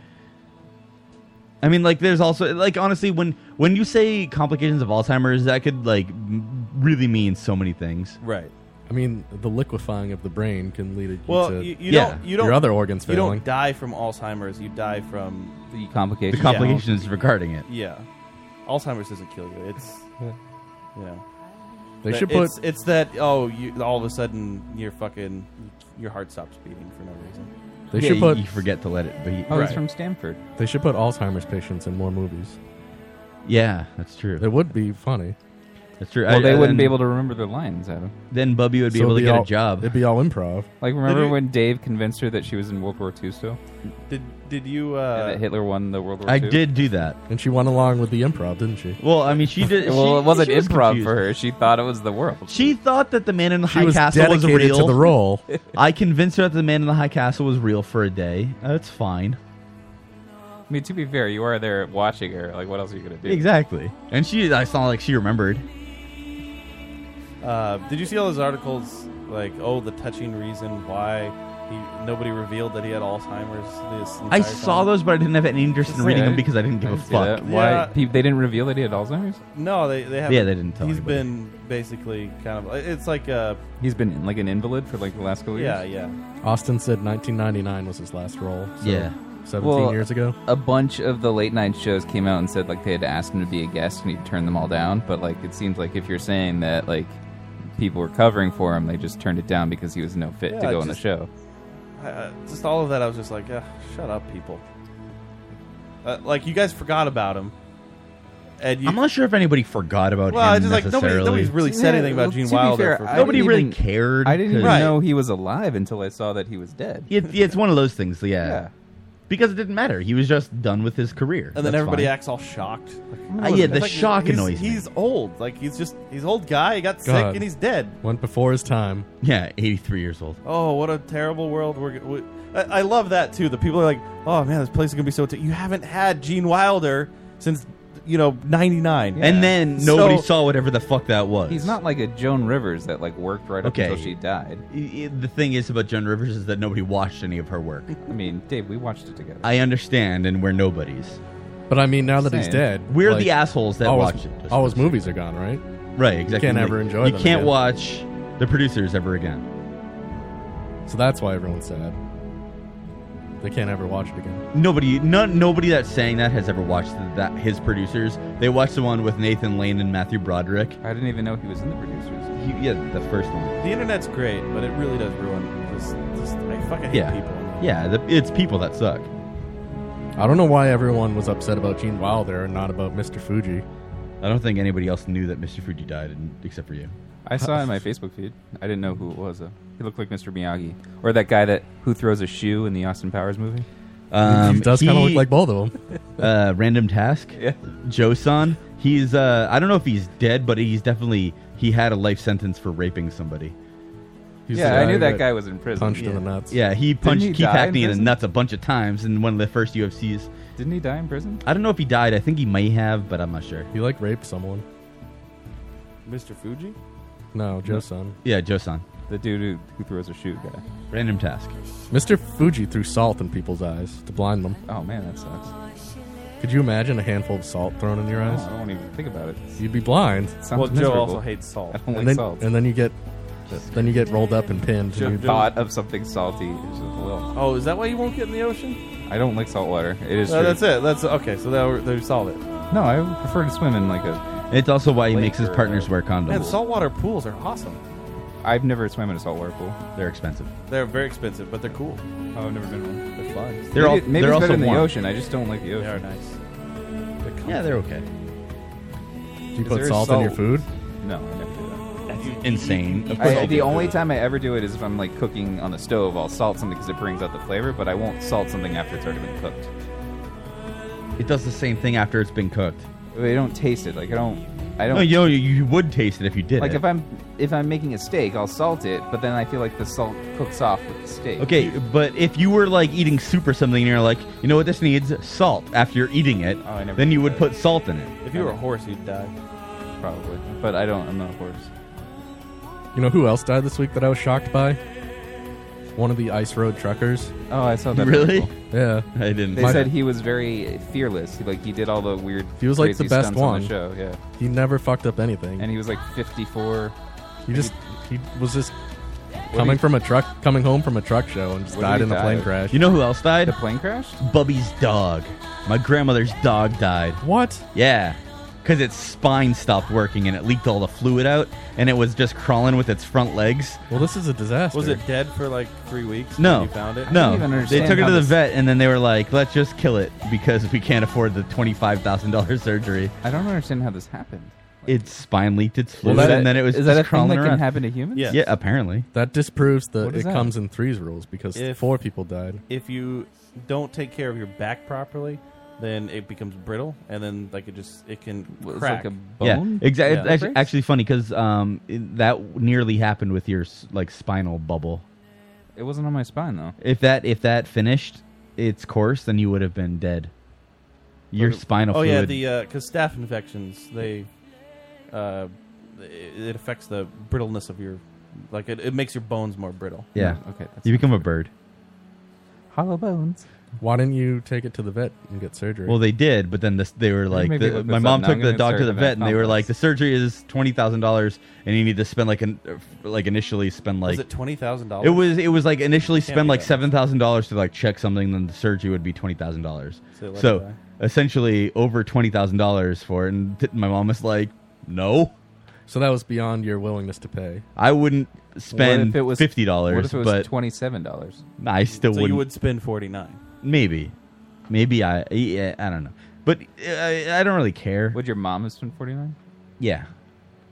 S5: I mean, like there's also like honestly, when when you say complications of Alzheimer's, that could like m- really mean so many things.
S7: Right.
S8: I mean, the liquefying of the brain can lead it
S7: Well,
S8: to
S7: you, you don't. You don't.
S8: your other organs
S7: You
S8: failing.
S7: don't die from Alzheimer's. You die from
S6: the complications.
S5: The complications regarding it.
S7: Yeah. Alzheimer's doesn't kill you. It's
S8: Yeah.
S7: you know.
S8: They
S7: That-
S8: should put-
S7: It's, it's that. Oh, you all of a sudden your fucking your heart stops beating for no reason.
S8: They should put.
S5: forget to let it be.
S6: Oh, he's from Stanford.
S8: They should put Alzheimer's patients in more movies.
S5: Yeah, that's true.
S8: It would be funny.
S5: That's true.
S6: Well,
S5: I-
S6: they
S5: I-
S6: wouldn't
S5: then-
S6: be able to remember their lines, Adam.
S5: Then Bubby would be
S8: So
S5: able to
S8: it'd
S5: get
S8: all-
S5: a job.
S8: It'd be all improv.
S6: Like remember
S7: Did you-
S6: when Dave convinced her that she was in World War II still?
S7: Did did you?
S6: and
S7: Uh,
S6: that Hitler won the World War
S5: I
S6: II?
S5: did do that.
S8: And she went along with the improv, didn't she?
S5: Well, I mean, she did.
S6: Well,
S5: she-
S6: it wasn't
S5: she was
S6: improv
S5: confused.
S6: for her. She thought it was the world.
S5: She thought that the man in the
S8: She
S5: high
S8: was
S5: castle was
S8: dedicated to
S5: real.
S8: the role.
S5: I convinced her that the man in the high castle was real for a day. That's fine.
S6: I mean, to be fair, you are there watching her. Like, what else are you gonna do?
S5: Exactly. And she, I saw like she remembered.
S7: uh, did you see all those articles like oh the touching reason why he nobody revealed that he had Alzheimer's? This
S5: I
S7: entire
S5: saw
S7: time?
S5: those, but I didn't have any interest in
S6: Yeah,
S5: reading them because I didn't give a
S6: see that.
S5: fuck.
S6: Why?
S7: Yeah.
S6: Pe- They didn't reveal that he had Alzheimer's.
S7: No, they they have.
S5: Yeah, they didn't tell
S7: He's
S5: anybody.
S7: been basically kind of. It's like uh
S6: He's been like an invalid for like the last couple
S7: yeah
S6: years.
S7: yeah.
S8: Austin said 1999 was his last role. so
S6: Yeah.
S8: 17
S6: Well,
S8: years ago.
S6: A bunch of the late night shows came out and said like they had to ask him to be a guest and he turned them all down. But like it seems like if you're saying that like people were covering for him, they just turned it down because he was no fit to
S7: Yeah,
S6: go on the
S7: just-
S6: show.
S7: I- I- just all of that, I was just like, "Ugh, shut up, people. Uh, like you guys forgot about him, and you,
S5: I'm not sure if anybody forgot about
S7: Well,
S5: him
S7: it's just like nobody-
S5: necessarily.
S7: nobody's really said anything about
S6: Well,
S7: Gene
S6: to be
S7: Wilder
S6: fair,
S7: for-
S6: I
S5: Nobody
S6: didn't
S5: really
S6: even-
S5: cared,
S6: I didn't even
S5: 'cause-
S6: know he was alive until I saw that he was dead.
S5: It, it's one of those things, yeah.
S6: Yeah.
S5: Because it didn't matter. He was just done with his career.
S7: and then
S5: That's
S7: everybody
S5: fine.
S7: acts all shocked.
S5: Uh, yeah, the
S7: It's like,
S5: shock
S7: he's,
S5: annoys me.
S7: He's old. Like he's just he's old guy. He got sick
S5: God.
S7: and he's dead.
S8: Went before his time.
S5: Yeah, 83 years old.
S7: Oh, what a terrible world we're. g- We, I, I love that too. The people are like, oh man, this place is gonna be so. T-. You haven't had Gene Wilder since you know '99,
S5: And then nobody saw whatever the fuck that was.
S6: He's not like a Joan Rivers that like worked right
S5: Okay.
S6: up until she died.
S5: I- I- The thing is about Joan Rivers is that nobody watched any of her work.
S6: I mean, Dave, we watched it together.
S5: I understand, and we're nobodies.
S8: But I mean, now that he's
S5: Saying.
S8: dead,
S5: we're
S8: like,
S5: the assholes that
S8: all his-
S5: watch it. just
S8: All
S5: for
S8: his
S5: a second.
S8: movies are gone, right?
S5: Right, exactly.
S8: You can't
S5: Like,
S8: ever enjoy.
S5: You
S8: them
S5: can't
S8: again.
S5: watch the producers ever again.
S8: So that's why everyone's sad. They can't ever watch it again.
S5: Nobody, none, nobody that's saying that has ever watched that his producers. They watched the one with Nathan Lane and Matthew Broderick.
S6: I didn't even know he was in the producers.
S5: He, yeah, the first one.
S7: The internet's great, but it really does ruin this. this I fucking hate
S5: Yeah,
S7: people.
S5: yeah. The, it's people that suck.
S8: I don't know why everyone was upset about Gene Wilder and not about Mr. Fuji.
S5: I don't think anybody else knew that Mr. Fuji died, and, except for you.
S6: I saw it in my Facebook feed. I didn't know who it was though. He looked like Mr. Miyagi, or that guy that who throws a shoe in the Austin Powers movie.
S5: Um, he- uh, random task.
S6: Yeah.
S5: Joe-san. He's. Uh, I don't know if he's dead, but he's definitely. He had a life sentence for raping somebody.
S6: He's Yeah, the I guy knew that that guy was in prison. punched
S5: yeah.
S6: in the nuts.
S5: Yeah, he
S6: Didn't
S5: punched
S6: he
S5: Keith
S6: die in
S5: Hackney in, the
S6: prison?
S5: nuts a bunch of times in one of the first UFCs.
S6: Didn't he die in prison?
S5: I don't know if he died. I think he may have, but I'm not sure.
S8: He like raped someone.
S7: Mr. Fuji?
S8: No, Joe-san.
S5: Yeah, Joe-san.
S6: The dude who, who throws a shoe guy.
S5: Random task.
S8: Mr. Fuji threw salt in people's eyes to blind them.
S6: Oh man, that sucks.
S8: Could you imagine a handful of salt thrown in your
S6: No,
S8: eyes?
S6: I don't even think about it.
S8: You'd be blind.
S6: Sounds Well, Joe miserable. also hates salt. I don't
S8: and
S6: like
S8: then,
S6: salt.
S8: And then you get, then you get rolled up and pinned.
S6: The
S8: and you
S6: thought of something salty is just will.
S7: Oh, is that why you won't get in the ocean?
S6: I don't like salt water. It is.
S7: No,
S6: true.
S7: that's it. That's okay. So that they solve it.
S6: No, I would prefer to swim in like a.
S5: It's also why he makes his partners wear condoms.
S7: Man, saltwater pools are awesome.
S6: I've never swam in a saltwater pool.
S5: They're expensive.
S7: They're very expensive, but they're cool.
S6: Oh, I've never been one.
S7: They're fun.
S6: They're all- Maybe- maybe they're it's also better than the warm.
S5: ocean.
S6: I just don't like the ocean.
S7: They are nice.
S5: Yeah, they're okay.
S8: Do you put salt in your food?
S6: No, I never do that.
S5: That's insane. Of course
S6: I,
S5: you
S6: the
S5: do.
S6: only time I ever do it is if I'm like cooking on the stove. I'll salt something because it brings out the flavor, but I won't salt something after it's already been cooked.
S5: It does the same thing after it's been cooked.
S6: They don't taste it. Like I don't. I don't.
S5: No, you, know, you- you would taste it if you did.
S6: like
S5: it.
S6: if I'm if I'm making a steak, I'll salt it, but then I feel like the salt cooks off with the steak.
S5: Okay, but if you were like eating soup or something, and you're like, you know what, this needs salt after you're eating it,
S6: Oh, I never
S5: then
S6: did
S5: you would
S6: that.
S5: put salt in it.
S7: If you were a horse, you'd die.
S6: Probably, but I don't. I'm not a horse.
S8: You know who else died this week that I was shocked by? One of the ice road truckers.
S6: Oh, I saw that. article.
S8: Yeah,
S5: I didn't.
S6: They said he was very fearless. He, like he did all the weird.
S8: He was like the
S6: crazy
S8: best
S6: stunts
S8: one.
S6: on the show. Yeah,
S8: He never fucked up anything.
S6: and he was like 54.
S8: He just he was just
S6: did
S8: coming
S6: he-
S8: from a truck, coming home from a truck show, and just
S6: What did
S8: died
S6: he
S8: in a
S6: die
S8: plane
S6: of?
S8: crash.
S5: You know who else died? The
S6: plane crashed?
S5: Bubby's dog. My grandmother's dog died.
S8: What?
S5: Yeah. Because its spine stopped working and it leaked all the fluid out and it was just crawling with its front legs.
S8: Well, this is a disaster.
S7: Was it dead for like three weeks? and
S5: No.
S7: you found it.
S5: No. They took it to the vet and then they were like, let's just kill it because we can't afford the $25,000 surgery.
S6: I don't understand how this happened.
S5: Its spine leaked its
S6: Well,
S5: fluid
S6: that-
S5: and then it was
S6: is that
S5: just
S6: a thing
S5: crawling
S6: that can
S5: around.
S6: happen to humans? Yes.
S5: Yeah, apparently.
S8: That disproves the
S7: What
S8: it
S7: is that?
S8: comes in threes rules because
S7: If-
S8: four people died.
S7: If you don't take care of your back properly, then it becomes brittle, and then like it just it can
S6: it's
S7: crack.
S6: like a
S5: Yeah, exactly. It's actually, actually funny because um, it- that nearly happened with your s- like spinal bubble.
S6: It wasn't on my spine though.
S5: If that if that finished its course, then you would have been dead. Your spinal
S7: Oh
S5: fluid.
S7: yeah, the because staph infections they, uh, it it affects the brittleness of your, like it, it makes your bones more brittle.
S5: yeah.
S6: Mm, Okay.
S5: You become a bird.
S6: Hollow bones.
S8: Why didn't you take it to the vet and get surgery?
S5: Well, they did, but then this, they were like,
S8: maybe
S5: the-
S8: look
S5: my
S8: this
S5: mom
S8: up. Now
S5: took
S8: I'm
S5: the
S8: gonna
S5: dog to
S8: start
S5: the
S8: an
S5: vet, and they were
S8: account
S5: like, the surgery is twenty thousand dollars, and you need to spend like an uh, like initially spend like
S7: Was it $20,000?
S5: It was it was like initially
S7: Can't
S5: spend
S7: be
S5: like
S7: that.
S5: seven thousand dollars to like check something, then the surgery would be twenty thousand dollars.
S7: So let it
S5: So
S7: die.
S5: essentially over twenty thousand dollars for it, and th- my mom was like, no,
S8: so that was beyond your willingness to pay.
S5: I wouldn't
S6: What
S5: spend
S6: if it was
S5: fifty dollars,
S6: What if it was
S5: but
S6: twenty-seven dollars?
S5: I still
S7: so
S5: wouldn't.
S7: you would spend forty nine.
S5: Maybe, maybe I yeah, I don't know. But uh, I, I don't really care.
S6: Would your mom have spent forty nine?
S5: Yeah.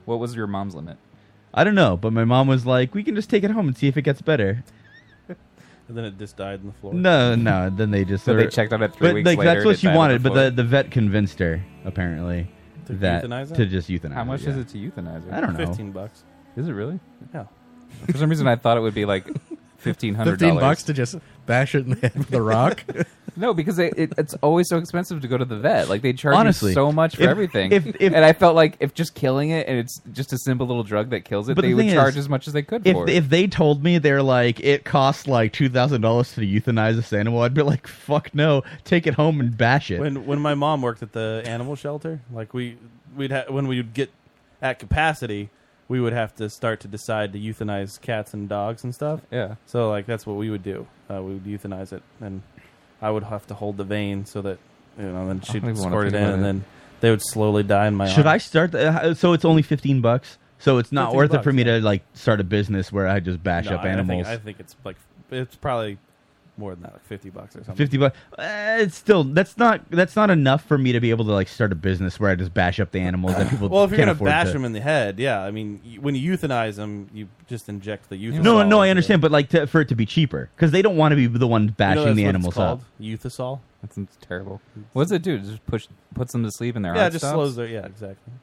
S6: What was your mom's limit?
S5: I don't know, but my mom was like, "We can just take it home and see if it gets better."
S7: And then it just died on the floor.
S5: No, no. Then they just
S6: So they
S5: or-
S6: checked on it three
S5: but,
S6: weeks
S5: like,
S6: later,
S5: That's what
S6: it
S5: she
S6: died on
S5: wanted,
S6: the
S5: but
S6: floor.
S5: the, the vet convinced her apparently
S7: To
S5: that
S7: euthanize it?
S5: to just euthanize.
S6: How much
S5: it,
S6: is
S5: yeah.
S6: it to euthanize it?
S5: I don't know.
S7: 15 bucks.
S6: Is it really?
S7: Yeah.
S6: For some reason, I thought it would be like fifteen hundred dollars.
S8: bucks to just bash it in the head with a rock.
S6: no, because they, it, it's always so expensive to go to the vet. Like they charge
S5: Honestly,
S6: you so much for
S5: if-
S6: everything.
S5: if- if-
S6: and I felt like if just killing it and it's just a simple little drug that kills it,
S5: But
S6: they
S5: the
S6: would
S5: thing
S6: charge
S5: is,
S6: as much as they could
S5: if,
S6: for it.
S5: If they told me they're like it costs like two thousand dollars to euthanize this animal, I'd be like, "Fuck no, take it home and bash it."
S7: When when my mom worked at the animal shelter, like we we'd ha- when we'd get at capacity, we would have to start to decide to euthanize cats and dogs and stuff.
S6: Yeah.
S7: So like that's what we would do. Uh, we would euthanize it, and I would have to hold the vein so that you know, and
S5: I don't even
S7: she'd
S5: wanna
S7: squirt it in,
S5: think about
S7: and
S5: it.
S7: then they would slowly die in my
S5: Should
S7: arm.
S5: I start? The, uh, so it's only fifteen bucks. So it's not
S7: 15
S5: worth it
S7: bucks,
S5: for me to like start a business where I just bash
S7: No,
S5: up
S7: I- I think-
S5: animals.
S7: I think, it's like it's probably more than that, like fifty bucks or something.
S5: Fifty bucks. Uh, it's still that's not that's not enough for me to be able to like start a business where I just bash up the animals that people.
S7: Well, if you're
S5: can't
S7: gonna
S5: afford
S7: bash
S5: to.
S7: them in the head, yeah. I mean, y when you euthanize them, you just inject the euthasol.
S5: No, no, I understand, but like to, for it to be cheaper because they don't want to be the one
S7: You know
S5: bashing
S7: that's
S5: the
S7: what
S5: animals
S7: it's
S5: up.
S7: called? Euthasol.
S6: That sounds terrible. What does it do? Just push puts them to sleep and their
S7: yeah,
S6: heart
S7: it just
S6: stops?
S7: slows their. Yeah, exactly.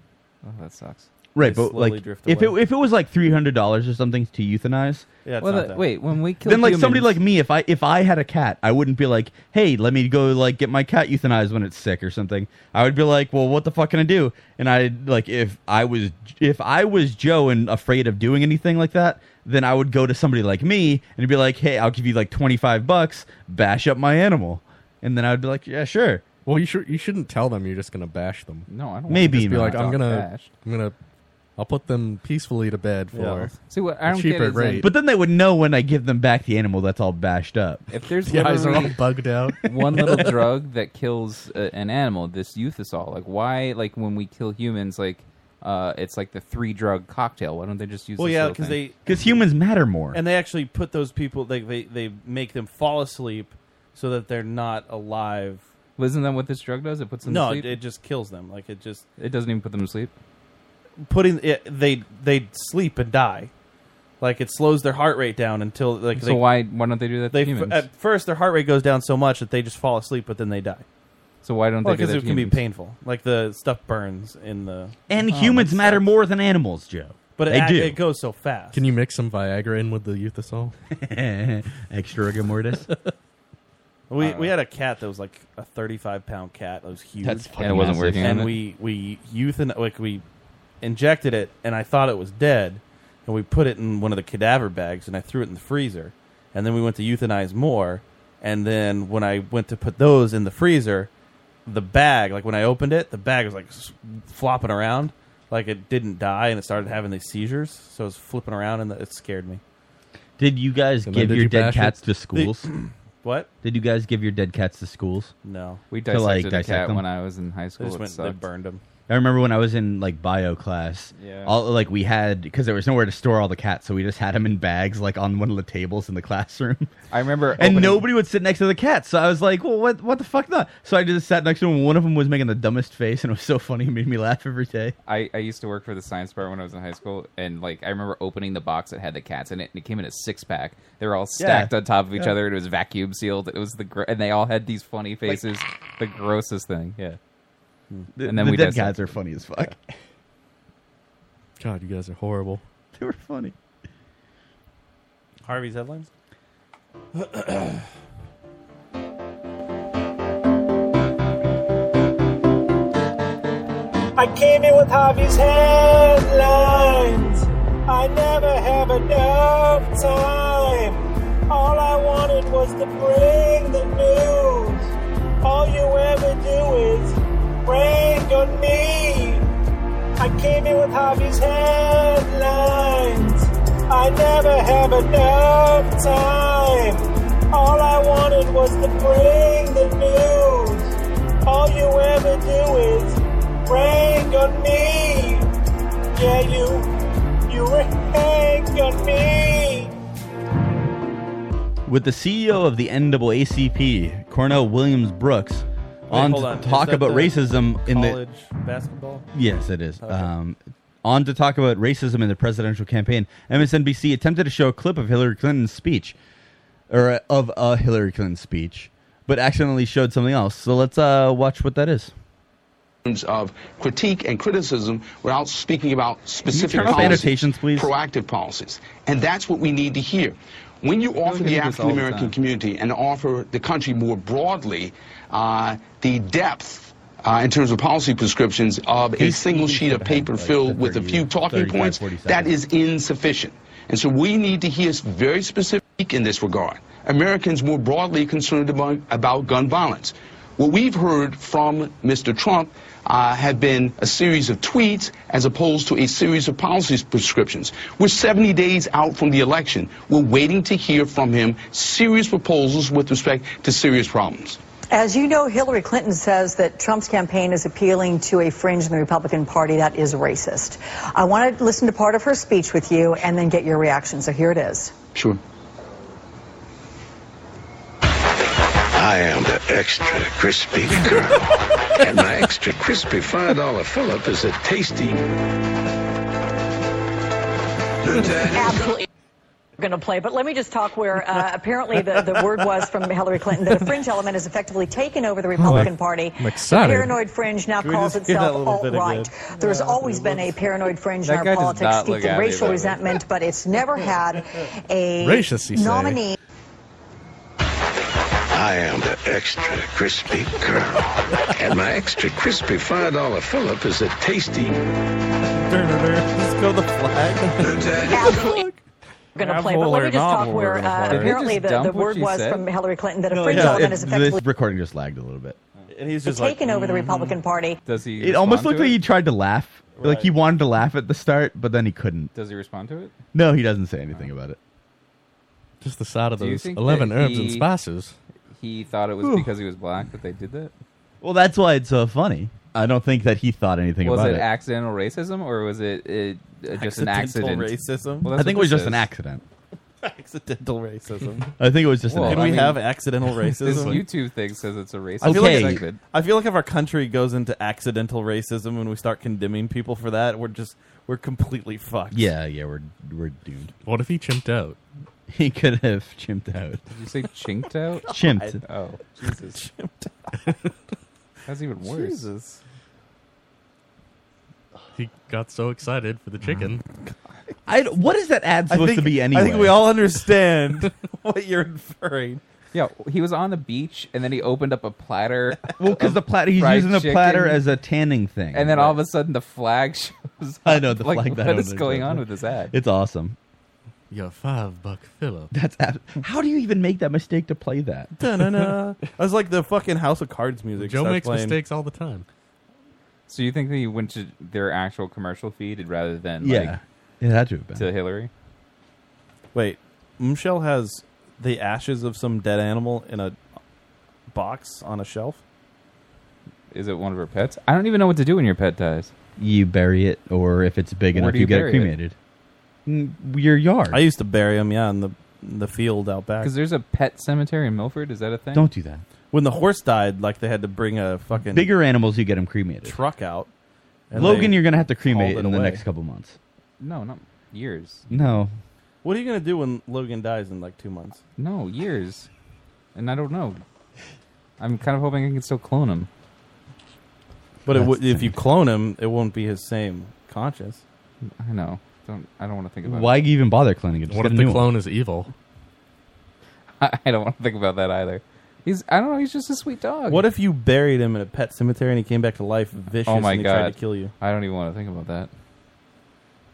S6: Oh, that sucks.
S5: Right,
S7: They
S5: but
S7: slowly
S5: like
S7: drift
S5: if it
S7: away.
S5: if it was like three hundred dollars or something to euthanize,
S7: Yeah, it's
S6: Well,
S7: not
S6: the-
S7: that.
S6: wait, when we kill
S5: then like somebody
S6: humans-
S5: like me, if I if I had a cat, I wouldn't be like, hey, let me go like get my cat euthanized when it's sick or something. I would be like, well, what the fuck can I do? And I like if I was if I was Joe and afraid of doing anything like that, then I would go to somebody like me and be like, hey, I'll give you like twenty five bucks, bash up my animal, and then I would be like, yeah, sure.
S8: Well, you should you shouldn't tell them you're just gonna bash them.
S6: No, I don't.
S5: Maybe
S8: just be
S5: not.
S8: like I'm
S5: Dog
S8: gonna
S5: bashed.
S8: I'm gonna I'll put them peacefully to bed for
S6: Yeah. See, what I
S8: a
S6: don't get
S8: cheaper
S6: is that-
S8: rate.
S5: But then they would know when I give them back the animal that's all bashed up.
S6: If there's
S8: The eyes are
S6: literally
S8: all bugged out.
S6: one little drug that kills uh, an animal, this euthasol. Like why? Like when we kill humans, like uh, it's like the three drug cocktail. Why don't they just use?
S7: Well,
S6: this
S7: yeah,
S6: little
S7: because
S6: thing?
S7: they
S5: because humans matter more.
S7: and they actually put those people. They they they make them fall asleep so that they're not alive.
S6: Well, isn't that what this drug does? It puts them
S7: no,
S6: to sleep.
S7: it, it just kills them. Like it just
S6: It doesn't even put them to sleep.
S7: putting it, they they sleep and die. Like it slows their heart rate down until like
S6: So
S7: they,
S6: why why don't they do that to
S7: they
S6: humans?
S7: at first their heart rate goes down so much that they just fall asleep, but then they die.
S6: So why don't
S7: well,
S6: they do
S7: Because
S6: that
S7: it
S6: to
S7: can be
S6: humans?
S7: painful. Like the stuff burns in the Oh,
S5: And humans matter more than animals, Joe.
S7: But it,
S5: they
S7: act-
S5: do.
S7: it goes so fast.
S8: Can you mix some Viagra in with the euthasol?
S5: Extra rigor mortis.
S7: We we had a cat that was like a thirty five pound cat. It was huge.
S5: That's fucking And it wasn't massive. working on
S7: And
S5: it?
S7: we we euthan like we injected it, and I thought it was dead, and we put it in one of the cadaver bags, and I threw it in the freezer, and then we went to euthanize more, and then when I went to put those in the freezer, the bag like when I opened it, the bag was like s- flopping around, like it didn't die, and it started having these seizures, so it was flipping around, and it scared me.
S5: Did you guys
S7: And then
S5: give
S7: did
S5: your
S7: you
S5: dead
S7: bash it?
S5: cats to
S7: The-
S5: schools?
S7: What?
S5: Did you guys give your dead cats to schools?
S7: No.
S6: We
S5: To,
S6: dissected
S5: like,
S6: a
S5: dissect
S6: cat
S5: them?
S6: when I was in high school.
S7: just
S6: It
S7: went- they
S6: sucked.
S7: burned 'em.
S5: I remember when I was in like bio class.
S7: Yeah.
S5: All like we had because there was nowhere to store all the cats, so we just had them in bags, like on one of the tables in the classroom.
S6: I remember,
S5: and
S6: opening-
S5: nobody would sit next to the cats. So I was like, "Well, what? What the fuck not?" So I just sat next to them. One of them was making the dumbest face, and it was so funny. It made me laugh every day.
S6: I, I used to work for the science bar when I was in high school, and like I remember opening the box that had the cats in it, and it came in a six pack. They were all stacked on top of each
S9: Yeah.
S6: other, and it was vacuum sealed. It was the gr- and they all had these funny faces, the grossest thing. Yeah,
S5: The,
S6: and then
S5: the
S6: we
S5: dead
S6: dissected
S5: cats are funny as fuck.
S8: God, you guys are horrible.
S5: they were funny.
S7: Harvey's headlines.
S3: I came in with Harvey's headlines. I never have enough time. All I wanted was to bring the news. All you ever do is rank on me. I came in with Harvey's headlines. I never have enough time. All I wanted was to bring the news. All you ever do is rank on me. Yeah, you, you rank on me.
S5: E With the CEO of the NAACP, Cornell Williams Brooks, on
S7: hold
S5: to
S7: on. Is
S5: talk
S7: that
S5: about
S7: the
S5: racism in the
S7: college basketball?
S5: Yes, it is.
S7: Okay.
S5: Um, on to talk about racism in the presidential campaign. MSNBC attempted to show a clip of Hillary Clinton's speech, or uh, of a Hillary Clinton speech, but accidentally showed something else. So let's uh, watch what that is.
S19: terms of critique and criticism without speaking about specific
S5: turn off
S19: policies,
S5: annotations, please?
S19: proactive policies. And that's what we need to hear. When you offer
S5: do
S19: the
S5: this
S19: African
S5: all the
S19: American
S5: time.
S19: community and offer the country more broadly uh, the depth uh, in terms of policy prescriptions of a single sheet of paper filled with a few talking
S5: 35,
S19: points,
S5: 40
S19: that is insufficient. And so we need to hear very specific in this regard. Americans more broadly concerned about, about gun violence. What we've heard from Mr. Trump uh, have been a series of tweets as opposed to a series of policy prescriptions. We're 70 days out from the election. We're waiting to hear from him serious proposals with respect to serious problems.
S20: As you know, Hillary Clinton says that Trump's campaign is appealing to a fringe in the Republican Party that is racist. I want to listen to part of her speech with you and then get your reaction. So here it is.
S19: Sure.
S21: I am the extra crispy girl. and my extra crispy $5 Philip is a tasty.
S20: Absolutely. Going to play, but let me just talk where uh, apparently the, the word was from Hillary Clinton that a fringe element has effectively taken over the Republican Party.
S8: I'm excited.
S20: The paranoid fringe now
S8: Can we
S20: calls
S8: just hear that
S20: itself
S8: little bit
S20: alt
S8: again?
S20: right. There's always been a paranoid fringe in
S8: That
S20: our
S8: guy does
S20: politics
S8: not
S20: steeped
S8: look
S20: in
S8: happy
S20: racial
S8: about it.
S20: resentment, but it's never had a
S21: Racist, he say.
S20: nominee.
S21: I am the extra crispy girl. and my extra crispy $5 Philip is a tasty.
S7: Let's go the flag.
S20: We're going to
S7: Grab
S20: play, but let
S7: or
S20: me just
S7: not
S20: talk
S7: or
S20: where
S7: whatever.
S20: uh,
S7: Did they
S20: apparently
S7: just
S20: the, the
S7: dump what
S20: word
S7: you
S20: was
S7: said?
S20: from Hillary Clinton that a
S5: No,
S20: fringe
S5: yeah,
S20: element
S5: it-
S20: is effectively
S5: this recording just lagged a little bit.
S7: And he's just mm,
S20: taken over the
S8: mm-hmm.
S20: Republican Party.
S6: Does he?
S5: It almost
S6: respond
S5: looked
S6: to
S5: like
S6: it?
S5: he tried to laugh. Like
S6: Right.
S5: he wanted to laugh at the start, but then he couldn't.
S6: Does he respond to it?
S5: No, he doesn't say anything about it.
S8: Just the side of
S6: Do you
S8: those
S6: think
S8: eleven
S6: that
S8: herbs and
S6: he-
S8: spices.
S6: He thought it was because he was black that they did that.
S5: Well, that's why it's so funny. I don't think that he thought anything
S6: was
S5: about
S6: it,
S5: it.
S6: accidental racism or was it, it uh, just an
S7: Accidental
S6: accident?
S7: racism?
S6: Well,
S5: I
S6: that's
S5: think it
S6: what
S5: was
S6: this
S5: just an
S6: is.
S5: accident.
S7: Accidental racism.
S5: I think it was just an
S7: Well, Can
S5: accident.
S7: we
S5: I mean-
S7: have accidental racism?
S5: This
S6: YouTube thing says it's a racist
S7: I feel, like
S6: segment.
S7: if- I feel like if our country goes into accidental racism and we start condemning people for that, we're just we're completely fucked.
S5: Yeah, yeah, we're we're doomed.
S8: What if he chimped out?
S5: He could have chimped out.
S6: Did you say chinked out?
S5: Chimped.
S6: Oh, Jesus. That's even worse.
S7: Jesus.
S8: He got so excited
S5: Mm-hmm.
S8: for the chicken.
S5: I, what is that ad
S8: I
S5: supposed
S8: think-
S5: to be
S8: I
S5: anyway?
S8: think we all
S7: understand what you're inferring.
S6: Yeah, he was on the beach and then he opened up a platter.
S5: well, because the platter he's using the platter as a tanning thing.
S6: And then all of a sudden the flag shows.
S5: I know the
S6: like,
S5: flag. that
S6: What
S5: I
S6: is
S5: don't
S6: going
S5: understand.
S6: on with this ad?
S5: It's awesome.
S8: Your five buck Philip.
S5: That's ab- how do you even make that mistake to play that?
S7: Da-na-na. That's uh, like the fucking House of Cards music.
S8: Joe
S7: starts
S8: makes
S7: playing.
S8: mistakes all the time.
S6: So you think that he went to their actual commercial feed rather than
S5: Yeah.
S6: like
S5: It had to have been.
S6: to Hillary?
S7: Wait, Michelle has the ashes of some dead animal in a box on a shelf.
S6: Is it one of her pets? I don't even know what to do when your pet dies.
S5: You bury it, or if it's big
S6: Where
S5: enough,
S6: do
S5: you,
S6: you
S5: get it
S6: bury it?
S5: cremated. Mm, Your yard.
S7: I used to bury them, yeah, in the in the field out back.
S6: Because there's a pet cemetery in Milford. Is that a thing?
S5: Don't do that.
S7: When the horse died, like they had to bring a fucking
S5: Bigger animals, you get them cremated.
S7: truck out. and
S5: Logan,
S7: they
S5: you're gonna have to cremate
S7: hauled
S5: in
S7: it
S5: the
S7: away.
S5: next couple months.
S6: No, not years.
S5: No,
S7: What are you gonna do when Logan dies in like two months?
S6: No, years. And I don't know. I'm kind of hoping I can still clone him.
S7: But it w- if you clone him, it won't be his same conscious.
S6: I know. Don't. I don't want to think about.
S5: why even bother cloning it? Just
S8: What if
S5: get a
S8: the
S5: new one.
S8: clone is evil?
S6: I, I don't want to think about that either. He's. I don't know. He's just a sweet dog.
S7: What if you buried him in a pet cemetery and he came back to life vicious
S6: Oh my
S7: and he
S6: god!
S7: tried to kill you?
S6: I don't even want to think about that.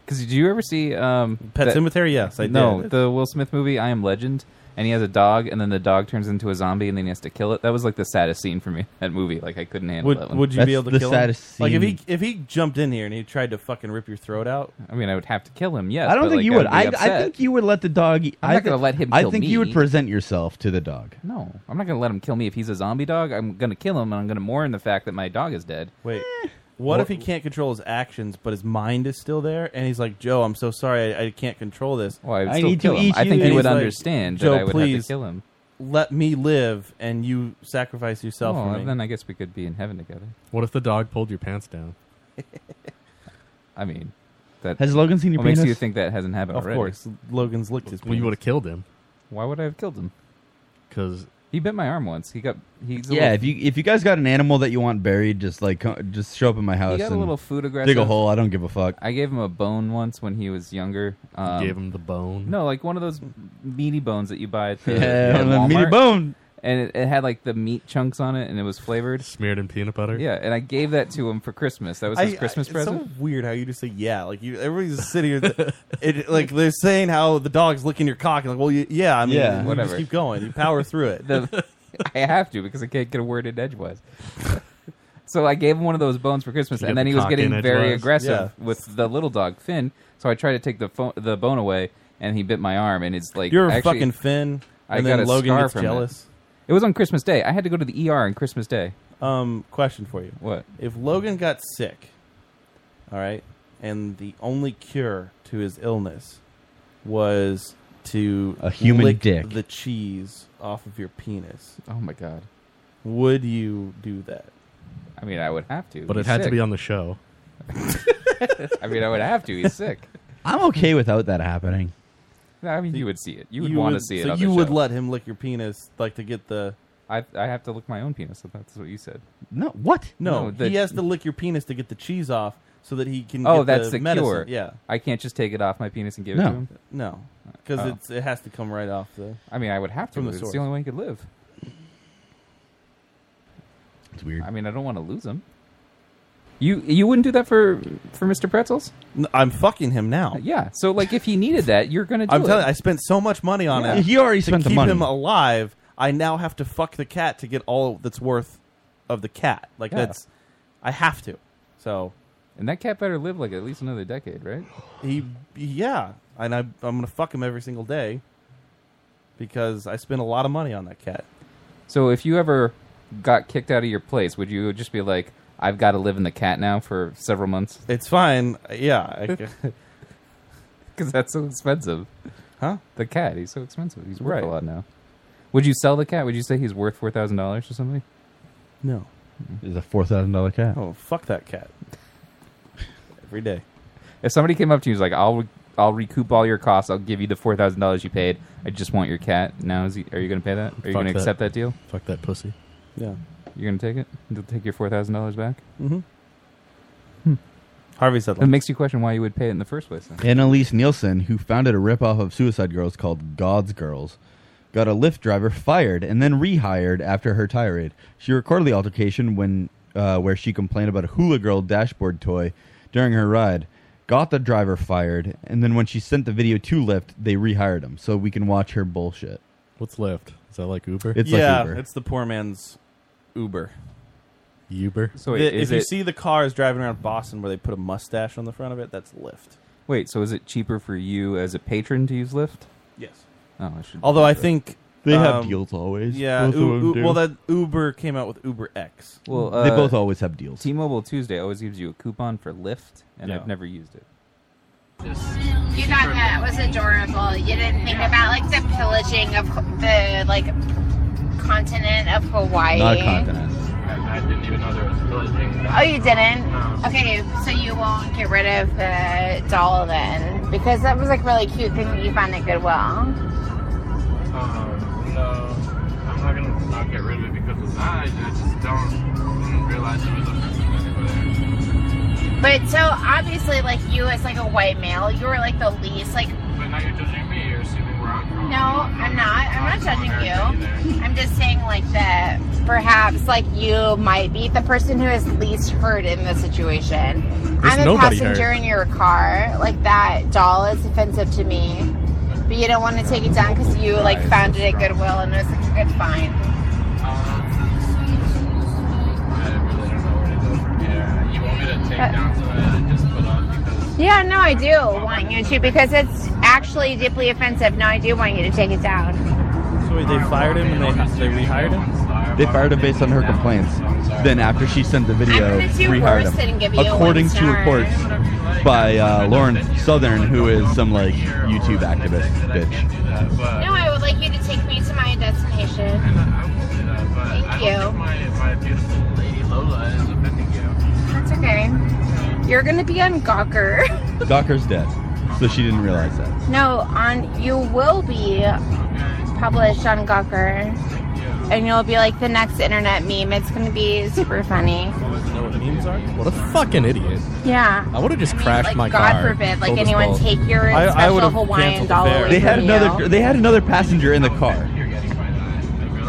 S6: Because do you ever see um,
S7: Pet Sematary? Yes, I
S6: no,
S7: did.
S6: the Will Smith movie, I Am Legend, and he has a dog, and then the dog turns into a zombie, and then he has to kill it. That was like the saddest scene for me. That movie, like I couldn't handle
S7: Would,
S6: that one.
S7: would you be able to kill him? Like if he if he jumped in here and he tried to fucking rip your throat out.
S6: I mean, I would have to kill him. Yes,
S5: I don't
S6: but,
S5: think
S6: like,
S5: you
S6: I
S5: would.
S6: be
S5: I, I
S6: upset.
S5: think you would let the dog.
S6: I'm
S5: I
S6: not
S5: thi-
S6: gonna let him
S5: I
S6: kill
S5: think you
S6: me.
S5: would present yourself to the dog.
S6: No, I'm not gonna let him kill me if he's a zombie dog. I'm gonna kill him, and I'm gonna mourn the fact that my dog is dead.
S7: Wait, What if he can't control his actions, but his mind is still there, and he's like, "Joe, I'm so sorry, I, I can't control this.
S6: Well, I would I still need to kill him. eat I think you. he
S7: And
S6: would
S7: he's like,
S6: understand that
S7: Joe,
S6: I would have to
S7: please,
S6: kill him.
S7: let me live and you sacrifice yourself
S6: Well,
S7: for me.
S6: then I guess we could be in heaven together.
S8: What if the dog pulled your pants down?
S6: I mean, that
S5: Has Logan seen your
S6: what makes
S5: penis?
S6: you think that hasn't happened
S7: Of
S6: already?
S7: course, Logan's licked his.
S8: Well, you would have killed him
S6: Why would I have killed him?
S8: because
S6: he bit my arm once. He got he's a
S5: Yeah,
S6: little-
S5: if you if you guys got an animal that you want buried, just like co- just show up in my house.
S6: got a
S5: and
S6: little food
S5: Dig a
S6: aggressive.
S5: hole. I don't give a fuck.
S6: I gave him a bone once when he was younger. Um,
S8: gave him the bone.
S6: No, like one of those meaty bones that you buy at the,
S8: Yeah,
S6: at
S8: one of the
S6: Walmart.
S8: meaty bone.
S6: And it, it had like the meat chunks on it, and it was flavored,
S8: smeared in peanut butter.
S6: Yeah, and I gave that to him for Christmas. That was
S7: I-
S6: his Christmas
S7: I-
S6: present.
S7: It's so weird how you just say yeah. Like you, everybody's just sitting here, it, like they're saying how the dog's licking your cock, and like, well, you, yeah, I mean,
S6: Yeah.
S7: you
S6: Whatever.
S7: Just keep going. You power through it.
S6: The- I have to because I can't get a word in edgewise. so I gave him one of those bones for Christmas,
S9: You
S6: and
S9: got
S6: then
S9: the
S6: he was
S9: cock
S6: getting
S9: in
S6: very
S9: edgewise?
S6: aggressive with the little dog Finn. So I tried to take the phone, the bone away, and he bit my arm, and it's like
S7: You're a
S6: actually-
S7: fucking Finn,
S6: I
S7: and
S6: got
S7: then
S6: a
S7: Logan
S6: scar
S7: gets
S6: from
S7: jealous.
S6: It. it was on Christmas Day. I had to go to the ER on Christmas Day.
S7: Um, question for you.
S6: What?
S7: If Logan got sick, all right, and the only cure to his illness was to
S5: A human
S7: lick
S5: dick.
S7: the cheese off of your penis.
S6: Oh my god.
S7: Would you do that?
S6: I mean, I would have to.
S8: But it
S6: He's
S8: had to
S6: sick.
S8: be on the show.
S6: I mean, I would have to. He's sick.
S5: I'm okay without that happening.
S6: I mean, you would see it. You would want to see it.
S7: So
S6: on
S7: you
S6: the
S7: would
S6: show.
S7: let him lick your penis, like to get the.
S6: I I have to lick my own penis. If that's what you said.
S5: No, what?
S7: No,
S6: No, the-
S7: he has to lick your penis to get the cheese off, so that he can.
S6: Oh,
S7: get
S6: that's
S7: the
S6: the
S7: medicine.
S6: cure.
S7: Yeah,
S6: I can't just take it off my penis and give it
S7: No.
S6: to him.
S7: No, because
S6: Oh.
S7: it's it has to come right off the.
S6: I mean, I would have to.
S7: From the
S6: it's
S7: source.
S6: the only way he could live.
S5: It's weird.
S6: I mean, I don't want to lose him. You you wouldn't do that for for Mr. Pretzels?
S7: I'm fucking him now.
S6: Yeah. So like, if he needed that, you're gonna. Do
S7: I'm
S6: it.
S7: telling you, I spent so much money on
S6: Yeah.
S7: it.
S6: He already
S7: to
S6: spent the
S7: keep
S6: money.
S7: him alive. I now have to fuck the cat to get all that's worth of the cat. Like
S6: Yeah.
S7: that's, I have to. So,
S6: and that cat better live like at least another decade, right?
S7: He, yeah, and I, I'm gonna fuck him every single day because I spent a lot of money on that cat.
S6: So if you ever got kicked out of your place, would you just be like, I've got to live in the cat now for several months?
S7: It's fine. Yeah.
S6: Because that's so expensive.
S7: Huh?
S6: The cat, he's so expensive. He's worth
S7: Right.
S6: a lot now. Would you sell the cat? Would you say he's worth $4,000 to somebody?
S7: No.
S5: It's a four thousand dollar cat.
S7: Oh, fuck that cat. Every day.
S6: If somebody came up to you and was like, I'll, I'll recoup all your costs, I'll give you the $4,000 you paid, I just want your cat. Now, is he, are you going to pay that? Are you
S8: Fuck
S6: going to accept that deal?
S8: Fuck that pussy.
S7: Yeah.
S6: You're going to take it? You'll take your $4,000 back?
S7: Mm-hmm. Harvey said
S6: It makes you question why you would pay it in the first place. Then.
S5: Annalise Nielsen, who founded a ripoff of Suicide Girls called God's Girls, got a Lyft driver fired and then rehired after her tirade. She recorded the altercation when uh, where she complained about a hula girl dashboard toy during her ride, got the driver fired, and then when she sent the video to Lyft, they rehired him so we can watch her bullshit.
S8: What's left? Is that like Uber?
S5: It's
S7: yeah,
S5: like Uber.
S7: it's the poor man's Uber.
S8: Uber.
S6: So
S7: The-
S6: wait,
S7: if
S6: is
S7: you
S6: it-
S7: see the cars driving around Boston where they put a mustache on the front of it, that's Lyft.
S6: Wait, so is it cheaper for you as a patron to use Lyft?
S7: Yes.
S6: Oh, I should.
S7: Although I think
S5: They have
S7: um,
S5: deals always.
S7: Yeah.
S5: Both of
S7: U-
S5: them
S7: U-
S5: do.
S7: well, that Uber came out with Uber X.
S6: Well,
S5: they
S6: uh,
S5: both always have deals.
S6: T-Mobile Tuesday always gives you a coupon for Lyft, and
S7: Yeah.
S6: I've never used it.
S22: You thought that was adorable. You didn't think about like the pillaging of the like continent of Hawaii.
S5: Not a continent.
S23: I didn't even know there was pillaging.
S22: Oh, you didn't? Okay, so you won't get rid of the doll then, because that was like really cute thing that you found at Goodwill.
S23: Um, no, I'm not gonna not get rid of it because it's not. I just don't didn't realize it was a
S22: But so obviously, like you as like a white male, you were like the least like.
S23: But now you're judging me. You're assuming where I'm from.
S22: No, I'm not. I'm not judging you. I'm just saying like that. Perhaps like you might be the person who is least hurt in this situation.
S8: There's
S22: I'm a
S8: nobody
S22: passenger
S8: hurt.
S22: in your car. Like that doll is offensive to me. But you don't want to take it down because you like found it at Goodwill and it was such a good find.
S23: I really don't know where to go from here. You want me to take down some of that and just put up because
S22: Yeah, no, I do want you to because it's actually deeply offensive. No, I do want you to take it down.
S7: So wait, they fired him and they they rehired him.
S5: They fired him based on her complaints. Then, after she sent the video,
S22: gonna do
S5: rehired
S22: worse than give
S5: him.
S22: you a
S5: According
S22: one
S5: to
S22: star.
S5: reports by uh, Lauren Southern, who is some like YouTube activist bitch.
S22: No, I would like you to take me to my my destination. Thank
S2: I don't think
S22: you.
S2: my, my beautiful lady Lola is offending you.
S22: That's okay. You're gonna be on Gawker.
S5: Gawker's dead, so she didn't realize that.
S22: No, on you will be published on Gawker, and you'll be like the next internet meme. It's gonna be super funny.
S7: You know what memes are?
S8: What a fucking idiot.
S22: Yeah.
S8: I would have just crashed
S22: like,
S8: my
S22: God
S8: car.
S22: forbid, like
S8: Told us
S22: anyone
S8: both.
S22: take your
S5: I- I
S22: special
S5: would've
S22: Hawaiian
S5: canceled
S22: dollar. away
S5: They had
S22: from
S5: another.
S22: you.
S5: They had another passenger in the car.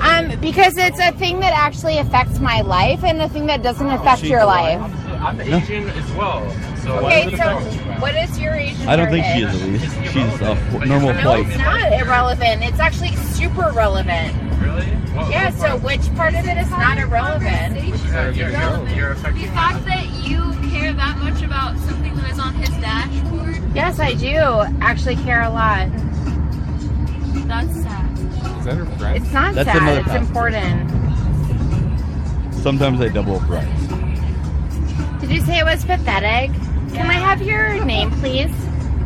S22: Um, because it's a thing that actually affects my life and a thing that doesn't
S5: Oh,
S22: affect
S2: she
S22: your
S2: Hawaiian?
S22: life.
S2: I'm Asian as well. So
S22: Okay, so what is your Asian?
S5: I don't think she
S22: heritage?
S5: is Elise. She's a wh- normal
S22: No, it's
S5: white.
S22: not irrelevant. It's actually super relevant.
S2: Really?
S22: yeah. So which part of it is not irrelevant?
S2: You're, you're, you're affecting
S1: The fact that you care that much about something that is on his dashboard,
S22: Yes, I do actually care a lot.
S1: that's sad.
S6: Is that her friend?
S22: It's not
S5: That's
S22: sad.
S5: another
S22: It's
S5: passenger.
S22: important.
S5: Sometimes I double up right.
S22: Did you say it was pathetic? Can I have your name, please?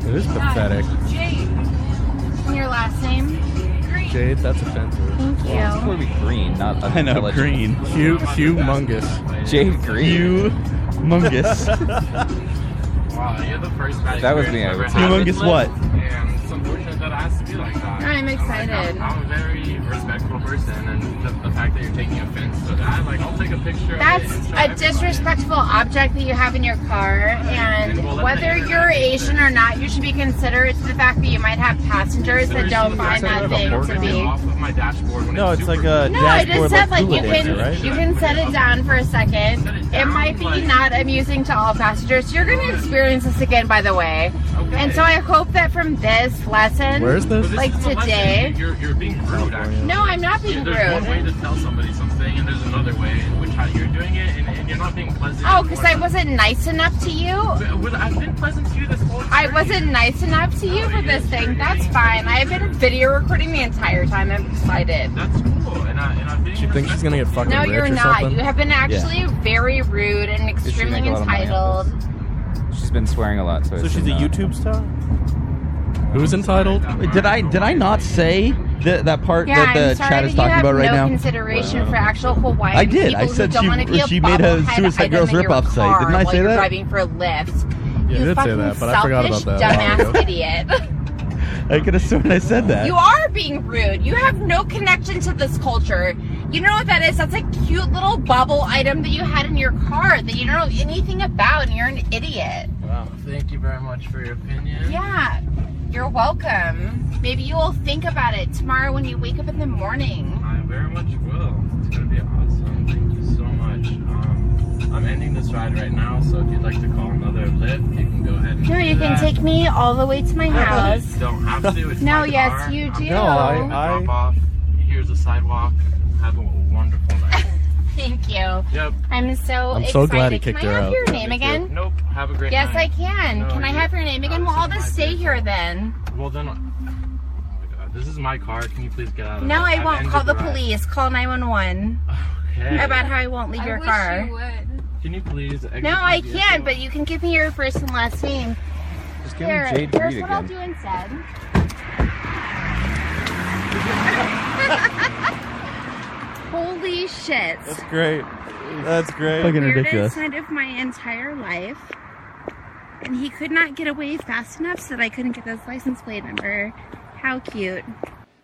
S8: It is pathetic.
S22: Jade. And your last name? Green.
S8: Jade, that's offensive.
S22: Thank you.
S6: It's supposed to be green, not
S5: I know,
S6: unintelligent.
S5: green.
S8: Hugh, humongous.
S6: Jade Green.
S2: Wow, you're the first bad
S6: That was me, I
S2: experience
S6: would
S2: I've ever
S6: say.
S2: had.
S6: Humongous what?
S2: And it's unfortunate that it has to be like that.
S22: I'm excited.
S2: I'm, I'm a very respectful person, and the, the fact that you're taking offense to that, like, I'll take a picture
S22: That's
S2: of it. and show
S22: a
S2: everybody.
S22: disrespectful object that you have in your car, and whether you're Asian or not, you should be considerate to the fact that you might have passengers that don't find that thing to
S2: Off
S22: be.
S2: of my dashboard when
S7: No, it's like a
S22: No, I
S7: dashboard
S22: just said like you
S7: Hulu
S22: can
S7: dancer, right?
S22: you can set it down for a second. It might be not amusing to all passengers. You're gonna experience this again, by the way. And so I hope that from this lesson,
S8: Where's this?
S22: Like
S2: But this is a lesson.
S22: today.
S2: You're, you're being
S6: Oh,
S2: rude, actually.
S22: No, I'm not being
S2: There's one way
S22: rude.
S2: to tell somebody something, and there's another way in which how you're doing it, and, and you're not being pleasant.
S22: Oh, because
S2: or-
S22: I wasn't nice enough to you.
S2: Well, I've been pleasant to you this whole
S22: I wasn't nice enough to you for this thing. That's fine. I've been video recording the entire time. I'm excited.
S2: That's cool. And, I, and I've been.
S8: She thinks she's gonna get fucking
S22: No,
S8: rich
S22: you're
S8: or
S22: not.
S8: something.
S22: You have been actually very rude and
S6: Did she make
S22: extremely
S6: a lot of money off
S22: entitled.
S6: She's been swearing a lot, so,
S7: So she's a YouTube star.
S8: Who's entitled?
S5: Did I did I not say that that part
S22: Yeah,
S5: that the
S22: I'm sorry
S5: chat is
S22: that you
S5: talking
S22: have
S5: about right
S22: no
S5: now?
S22: consideration for actual Hawaiian
S5: I did.
S22: people
S5: I
S22: who
S5: said
S22: don't
S5: she-
S22: wanna be a
S5: she made a
S22: bobblehead
S5: Suicide
S22: item
S5: Girls
S22: in your
S5: ripoff site.
S22: car
S5: Didn't I
S22: while
S5: say
S22: you're
S5: that?
S22: driving for Lyft.
S8: Yeah,
S22: you
S8: you did say
S22: fucking
S8: that, but I forgot
S22: selfish,
S8: about that a while
S22: dumbass idiot.
S5: I could have sworn I said that.
S22: You are being rude. You have no connection to this culture. You know what that is? That's a cute little bubble item that you had in your car that you don't know anything about, and you're an idiot.
S2: Wow. Thank you very much for your opinion.
S22: Yeah, you're welcome. Maybe you will think about it tomorrow when you wake up in the morning.
S2: I very much will. It's gonna be awesome. Thank you so much. Um, I'm ending this ride right now, so if you'd like to call another lift, you can go ahead. And
S22: No,
S2: do
S22: you can
S2: that.
S22: take me all the way to my house.
S2: You don't have to. It's
S22: No,
S2: my
S22: yes,
S2: car.
S22: you
S2: I'm
S22: do.
S2: gonna
S22: No, I-
S2: drop off. Here's the sidewalk. Have a wonderful night.
S22: Thank you.
S2: Yep.
S22: I'm so
S2: I'm
S22: excited.
S2: so glad he
S22: can
S2: kicked
S22: I
S2: her
S22: have
S2: out.
S22: your name again?
S2: Nope. Have a great
S22: Yes, I
S2: night.
S22: can.
S2: No,
S22: can I
S2: you-
S22: have your name again? We'll all just stay here then.
S2: Well then. Oh my God, this is my car. Can you please get out of
S22: No,
S2: it?
S22: I
S2: I've
S22: won't
S2: ended
S22: call the
S2: ride.
S22: police. Call 911
S2: Okay.
S22: about how I won't leave
S1: I
S22: your
S1: wish
S22: car.
S1: you would.
S2: Can you please? exit
S22: No, I
S2: the
S22: can't, but you can give me your first and last name.
S6: Just give me
S22: Here,
S6: Jade
S22: here's
S6: Reed
S22: what I'll
S6: again.
S22: do instead. Holy shit.
S7: That's great. That's great.
S5: Fucking
S22: Weirdest
S5: ridiculous.
S22: night of my entire life. And he could not get away fast enough so that I couldn't get his license plate number. How cute.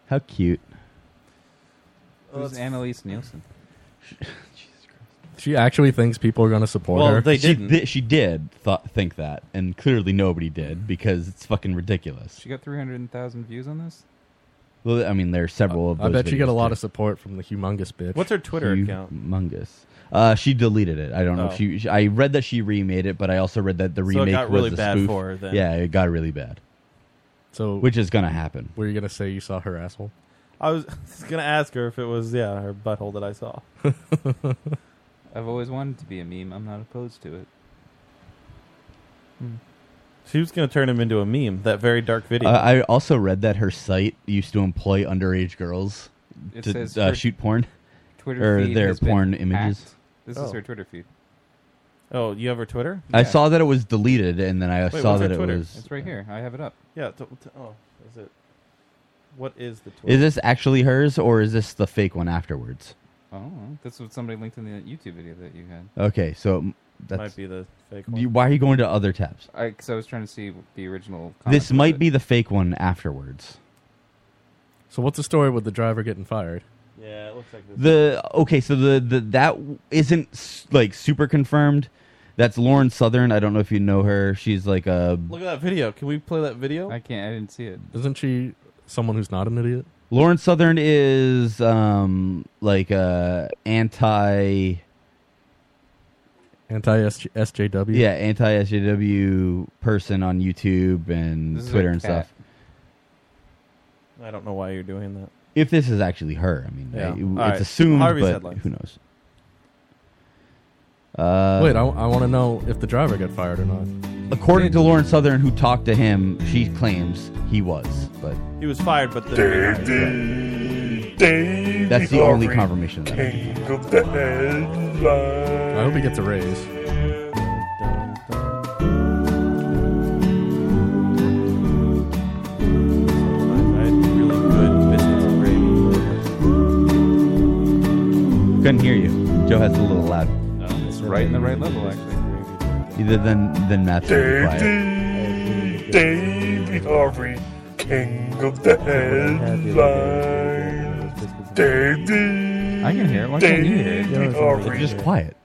S5: How cute.
S6: Who's Annalise Nielsen?
S8: She actually thinks people are going to support her.
S5: she, Did, she did thought, think that, and clearly nobody
S8: Mm-hmm.
S5: did because it's fucking ridiculous.
S6: She got 300,000 views on this?
S5: Well, I mean, there are several of.
S8: I bet you get a lot
S5: of.
S8: of support from the humongous bitch.
S7: What's her Twitter account?
S5: Humongous. Uh, she deleted it. I don't know if
S7: Oh.
S5: she, she- I read that she remade it, but I also read that the
S7: So it
S5: remake
S7: got
S5: was
S7: really
S5: a
S7: bad
S5: spoof.
S7: for her then.
S5: Yeah, it got really bad.
S8: So
S5: which is gonna happen?
S8: Were you going to say you saw her asshole?
S7: I was just gonna ask her if it was yeah her butthole that I saw.
S6: I've always wanted to be a meme. I'm not opposed to it.
S7: She was gonna turn him into a meme. That very dark video.
S5: Uh, I also read that her site used to employ underage girls
S6: It
S5: to
S6: says
S5: uh,
S6: her
S5: shoot porn
S6: Twitter
S5: or
S6: feed
S5: their
S6: has been
S5: porn images.
S6: hacked. This
S7: Oh.
S6: is her Twitter feed.
S7: oh, you have her Twitter?
S5: I saw that it was deleted, and then I
S7: Wait,
S5: saw
S7: what's her
S5: that it
S7: Twitter?
S5: was.
S6: It's right here. I have it up.
S7: Yeah. T- t- oh, is it? What is the tour?
S5: Is this actually hers or is this the fake one afterwards?
S6: Oh, that's what somebody linked in the YouTube video that you had.
S5: Okay, so m- that's
S7: Might be the fake
S5: You- why are you going to other tabs?
S6: I, cause I was trying to see the original.
S5: This might be the fake one afterwards.
S8: So what's the story with the driver getting fired?
S7: Yeah, it looks like this.
S5: The okay, so the, the that w- isn't s- like super confirmed. That's Lauren Southern. I don't know if you know her. She's like a
S7: Look at that video. Can we play that video?
S6: I can't. I didn't see it.
S8: Isn't she someone who's not an idiot?
S5: Lauren Southern is um like a anti
S8: Anti SJW.
S5: yeah anti SJW person on YouTube and
S7: This is a
S5: Twitter and
S7: cat.
S5: stuff.
S7: I don't know why you're doing that.
S5: If this is actually her, I mean,
S7: Yeah.
S5: I-
S7: All
S5: it's
S7: right.
S5: assumed,
S7: Harvey's
S5: but
S7: headlines.
S5: who knows? Uh,
S8: Wait, I, want to know if the driver got fired or not.
S5: According to Lauren Southern, who talked to him, she claims he was, but
S7: He was fired, but the
S5: that's the only confirmation of that.
S8: I hope he gets a raise.
S5: Couldn't hear you. Joe has a little loud.
S6: it's right in the right level, actually.
S5: Either then, then Matt's really quiet.
S11: David Harvey, king of the headlines. David.
S6: I can hear it. Why can't you hear it?
S11: David Harvey.
S5: Just quiet.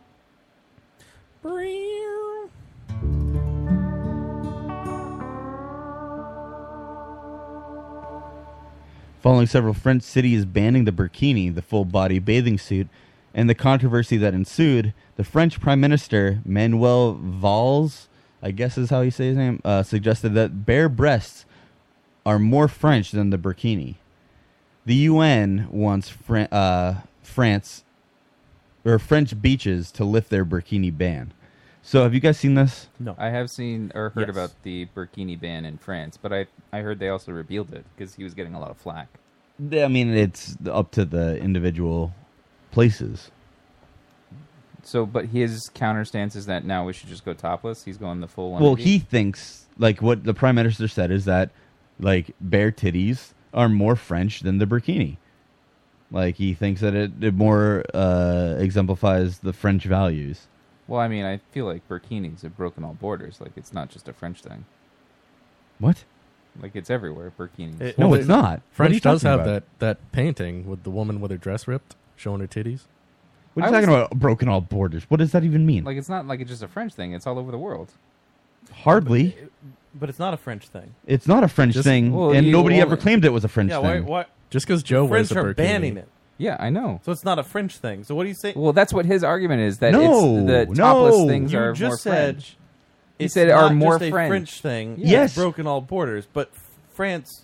S5: Following several French cities banning the burkini, the full body bathing suit, and the controversy that ensued, the French Prime Minister Manuel Valls, I guess is how you say his name, uh, suggested that bare breasts are more French than the burkini. The UN wants Fran- uh, France or French beaches to lift their burkini ban. So, have you guys seen this?
S7: No.
S6: I have seen or heard
S5: Yes.
S6: about the burkini ban in France, but I I heard they also repealed it because he was getting a lot of flack.
S5: I mean, it's up to the individual places.
S6: So, but his counter stance is that now we should just go topless. He's going the full one.
S5: Well, he thinks like what the prime minister said is that like bare titties are more French than the burkini. Like he thinks that it, it more uh, exemplifies the French values.
S6: Well, I mean, I feel like burkinis have broken all borders. Like it's not just a French thing.
S5: What?
S6: Like it's everywhere. Burkinis.
S5: No, it's not. What are you
S8: Eh, French does
S5: talking
S8: have
S5: about?
S8: that that painting with the woman with her dress ripped, showing her titties.
S5: What are
S6: I
S5: you talking
S6: was-
S5: about? Broken all borders. What does that even mean?
S6: Like it's not like it's just a French thing. It's all over the world.
S5: Hardly.
S7: But it's not a French thing.
S5: It's not a French
S6: Just-
S5: thing,
S6: well,
S5: and
S6: you
S5: nobody ever
S6: only-
S5: claimed it was a French
S7: yeah,
S5: thing.
S7: why, why?
S8: Just because Joe
S7: the French
S8: wears a
S7: are
S8: burkini.
S7: banning it.
S6: Yeah, I know.
S7: So it's not a French thing. So what do you say?
S6: Well, that's what his argument is that
S5: No,
S6: it's the
S5: no.
S6: topless things
S5: You
S6: are
S7: just
S6: more
S7: said
S6: French. He
S7: it's
S6: said are
S7: not
S6: more
S7: just a
S6: French.
S7: French thing.
S6: Yeah.
S7: It's broken all borders, but f- France.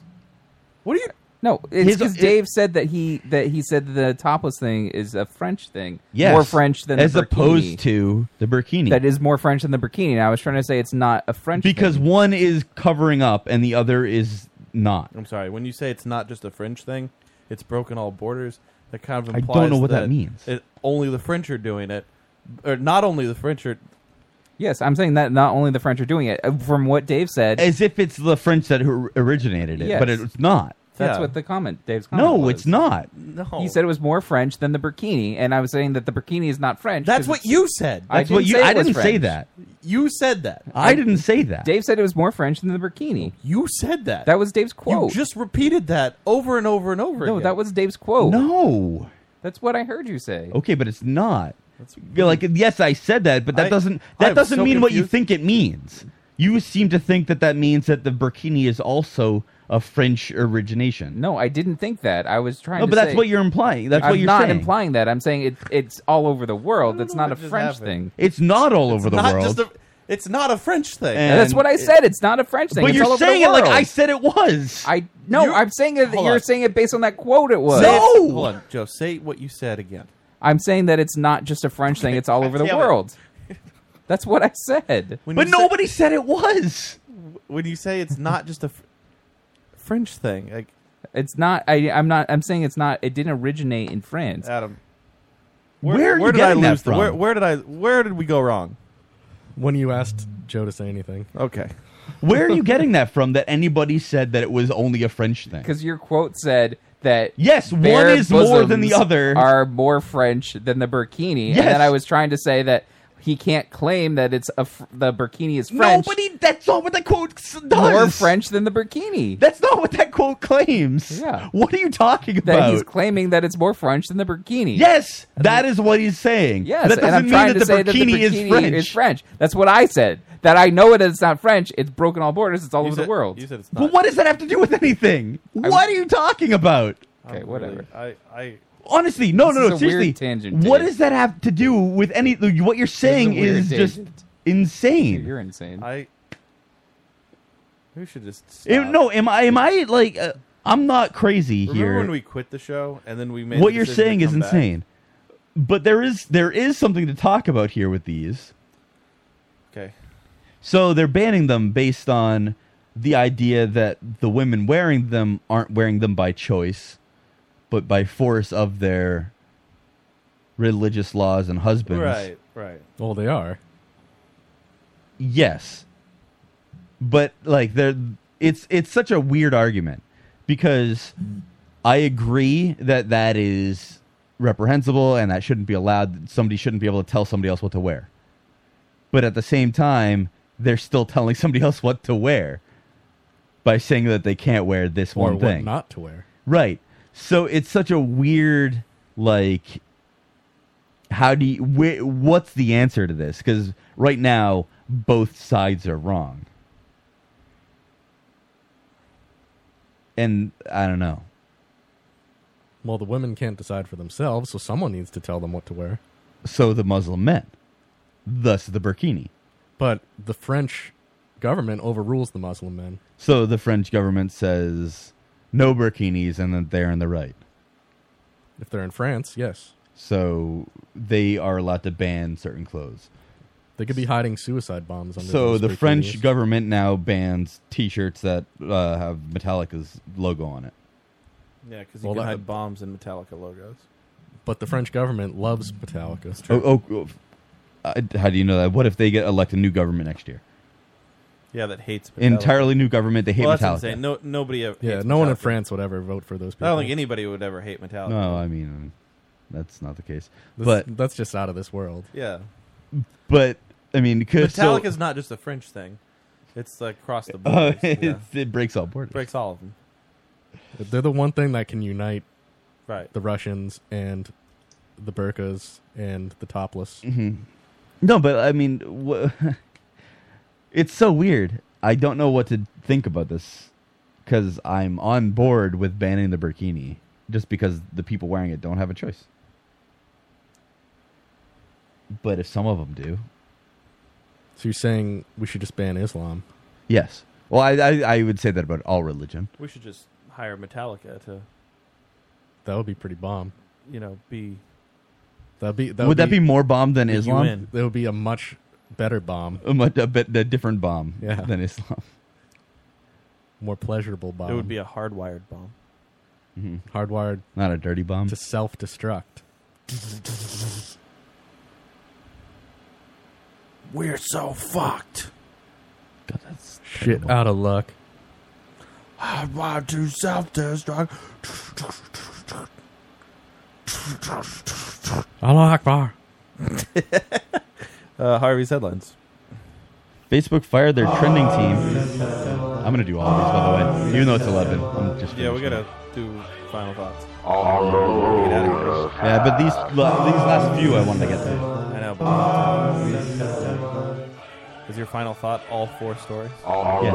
S7: What are you?
S6: No, it's
S7: His-
S6: because
S7: it-
S6: Dave said that he that he said that the topless thing is a French thing,
S5: Yes,
S6: more French than
S5: as
S6: the burkini.
S5: opposed to the burkini.
S6: that is more French than the burkini. And I was trying to say it's not a French
S5: because one is covering up and the other is not.
S7: I'm sorry. When you say it's not just a French thing, it's broken all borders. That kind of
S5: I don't
S7: implies
S5: know what that means.
S7: It, only the French are doing it, or not only the French are.
S6: Yes, I'm saying that not only the French are doing it. uh, From what Dave said,
S5: As if it's the French that or- originated it, but
S6: Yes.
S5: it's not.
S6: That's what the comment, Dave's comment.
S5: No,
S6: was.
S5: it's not.
S7: No.
S6: He said it was more French than the burkini, and I was saying that the burkini is not French.
S7: That's
S6: 'cause
S7: what
S6: it's-
S7: you said.
S6: I
S5: That's what
S6: didn't
S5: you-
S6: say it
S5: I
S6: was
S5: didn't say
S6: French.
S5: that.
S7: You said that.
S5: I didn't say that.
S6: Dave said it was more French than the burkini.
S7: You said that.
S6: That was Dave's quote.
S7: You just repeated that over and over and over.
S6: no,
S7: again.
S6: that was Dave's quote.
S5: No.
S6: That's what I heard you say.
S5: Okay, but it's not. You're like, yes, I said that, but that
S6: I-
S5: doesn't
S6: I
S5: that
S6: am
S5: doesn't
S6: so
S5: mean what you
S6: confused.
S5: think it means. You seem to think that that means that the burkini is also a French origination.
S6: No, I didn't think that. I was trying
S5: No,
S6: to
S5: but that's
S6: say-
S5: what you're implying. That's
S6: I'm
S5: what you're
S6: not
S5: saying.
S6: implying that. I'm saying it, it's all over the world. It's not a French thing.
S5: It's not all over the
S7: not
S5: world.
S7: just a. It's not a French thing.
S5: And
S6: that's what I said. It's not a French thing.
S5: But
S6: It's
S5: you're
S6: all over the
S5: saying it like
S6: world.
S5: I said it was.
S6: I no, I'm saying that
S7: Hold
S6: you're
S7: on.
S6: saying it based on that quote. It was
S7: Say it- Hold on, Joe. Say what you said again.
S6: I'm saying that it's not just a French thing. It's all over the
S7: Damn it.
S6: world. That's what I said.
S7: When
S5: but
S7: you say-
S5: nobody said it was.
S7: When you say it's not just a fr- French thing, like
S6: It's not. I, I'm not. I'm saying it's not. It didn't originate in France.
S7: Adam,
S5: where, where,
S7: did I lose?
S8: from?
S7: The, where, where did I? Where did we go wrong?
S8: When you asked Joe to say anything.
S7: Okay.
S5: Where are you getting that from? That anybody said that it was only a French thing?
S6: Because your quote said that
S5: yes, one
S6: their
S5: is more than the
S6: bosoms
S5: other.
S6: Are more French than the burkini,
S5: Yes.
S6: and then I was trying to say that he can't claim that it's a fr- the burkini is French.
S5: Nobody. That's not what that quote s- does.
S6: More French than the burkini.
S5: That's not what that quote claims.
S6: Yeah.
S5: What are you talking
S6: That
S5: about?
S6: he's claiming that it's more French than the burkini.
S5: Yes, that is what he's saying.
S6: Yes,
S5: that doesn't
S6: and I'm
S5: mean
S6: trying
S5: that
S6: to
S5: the,
S6: say
S5: burkini
S6: that
S5: is
S6: the burkini
S5: French.
S6: is French. That's what I said. That I know it is not French. It's broken all borders. It's all over the world. You
S7: said it's
S5: Well, what does that have to do with anything? what are you talking about?
S6: Okay, whatever.
S7: I, I
S5: Honestly, no,
S6: This
S5: no,
S6: is
S5: no.
S6: a
S5: seriously,
S6: weird tangent,
S5: what
S6: Dave.
S5: does that have to do with any? What you're saying
S7: weird
S5: is just
S7: tangent.
S5: insane.
S6: You're insane.
S7: I. We should just. Stop.
S5: Am- no, am I? Am I like? Uh, I'm not crazy
S7: Remember
S5: here.
S7: when we quit the show and then we made.
S5: what
S7: the
S5: you're
S7: decision to
S5: saying is
S7: come back?
S5: insane. But there is there is something to talk about here with these.
S7: Okay.
S5: So they're banning them based on the idea that the women wearing them aren't wearing them by choice, but by force of their religious laws and husbands.
S7: Right, right.
S5: Well, they are. Yes. But like they're it's it's such a weird argument because I agree that that is reprehensible and that shouldn't be allowed. Somebody shouldn't be able to tell somebody else what to wear. But at the same time, they're still telling somebody else what to wear by saying that they can't wear this
S8: or
S5: one
S8: what
S5: thing.
S8: not to wear.
S5: Right. So it's such a weird like how do you wh- what's the answer to this cuz right now both sides are wrong. And I don't know.
S8: Well, the women can't decide for themselves, so someone needs to tell them what to wear.
S5: So the Muslim men, thus the burkini.
S8: But the French government overrules the Muslim men.
S5: So the French government says no burkinis and that they're in the right.
S8: If they're in France, yes.
S5: So they are allowed to ban certain clothes.
S8: They could be hiding suicide bombs under
S5: So
S8: those
S5: the
S8: bikinis.
S5: French government now bans T-shirts that uh, have Metallica's logo on it.
S7: Yeah, because you
S8: Well,
S7: can
S8: that-
S7: hide bombs and Metallica logos.
S8: But the French government loves Metallica.
S5: Oh, oh, oh, uh, how do you know that? What if they get elect a new government next year?
S7: Yeah, that hates Metallica.
S5: Entirely new government. They hate
S7: well, that's what I'm
S5: Metallica.
S7: saying. No, nobody. ever
S8: Yeah,
S7: hates
S8: no one in
S7: Metallica.
S8: France would ever vote for those
S7: I
S8: people.
S7: don't think anybody would ever hate Metallica.
S5: No, I mean that's not the case.
S8: That's- that's just out of this world.
S7: Yeah,
S5: But I mean, because
S7: Metallica is not just a French thing; it's like across the
S5: Oh,
S7: board.
S5: it's- it breaks all borders.
S7: Breaks all of them.
S8: They're the one thing that can unite
S7: right.
S8: the Russians and the burkas and the topless.
S5: Mhm. No, but I mean, wha- it's so weird. I don't know what to think about this because I'm on board with banning the burkini just because the people wearing it don't have a choice. But if some of them do,
S8: So you're saying we should just ban Islam?
S5: yes. Well, I, I, I would say that about all religion.
S7: We should just hire Metallica to,
S8: That would be pretty bomb.
S7: you know, be
S8: That'd be that
S5: Would that be more bomb than The Islam? UN.
S8: That would be a much better bomb,
S5: A, mu- a, bit, a different bomb
S8: Yeah.
S5: than Islam.
S8: more pleasurable bomb.
S7: it would be a hardwired bomb.
S8: hardwired,
S5: Mm-hmm. not a dirty bomb
S8: to self-destruct.
S7: We're so fucked.
S8: Shit, out of luck.
S7: I want to self-destruct.
S8: Allah Akbar.
S7: uh, Harvey's headlines.
S5: Facebook fired their trending team. I'm going to do all these, by the way, even though it's 11. I'm just
S7: Yeah, we
S5: finishing.
S7: gotta do final thoughts.
S5: Yeah, but these la- these last few I wanted to get to.
S7: I know. but- Is your final thought all four stories?
S5: Yeah.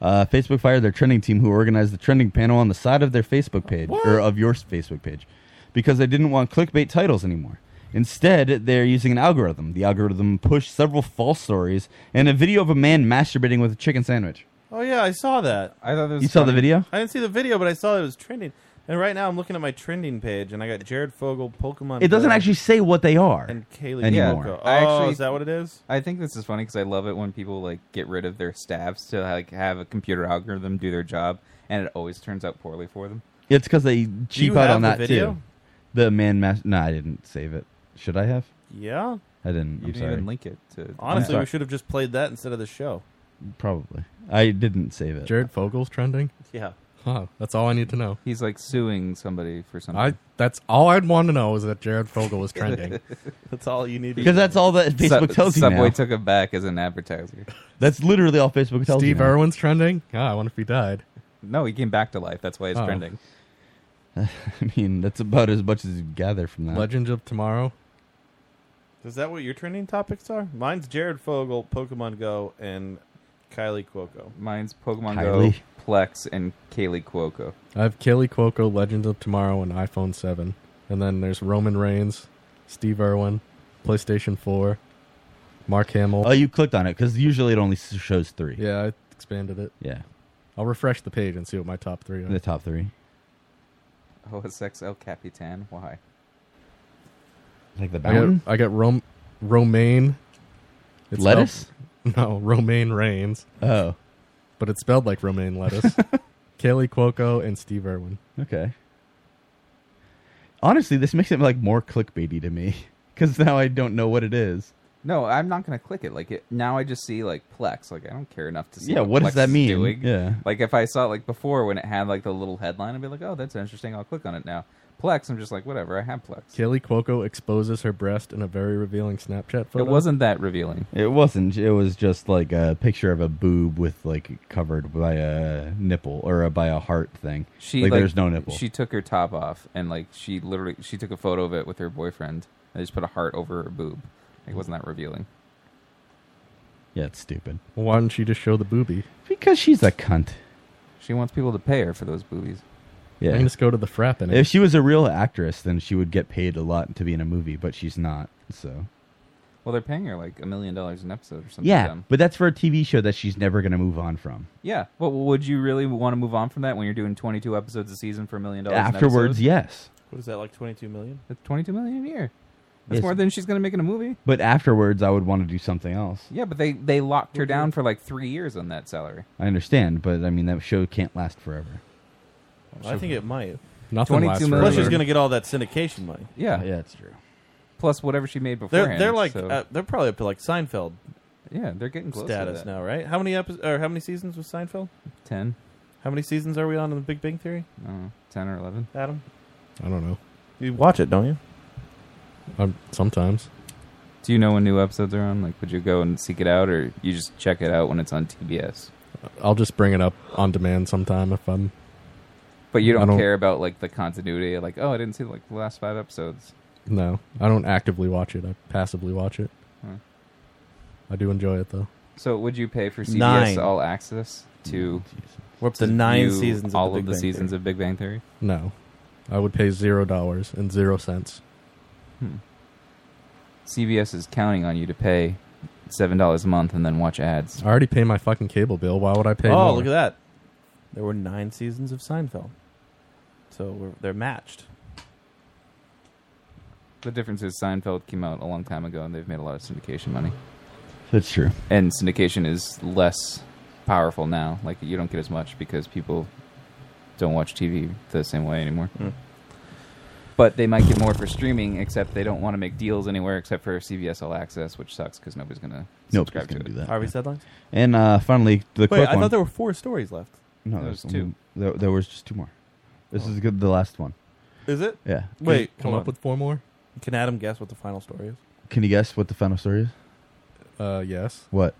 S5: Uh, Facebook fired their trending team who organized the trending panel on the side of their Facebook page or of your Facebook page because they didn't want clickbait titles anymore. Instead, they're using an algorithm. The algorithm pushed several false stories and a video of a man masturbating with a chicken sandwich.
S7: Oh yeah, I saw that.
S6: I thought
S5: was You saw the funny. video?
S7: I didn't see the video, but I saw it was trending. And right now, I'm looking at my trending page, and I got Jared Fogle, Pokemon.
S5: It doesn't
S7: Go,
S5: actually say what they are
S7: and Kaylee
S5: anymore.
S7: Cuoco. Oh,
S6: I actually-
S7: is that what it is?
S6: I think this is funny because I love it when people like get rid of their staffs to like have a computer algorithm do their job, and it always turns out poorly for them.
S5: It's because they cheap out
S6: have
S5: on
S6: the
S5: that
S6: video?
S5: too. The man mas- No, I didn't save it. Should I have?
S7: Yeah.
S5: I didn't.
S6: You
S5: I'm
S6: didn't
S5: sorry.
S6: even link it to-
S7: Honestly,
S5: I'm
S7: we should have just played that instead of the show.
S5: Probably. I didn't save it.
S8: Jared Fogel's trending.
S7: Yeah.
S8: Huh. That's all I need to know.
S6: He's like suing somebody for something.
S8: I. That's all I'd want to know is that Jared Fogel was trending.
S7: that's all you need.
S5: Because that's all that Facebook tells you now.
S6: Subway took him back as an advertiser.
S5: That's literally all Facebook tells you.
S8: Steve
S5: now.
S8: Irwin's trending. Yeah, I wonder if he died.
S6: No, he came back to life. That's why it's
S8: Oh.
S6: trending.
S5: I mean, that's about as much as you gather from that.
S8: Legends of Tomorrow.
S7: Is that what your trending topics are? Mine's Jared Fogle, Pokemon Go, and Kylie Cuoco.
S6: Mine's Pokemon
S8: Kylie.
S6: Go, Plex, and Kaylee Cuoco.
S8: I have Kelly Cuoco, Legends of Tomorrow, and iPhone 7. And then there's Roman Reigns, Steve Irwin, PlayStation 4, Mark Hamill.
S5: Oh, you clicked on it because usually it only s- shows three.
S8: Yeah, I expanded it.
S5: Yeah.
S8: I'll refresh the page and see what my top three are.
S5: The top three.
S6: Oh, OSX El Capitan. Why?
S5: Like the
S8: I got,
S5: mountain?
S8: I got Rom- romaine.
S5: Lettuce?
S8: spelled- no, romaine reigns.
S5: Oh,
S8: but it's spelled like romaine lettuce. Kaylee Cuoco and Steve Irwin.
S5: Okay. Honestly, this makes it like more clickbaity to me because now I don't know what it is.
S6: No, I'm not gonna click it. Like it now, I just see like Plex. Like I don't care enough to see.
S5: Yeah,
S6: what,
S5: what
S6: Plex
S5: does that
S6: is
S5: mean?
S6: Doing.
S5: Yeah.
S6: like if I saw it like before when it had like the little headline, I'd be like, oh, that's interesting. I'll click on it now. Plex, I'm just like, whatever. I have Plex.
S8: Kaylee Cuoco exposes her breast in a very revealing Snapchat photo.
S6: It wasn't that revealing.
S5: It wasn't. It was just like a picture of a boob with like covered by a nipple or a, by a heart thing.
S6: She
S5: like, there's no nipple.
S6: She took her top off and like she literally she took a photo of it with her boyfriend. and just put a heart over her boob. Like, it wasn't that revealing.
S5: yeah, it's stupid.
S8: Well, why didn't you just show the booby?
S5: Because she's a cunt.
S6: She wants people to pay her for those boobies.
S5: Yeah.
S8: I can just go to the frap in it.
S5: If she was a real actress, then she would get paid a lot to be in a movie, but she's not. So
S6: Well, they're paying her like a million dollars an episode or something.
S5: yeah,
S6: dumb.
S5: but that's for a TV show that she's never gonna move on from.
S6: Yeah. But would you really want to move on from that when you're doing 22 episodes a season for a million dollars? an
S5: Afterwards,
S6: episode?
S5: yes.
S7: What is that like? Twenty-two million?
S6: That's twenty-two million a year. That's
S5: Yes.
S6: more than she's going to make in a movie.
S5: But afterwards, I would want to do something else.
S6: Yeah, but they they locked her down for like three years on that salary.
S5: I understand, but I mean that show can't last forever.
S7: I think it might.
S6: Nothing 22 lasts million.
S7: Plus, she's going to get all that syndication money.
S6: Yeah,
S5: yeah, that's true.
S6: Plus whatever she made
S7: They're
S6: beforehand.
S7: they're like
S6: so-
S7: uh, they're probably up to like Seinfeld.
S6: Yeah, they're getting close to
S7: status
S6: that.
S7: now, right? How many episodes or how many seasons was Seinfeld?
S6: Ten.
S7: How many seasons are we on in The Big Bang Theory?
S6: Uh, Ten or eleven.
S7: Adam,
S8: I don't know.
S7: you watch it, don't you?
S8: Um, sometimes.
S6: Do you know when new episodes are on? Like, would you go and seek it out, or you just check it out when it's on TBS?
S5: Uh,
S8: I'll just bring it up on demand sometime if I'm.
S6: But you
S8: I
S6: don't, care about like the continuity. Like, oh, I didn't see like the last five episodes.
S8: No, I don't actively watch it. I passively watch it.
S6: Hmm.
S8: I do enjoy it though.
S6: So, would you pay for CBS
S7: Nine. Mm,
S6: All Access to?
S7: We're up to nine
S6: view
S7: seasons of The
S6: All
S7: Big
S6: of the
S7: Bang
S6: seasons of Big Bang Theory.
S8: No, I would pay zero dollars and zero cents.
S6: CBS is counting on you to pay seven dollars a month and then watch ads.
S8: I already pay my fucking cable bill. Why would I pay?
S7: oh,
S8: more?
S7: look at that! There were nine seasons of Seinfeld, so we're, they're matched.
S6: The difference is Seinfeld came out a long time ago, and they've made a lot of syndication money.
S5: That's true.
S6: And syndication is less powerful now. Like you don't get as much because people don't watch TV the same way anymore.
S7: Mm.
S6: But they might get more for streaming, except they don't want to make deals anywhere except for CBS All Access, which sucks because nobody's going to
S5: Nobody's
S6: subscribe
S5: gonna
S6: to
S5: do
S6: it.
S5: that.
S7: Harvey Sedlak?
S5: And uh, finally, the
S7: Wait,
S5: quick
S7: I
S5: one.
S7: thought there were four stories left.
S5: no,
S7: There
S5: there's
S7: was two.
S5: There, there was just two more. This is good. The last one.
S7: Is it?
S5: Yeah.
S7: Wait,
S8: Oh. Come
S7: hold
S8: up
S7: on.
S8: with four more?
S7: Can Adam guess what the final story is?
S5: Can you guess what the final story is?
S8: Uh, yes.
S5: What?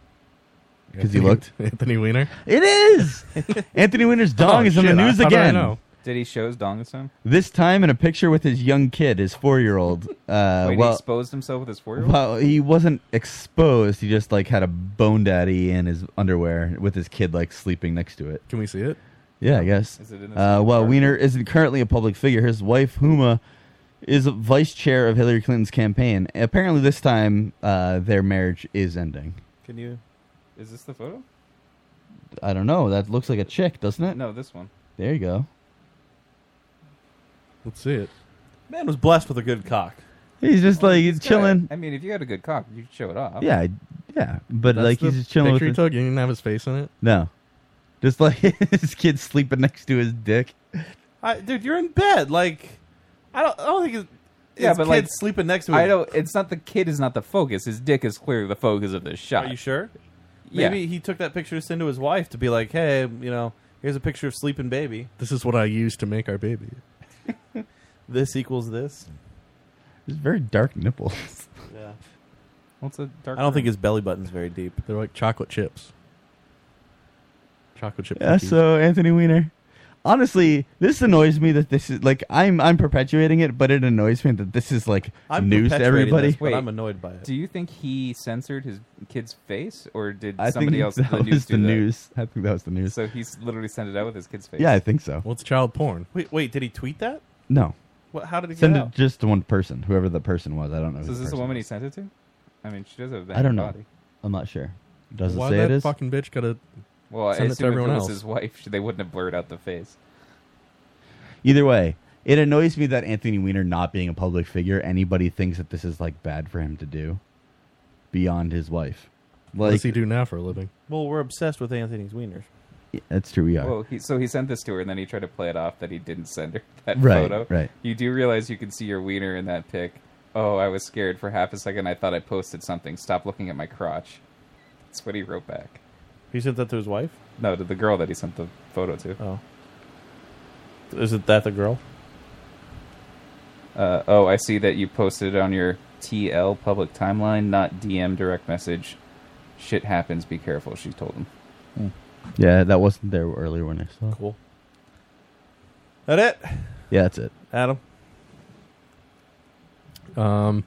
S5: Because you
S8: Anthony-
S5: looked.
S8: Anthony Weiner.
S5: It is. Anthony Weiner's dong
S8: Oh,
S5: is on the
S8: shit, I-
S5: news
S8: how did I
S5: again.
S8: know?
S6: Did he show his dong this time?
S5: This time in a picture with his young kid, his four-year-old. Uh,
S6: Wait, he
S5: well,
S6: exposed himself with his four-year-old?
S5: well, he wasn't exposed. He just like had a bone daddy in his underwear with his kid like sleeping next to it.
S8: Can we see it?
S5: Yeah, I guess.
S8: Is it in a
S5: uh, well, Weiner isn't currently a public figure. His wife, Huma, is a vice chair of Hillary Clinton's campaign. Apparently, this time uh, their marriage is ending.
S6: Can you? Is this the photo?
S5: I don't know. That looks like a chick, doesn't it?
S6: No, this one.
S5: There you go.
S8: Let's see it.
S7: Man was blessed with a good cock.
S5: He's
S6: Oh,
S5: just like he's chilling.
S6: I mean, if you had a good cock, you'd show it off.
S5: Yeah, yeah. But
S8: That's
S5: like
S8: the
S5: he's just chilling with
S8: Picture he
S5: his-
S8: took. You didn't have his face in it.
S5: no, just like his kid sleeping next to his dick.
S7: I, dude, you're in bed. Like, I don't, I don't think. It,
S6: Yeah,
S7: His
S6: but like
S7: kid's sleeping next to
S6: I
S7: him.
S6: don't. It's not the kid is not the focus. His dick is clearly the focus of this shot.
S7: Are you sure?
S6: Yeah.
S7: Maybe he took that picture to send to his wife to be like, hey, you know, here's a picture of sleeping baby.
S8: This is what I use to make our baby.
S7: This equals this.
S5: It's very dark nipples.
S7: Yeah.
S6: What's a dark?
S7: I don't think his belly button's very deep.
S8: They're like chocolate chips. Chocolate chip.
S5: Yeah,
S8: cookies.
S5: so Anthony Weiner. Honestly, this annoys me that this is like I'm I'm perpetuating it, but it annoys me that this is like news to everybody.
S7: annoyed by it.
S6: Do you think he censored his kid's face, or did
S5: I
S6: somebody
S5: think
S6: else in
S5: that
S6: the
S5: was
S6: news
S5: the
S6: do that?
S5: news. I think that was the news.
S6: So he's literally sent it out with his kid's face.
S5: Yeah, I think so.
S8: Well, it's child porn.
S7: Wait, wait, did he tweet that?
S5: No.
S7: What, how did he get
S5: send
S7: out?
S5: it just to one person, whoever the person was? I don't know. who
S6: So is
S5: the
S6: this a
S5: person
S6: woman he sent it to? I mean, she does have that
S5: I don't know.
S6: body.
S5: I'm not sure. Does
S8: Why
S5: it say
S8: that
S5: it is?
S8: fucking bitch gotta
S6: Well, I
S8: send it to
S6: assume if it
S8: everyone
S6: was
S8: else?
S6: his wife, they wouldn't have blurred out the face.
S5: Either way, it annoys me that Anthony Weiner not being a public figure, anybody thinks that this is like bad for him to do beyond his wife.
S8: what
S5: Like
S8: does he do now for a living?
S7: Well, we're obsessed with Anthony's wieners.
S5: that's true. We are.
S6: Well, he, so he sent this to her, and then he tried to play it off that he didn't send her that
S5: Right,
S6: photo.
S5: right.
S6: You do realize you can see your wiener in that pic. Oh, I was scared for half a second. I thought I posted something. Stop looking at my crotch. That's what he wrote back.
S7: He sent that to his wife?
S6: No, to the girl that he sent the photo to.
S7: Oh. Isn't that the girl?
S6: Uh, oh, I see that you posted it on your TL public timeline, not DM direct message. Shit happens. Be careful. She told him.
S5: Hmm. yeah, that wasn't there earlier when I saw.
S7: Cool. That it?
S5: Yeah, that's it.
S7: Adam?
S8: Um,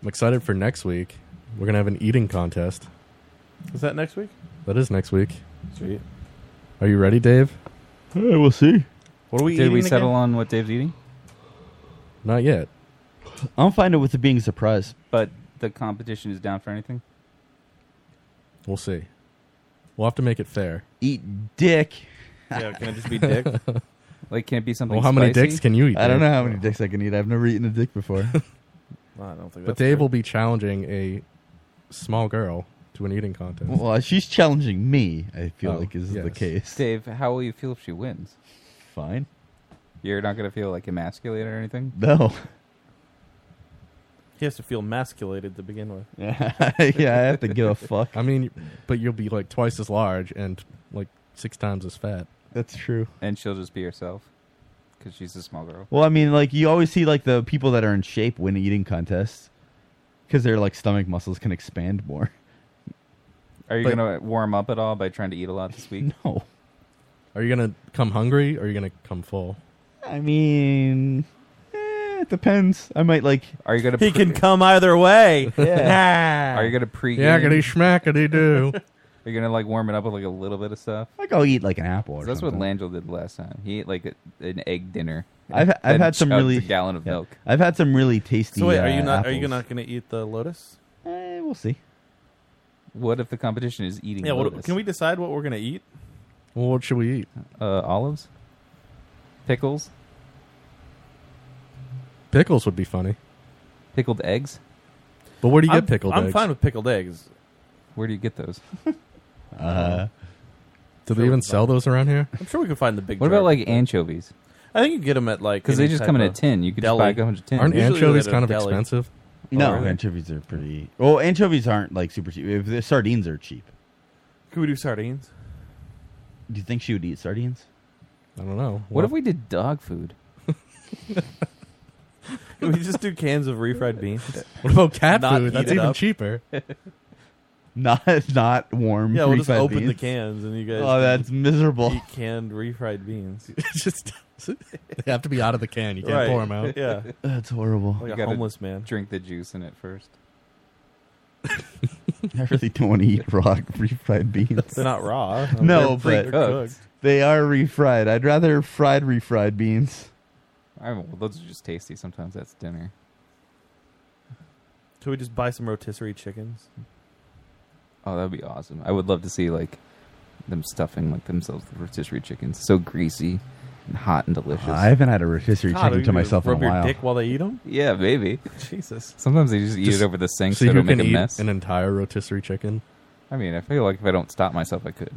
S8: I'm excited for next week. We're gonna have an eating contest.
S7: Is that next week?
S8: That is next week.
S7: Sweet.
S8: Are you ready, Dave?
S5: we'll see.
S7: What are we
S6: Did we
S7: eating
S6: settle
S7: again?
S6: on what Dave's eating?
S8: Not yet.
S5: I'm fine with it being surprised.
S6: But the competition is down for anything.
S8: We'll see. We'll have to make it fair.
S5: Eat dick.
S7: Yeah, can it just be dick?
S6: Like, can it be something?
S8: Well, how many
S6: spicy?
S8: dicks can you eat?
S5: I don't
S8: Dave?
S5: know how many dicks I can eat. I've never eaten a dick before.
S7: I don't think
S8: But Dave will be challenging a small girl to an eating contest.
S5: well, she's challenging me. I feel
S8: Oh,
S5: like is the
S8: yes.
S5: case.
S6: Dave, how will you feel if she wins?
S5: Fine.
S6: You're not gonna feel like emasculated or anything.
S5: No.
S7: He has to feel masculated to begin with.
S5: Yeah, I have to give a fuck.
S8: I mean, but you'll be like twice as large and like six times as fat.
S5: That's true.
S6: And she'll just be herself because she's a small girl.
S5: Well, I mean, like you always see like the people that are in shape win eating contests because their like stomach muscles can expand more.
S6: Are you
S5: But-
S6: gonna warm up at all by trying to eat a lot this week?
S5: No.
S8: Are you gonna come hungry or are you gonna come full?
S5: I mean, eh, it depends. I might like.
S6: Are you gonna?
S7: He can come either way.
S5: Yeah.
S6: Are you gonna pre?
S8: schmackity do.
S6: Are you gonna like warm it up with like a little bit of stuff?
S5: Like I'll eat like an apple. Or
S6: That's
S5: something.
S6: what Langell did last time. He ate like a, an egg dinner.
S5: I've I've
S6: and
S5: had some
S6: chugged
S5: really
S6: a gallon of
S5: yeah.
S6: milk.
S5: I've had some really tasty.
S7: So wait, are
S5: uh,
S7: you not are you
S5: apples.
S7: not gonna eat the lotus?
S5: Eh, we'll see.
S6: What if the competition is eating?
S7: Yeah, what,
S6: lotus?
S7: can we decide what we're gonna eat?
S8: Well, what should we eat?
S6: Uh, olives, pickles,
S8: Pickles would be funny.
S6: pickled eggs.
S8: But where do you
S7: I'm,
S8: get pickled
S7: I'm
S8: eggs?
S7: fine with pickled eggs.
S6: Where do you get those?
S5: Uh,
S8: Do they even sell those around here?
S7: I'm sure we can find the big.
S6: What
S7: jar.
S6: about like anchovies?
S7: I think you get them at like
S6: Because they
S7: any
S6: just
S7: type
S6: come in a
S7: of
S6: tin. You could just
S7: deli.
S6: buy a bunch of tin. Oh,
S8: Aren't
S7: Usually
S8: anchovies
S7: they're
S8: kind of
S7: deli.
S8: expensive?
S5: No,
S6: really?
S5: anchovies are pretty. Well, anchovies aren't like super cheap. If the sardines are cheap,
S7: Can we do sardines?
S5: do you think she would eat sardines?
S8: I don't know.
S6: What if we did dog food?
S7: Can we just do cans of refried beans?
S8: What about cat
S7: Not
S8: food?
S7: eat
S8: That's
S7: it
S8: even
S7: up.
S8: cheaper.
S5: Not not warm.
S7: Yeah, we'll just
S5: refried
S7: open the
S5: beans?
S7: cans and you guys.
S5: Oh,
S7: can
S5: that's miserable.
S7: Eat canned refried beans.
S8: It's just they have to be out of the can. You can't 'em
S7: Right.
S8: pour them out.
S7: Yeah,
S5: That's horrible.
S7: like a
S6: gotta
S7: homeless man.
S6: Drink the juice in it first.
S5: I really don't want to eat raw refried beans.
S7: They're not raw.
S5: No,
S7: They're
S5: but-
S7: pre-cooked.
S5: They are refried. I'd rather fried refried beans.
S6: I mean, well, those are just tasty. Sometimes that's dinner.
S7: Should we just buy some rotisserie chickens?
S6: Oh, that would be awesome. I would love to see like them stuffing like themselves with rotisserie chickens. So greasy and hot and delicious.
S5: I haven't had a rotisserie
S7: God,
S5: chicken
S7: you
S5: to
S7: gonna
S5: myself in a
S7: rub your
S5: while.
S7: dick while they eat them.
S6: yeah, maybe.
S7: Jesus.
S6: Sometimes they just eat
S8: Just
S6: it over the sink,
S8: so
S6: so,
S8: you
S6: it'll make
S8: can
S6: a
S8: eat
S6: mess.
S8: an entire rotisserie chicken.
S6: I mean, I feel like if I don't stop myself, I could.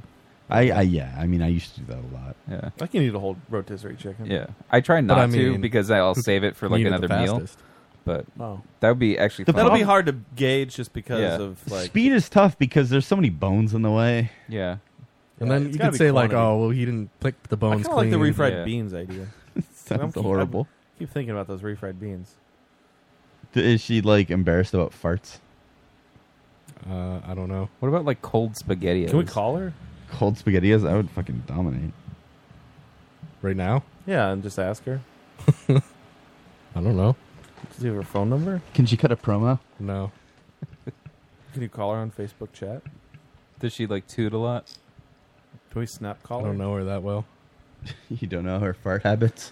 S5: I, I yeah. I mean, I used to do that a lot.
S6: Yeah,
S7: I can eat a whole rotisserie chicken.
S6: yeah. I try not
S8: I
S6: to
S8: mean,
S6: because I'll save it for like
S8: Eat it the
S6: another meal.
S8: fastest.
S6: but
S7: Oh.
S6: that would be actually fun.
S7: That'll be hard to gauge just because
S6: Yeah.
S7: of like
S5: Speed is tough because there's so many bones in the way.
S6: Yeah.
S8: And then
S7: It's
S8: you
S7: gotta
S8: could
S7: be
S8: say like,
S7: quantity.
S8: oh, well, he didn't pick the
S7: I
S8: bones
S7: kinda
S8: clean.
S7: like the refried beans idea.
S5: Sounds
S7: I'm keep-
S5: horrible.
S7: I keep thinking about those refried beans.
S5: D- Is she like embarrassed about farts?
S8: Uh, I don't know.
S6: What about like cold spaghetti?
S7: Can we call her?
S5: Cold spaghetti is. I would fucking dominate.
S8: Right now?
S7: Yeah, and just ask her.
S8: I don't know.
S7: Does he have her phone number?
S5: Can she cut a promo?
S8: No.
S7: Can you call her on Facebook chat?
S6: Does she like toot a lot?
S7: Can we snap call
S8: I
S7: her?
S8: don't know her that well.
S5: You don't know her fart habits.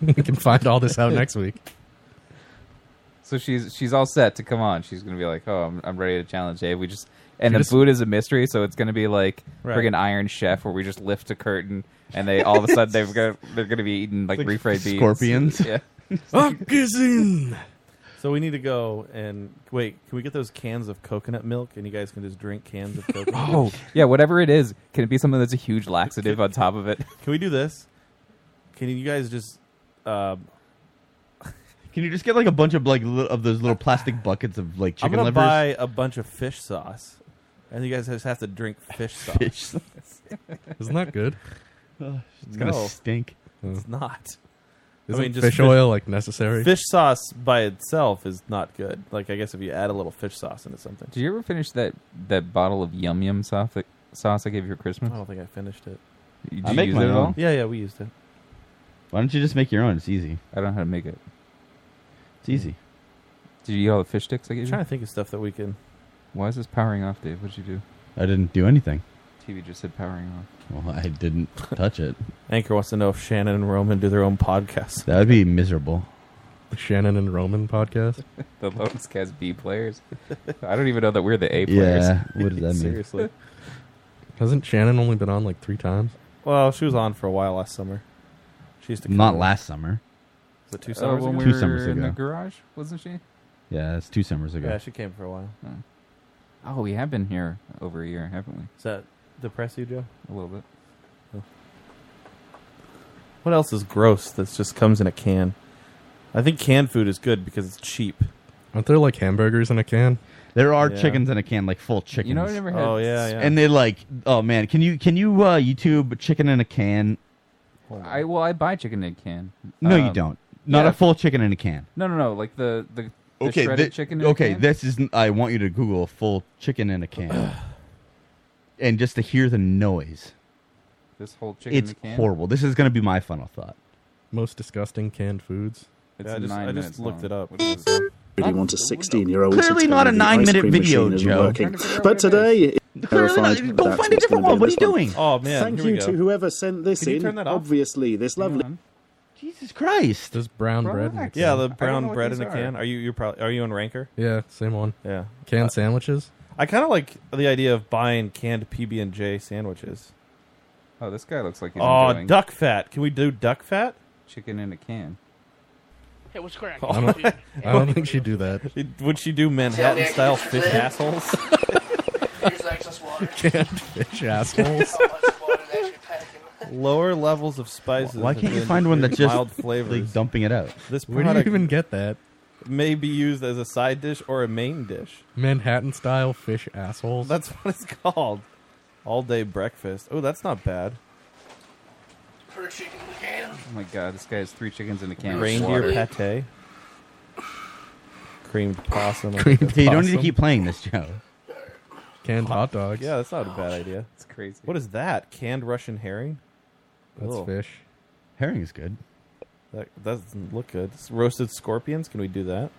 S8: we can find all this out next week.
S6: So she's she's all set to come on. She's gonna be like, oh, I'm, I'm ready to challenge Dave. We just and
S8: She
S6: the
S8: just-
S6: food is a mystery, so it's gonna be like
S8: Right.
S6: friggin' Iron Chef, where we just lift a curtain and they all of a sudden they've got they're gonna be eating like,
S7: Like
S6: refried beans,
S7: scorpions.
S6: Yeah,
S7: So we need to go and wait. Can we get those cans of coconut milk and you guys can just drink cans of coconut?
S6: oh
S7: milk?
S6: yeah, whatever it is, can it be something that's a huge laxative on top of it?
S7: Can we do this? Can you guys just? Um,
S5: Can you just get like a bunch of like li- of those little plastic buckets of like
S7: I'm
S5: chicken
S7: gonna
S5: livers?
S7: buy a bunch of fish sauce, and you guys just have to drink fish sauce.
S5: Fish sauce.
S8: Isn't that good?
S5: it's gonna stink.
S7: It's not.
S8: Isn't fish oil, like, necessary?
S7: Fish sauce by itself is not good. Like I guess if you add a little fish sauce into something.
S6: Did you ever finish that that bottle of yum yum sauce that, sauce I gave you
S7: I
S6: for
S8: Hmm.
S6: Christmas?
S7: don't think I finished it.
S6: Did
S5: I
S6: you
S5: make
S6: use
S5: my
S6: it at
S5: own.
S6: all?
S7: Yeah, yeah, we used it.
S5: Why don't you just make your own? It's easy.
S6: I don't know how to make it.
S5: It's easy.
S6: Did you eat all the fish sticks I
S7: I'm
S6: gave you?
S7: trying to think of stuff that we can.
S6: Why is this powering off, Dave? What'd you do?
S5: I didn't do anything.
S6: TV just said powering off.
S5: Well, I didn't touch it.
S7: Anchor wants to know if Shannon and Roman do their own podcast.
S5: That would be miserable.
S8: The Shannon and Roman podcast.
S6: The Lotus Cast B players. I don't even know that we're the A players.
S5: Yeah, what does that mean?
S7: Seriously.
S8: Hasn't Shannon only been on like three times?
S7: Well, she was on for a while last summer. She used to.
S5: Not last summer.
S7: Was it two
S6: Uh,
S7: summers
S6: when
S7: ago?
S6: we
S5: Two
S6: were
S5: summers
S6: in the
S5: ago.
S6: garage, wasn't she?
S5: Yeah, it's two summers ago.
S7: Yeah, she came for a while.
S6: Oh, we have been here over a year, haven't we?
S7: Is that depress you, Joe?
S6: A little bit.
S7: What else is gross that just comes in a can? I think canned food is good because it's cheap.
S8: Aren't there like hamburgers in a can?
S5: There are
S7: Yeah.
S5: chickens in a can, like full chickens.
S7: know, I never had- Oh, yeah, yeah.
S5: And they like, oh man, can you can you uh, YouTube chicken in a can?
S6: I well, I buy chicken in a can.
S5: No, you
S6: Um,
S5: don't. Not
S6: yeah.
S5: a full chicken in a can.
S6: No, no, no. Like the the, the shredded
S5: thi-
S6: chicken. In
S5: okay.
S6: A can?
S5: This is. I want you to Google full chicken in a can, and just to hear the noise.
S6: This whole chicken in
S5: it's
S6: a can.
S5: horrible. This is going to be my final thought.
S8: Most disgusting canned foods.
S6: It's
S7: Yeah, I just,
S6: nine
S7: I
S6: minutes
S7: just looked
S6: long.
S7: it up.
S12: really want a 16 year old.
S5: Clearly not a nine-minute video, Joe.
S12: Working. But today,
S5: Clearly not- go find a different one. What are you doing?
S7: Oh man!
S12: Thank
S7: here we
S12: you
S7: go.
S12: to whoever sent this
S7: Could you
S12: in.
S7: turn that off?
S12: Obviously, this lovely.
S5: Jesus Christ!
S8: There's brown bread. In a
S7: Yeah,
S8: can.
S7: the
S12: know
S7: brown
S12: what
S7: bread in
S12: these
S7: a can. Are, you you probably are you in ranker?
S8: Yeah, same one.
S7: Yeah.
S8: Canned sandwiches.
S7: I kind of like the idea of buying canned PB and J sandwiches.
S6: Oh, this guy looks like he's
S7: Oh,
S6: enjoying
S7: duck fat. Can we do duck fat?
S6: chicken in a can.
S10: Hey, what's crack?
S8: I don't, I don't think she'd do that.
S7: Would she do Manhattan style fish assholes?
S10: Here's excess water.
S8: Canned fish assholes.
S7: Lower levels of spices.
S5: Why
S7: have
S5: can't you
S7: been
S5: find one that just
S7: mild flavors?
S5: like dumping it out?
S7: This
S8: Where do you
S7: product
S8: even get that?
S7: may be used as a side dish or a main dish.
S8: Manhattan style fish assholes.
S7: That's what it's called. All day breakfast. Oh, that's not bad.
S10: Per chicken in the can.
S6: Oh my god, this guy has three chickens in a can.
S7: Reindeer pate. Creamed possum. I think
S5: Creamed
S7: that's
S5: pate. You don't need to
S7: possum.
S5: keep playing this, Joe.
S8: Canned hot dogs.
S7: Yeah, that's not a bad idea. It's
S6: crazy.
S7: What is that? Canned Russian herring?
S8: That's
S7: Ugh.
S8: fish.
S5: Herring is good.
S7: That that doesn't look good. It's roasted scorpions. Can we do that?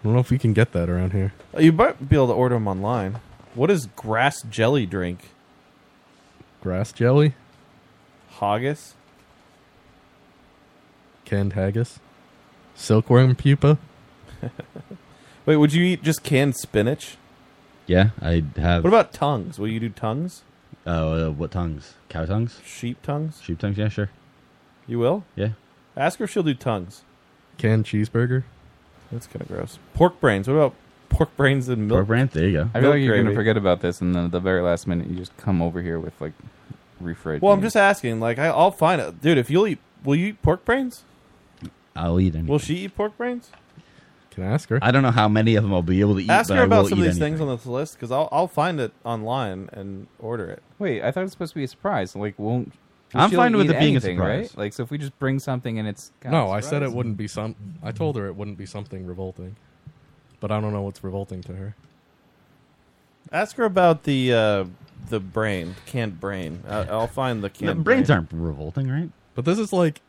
S8: I don't know if we can get that around here.
S7: Oh, You might be able to order them online. What is grass jelly drink?
S8: Grass jelly,
S7: Haggis?
S8: canned haggis, silkworm pupa.
S7: Wait, would you eat just canned spinach?
S5: Yeah, I have.
S7: What about tongues? Will you do tongues?
S5: Oh, uh, what tongues? Cow tongues?
S7: Sheep tongues?
S5: Sheep tongues? Yeah, sure.
S7: You will?
S5: Yeah.
S7: Ask her if she'll do tongues.
S8: Canned cheeseburger.
S7: That's kind of gross. Pork brains. What about pork brains and milk?
S5: Pork brains? There you go.
S6: I feel
S7: Milk
S6: like you're gonna
S7: gravy.
S6: forget about this, and then at the very last minute, you just come over here with like refried.
S7: Well, I'm
S6: beans.
S7: just asking. Like, I, I'll find it, dude. If you'll eat, will you eat pork brains?
S5: I'll eat anything.
S7: Will she eat pork brains?
S8: Can I ask her?
S5: I don't know how many of them I'll be able to eat.
S7: Ask
S5: but
S7: her
S5: I
S7: about
S5: will
S7: some of
S5: eat
S7: these things on this list because I'll, I'll find it online and order it.
S6: Wait, I thought it was supposed to be a surprise. Like, won't
S8: I'm
S6: she'll
S8: fine with
S6: eat
S8: it being a
S6: anything,
S8: surprise.
S6: Right? Like, so if we just bring something and it's kind of
S8: no, I said
S6: surprise.
S8: it wouldn't be some. I told her it wouldn't be something revolting, but I don't know what's revolting to her.
S7: Ask her about the uh, the brain, canned brain. I, I'll find the canned.
S5: brains
S7: brain.
S5: aren't revolting, right?
S8: But this is like,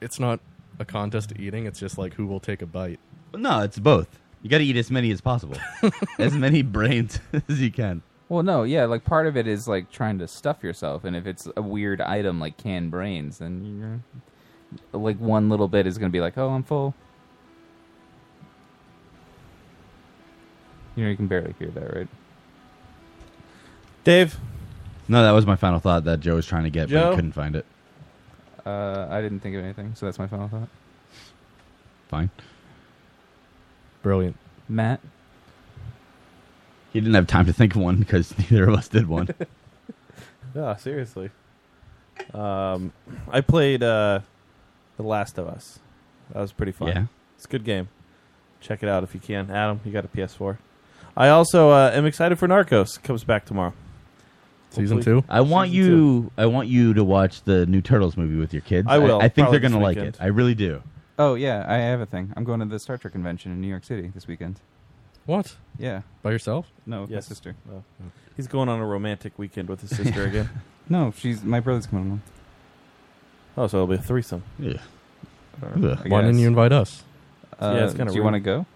S8: it's not a contest eating. It's just like who will take a bite.
S5: No, it's both. You got to eat as many as possible, as many brains as you can.
S6: Well, no, yeah, like part of it is like trying to stuff yourself, and if it's a weird item like canned brains, then you're like one little bit is going to be like, oh, I'm full. You know, you can barely hear that, right?
S7: Dave.
S5: No, that was my final thought that Joe was trying to get, but
S6: Joe?
S5: he couldn't find it.
S6: Uh, I didn't think of anything, so that's my final thought.
S5: Fine.
S8: Brilliant,
S6: Matt.
S5: He didn't have time to think of one because neither of us did one.
S7: No, seriously. Um, I played uh, The Last of Us. That was pretty fun.
S5: Yeah.
S7: It's a good game. Check it out if you can. Adam, you got a PS4. I also uh, am excited for Narcos. Comes back tomorrow. Hopefully-
S5: I want
S7: Season two.
S5: you. I want you to watch the new Turtles movie with your kids.
S7: I will,
S5: I, think
S7: probably
S5: they're gonna
S7: this
S5: like
S7: weekend.
S5: it. I really do.
S6: Oh yeah, I have a thing. I'm going to the Star Trek convention in New York City this weekend.
S8: What?
S6: Yeah.
S8: By yourself?
S6: No, with
S7: Yes.
S6: my sister.
S7: Oh. He's going on a romantic weekend with his sister again.
S6: No, she's my brother's coming along.
S7: Oh, so it'll be a threesome.
S5: Yeah. Uh,
S6: I
S8: Why didn't
S6: guess.
S8: you invite us?
S6: Uh,
S7: Yeah, it's kinda
S6: do you want to
S7: rude.
S6: go?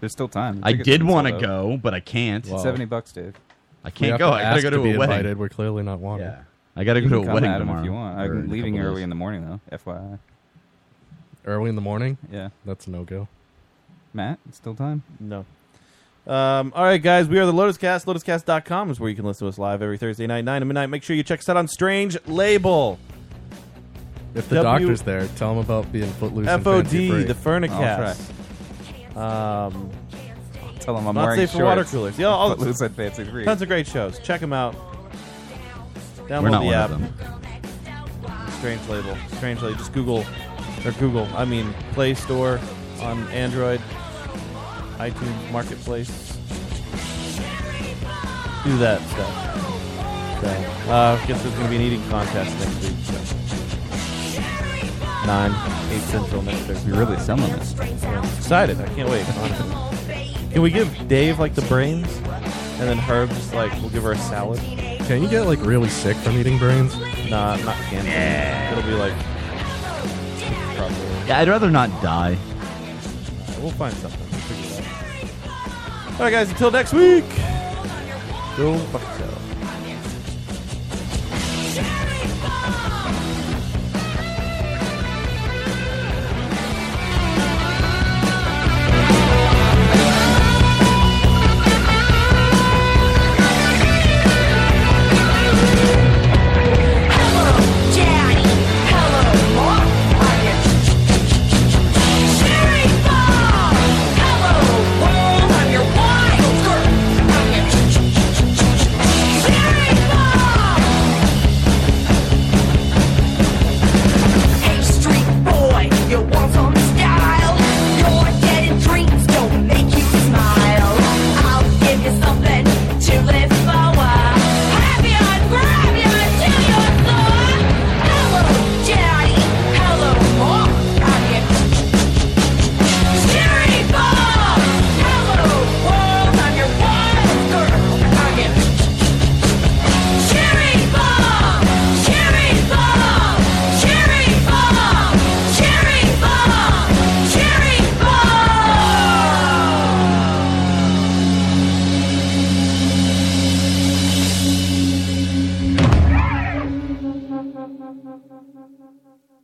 S6: There's still time. The
S5: I
S6: tickets
S5: did
S6: aren't
S5: want to
S6: sold out.
S5: go, but I can't.
S6: It's Seventy bucks, Dave.
S5: I can't go. I gotta go to,
S8: be
S5: a wedding.
S8: Invited. We're clearly not wanted.
S5: Yeah. I gotta
S6: You
S5: go to
S6: can
S5: a
S6: come,
S5: wedding
S6: Adam,
S5: tomorrow.
S6: If you want,
S5: or in a
S6: I'm leaving
S5: couple
S6: early
S5: days.
S6: in the morning though. FYI,
S8: Early in the morning.
S6: Yeah.
S8: That's no go.
S6: Matt, it's still time.
S7: No. Um, all right, guys, we are the Lotus Cast. LotusCast.com is where you can listen to us live every Thursday night, 9 to midnight. Make sure you check us out on Strange Label.
S8: If the
S7: W-
S8: doctor's there, tell him about being footloose. and fancy free.
S7: FOD, the Furnicast. Um,
S6: Tell them I'm
S7: not
S6: wearing
S7: safe for water
S6: shorts.
S7: coolers. Yeah, all-
S6: Footloose and Fancy Free.
S7: Tons of great shows. Check them out. Download
S5: We're not
S7: the
S5: one
S7: app.
S5: of them.
S7: Strange Label. Strange Label. Just Google, or Google. I mean, Play Store on Android, iTunes Marketplace. Do that stuff. So, uh, I guess there's going to be an eating contest next week. So. Nine, eight central next Thursday.
S6: You're really selling it.
S7: Excited! I can't wait. honestly. Can we give Dave like the brains, and then Herb just like we'll give her a salad?
S8: Can you get like really sick from eating brains?
S7: Nah, not candy. It'll be like. Probably.
S5: Yeah, I'd rather not die.
S7: We'll find something. We'll figure it out. All right, guys. Until next week. Go fuck yourself.
S2: To live for, happy on, grab you until you're gone. Hello, Daddy. Hello, Mom. I'm your scary bomb. Hello, world. I'm your wild girl. I'm your scary bomb. Scary bomb. Scary bomb. Scary bomb. Scary bomb.
S24: Thank you.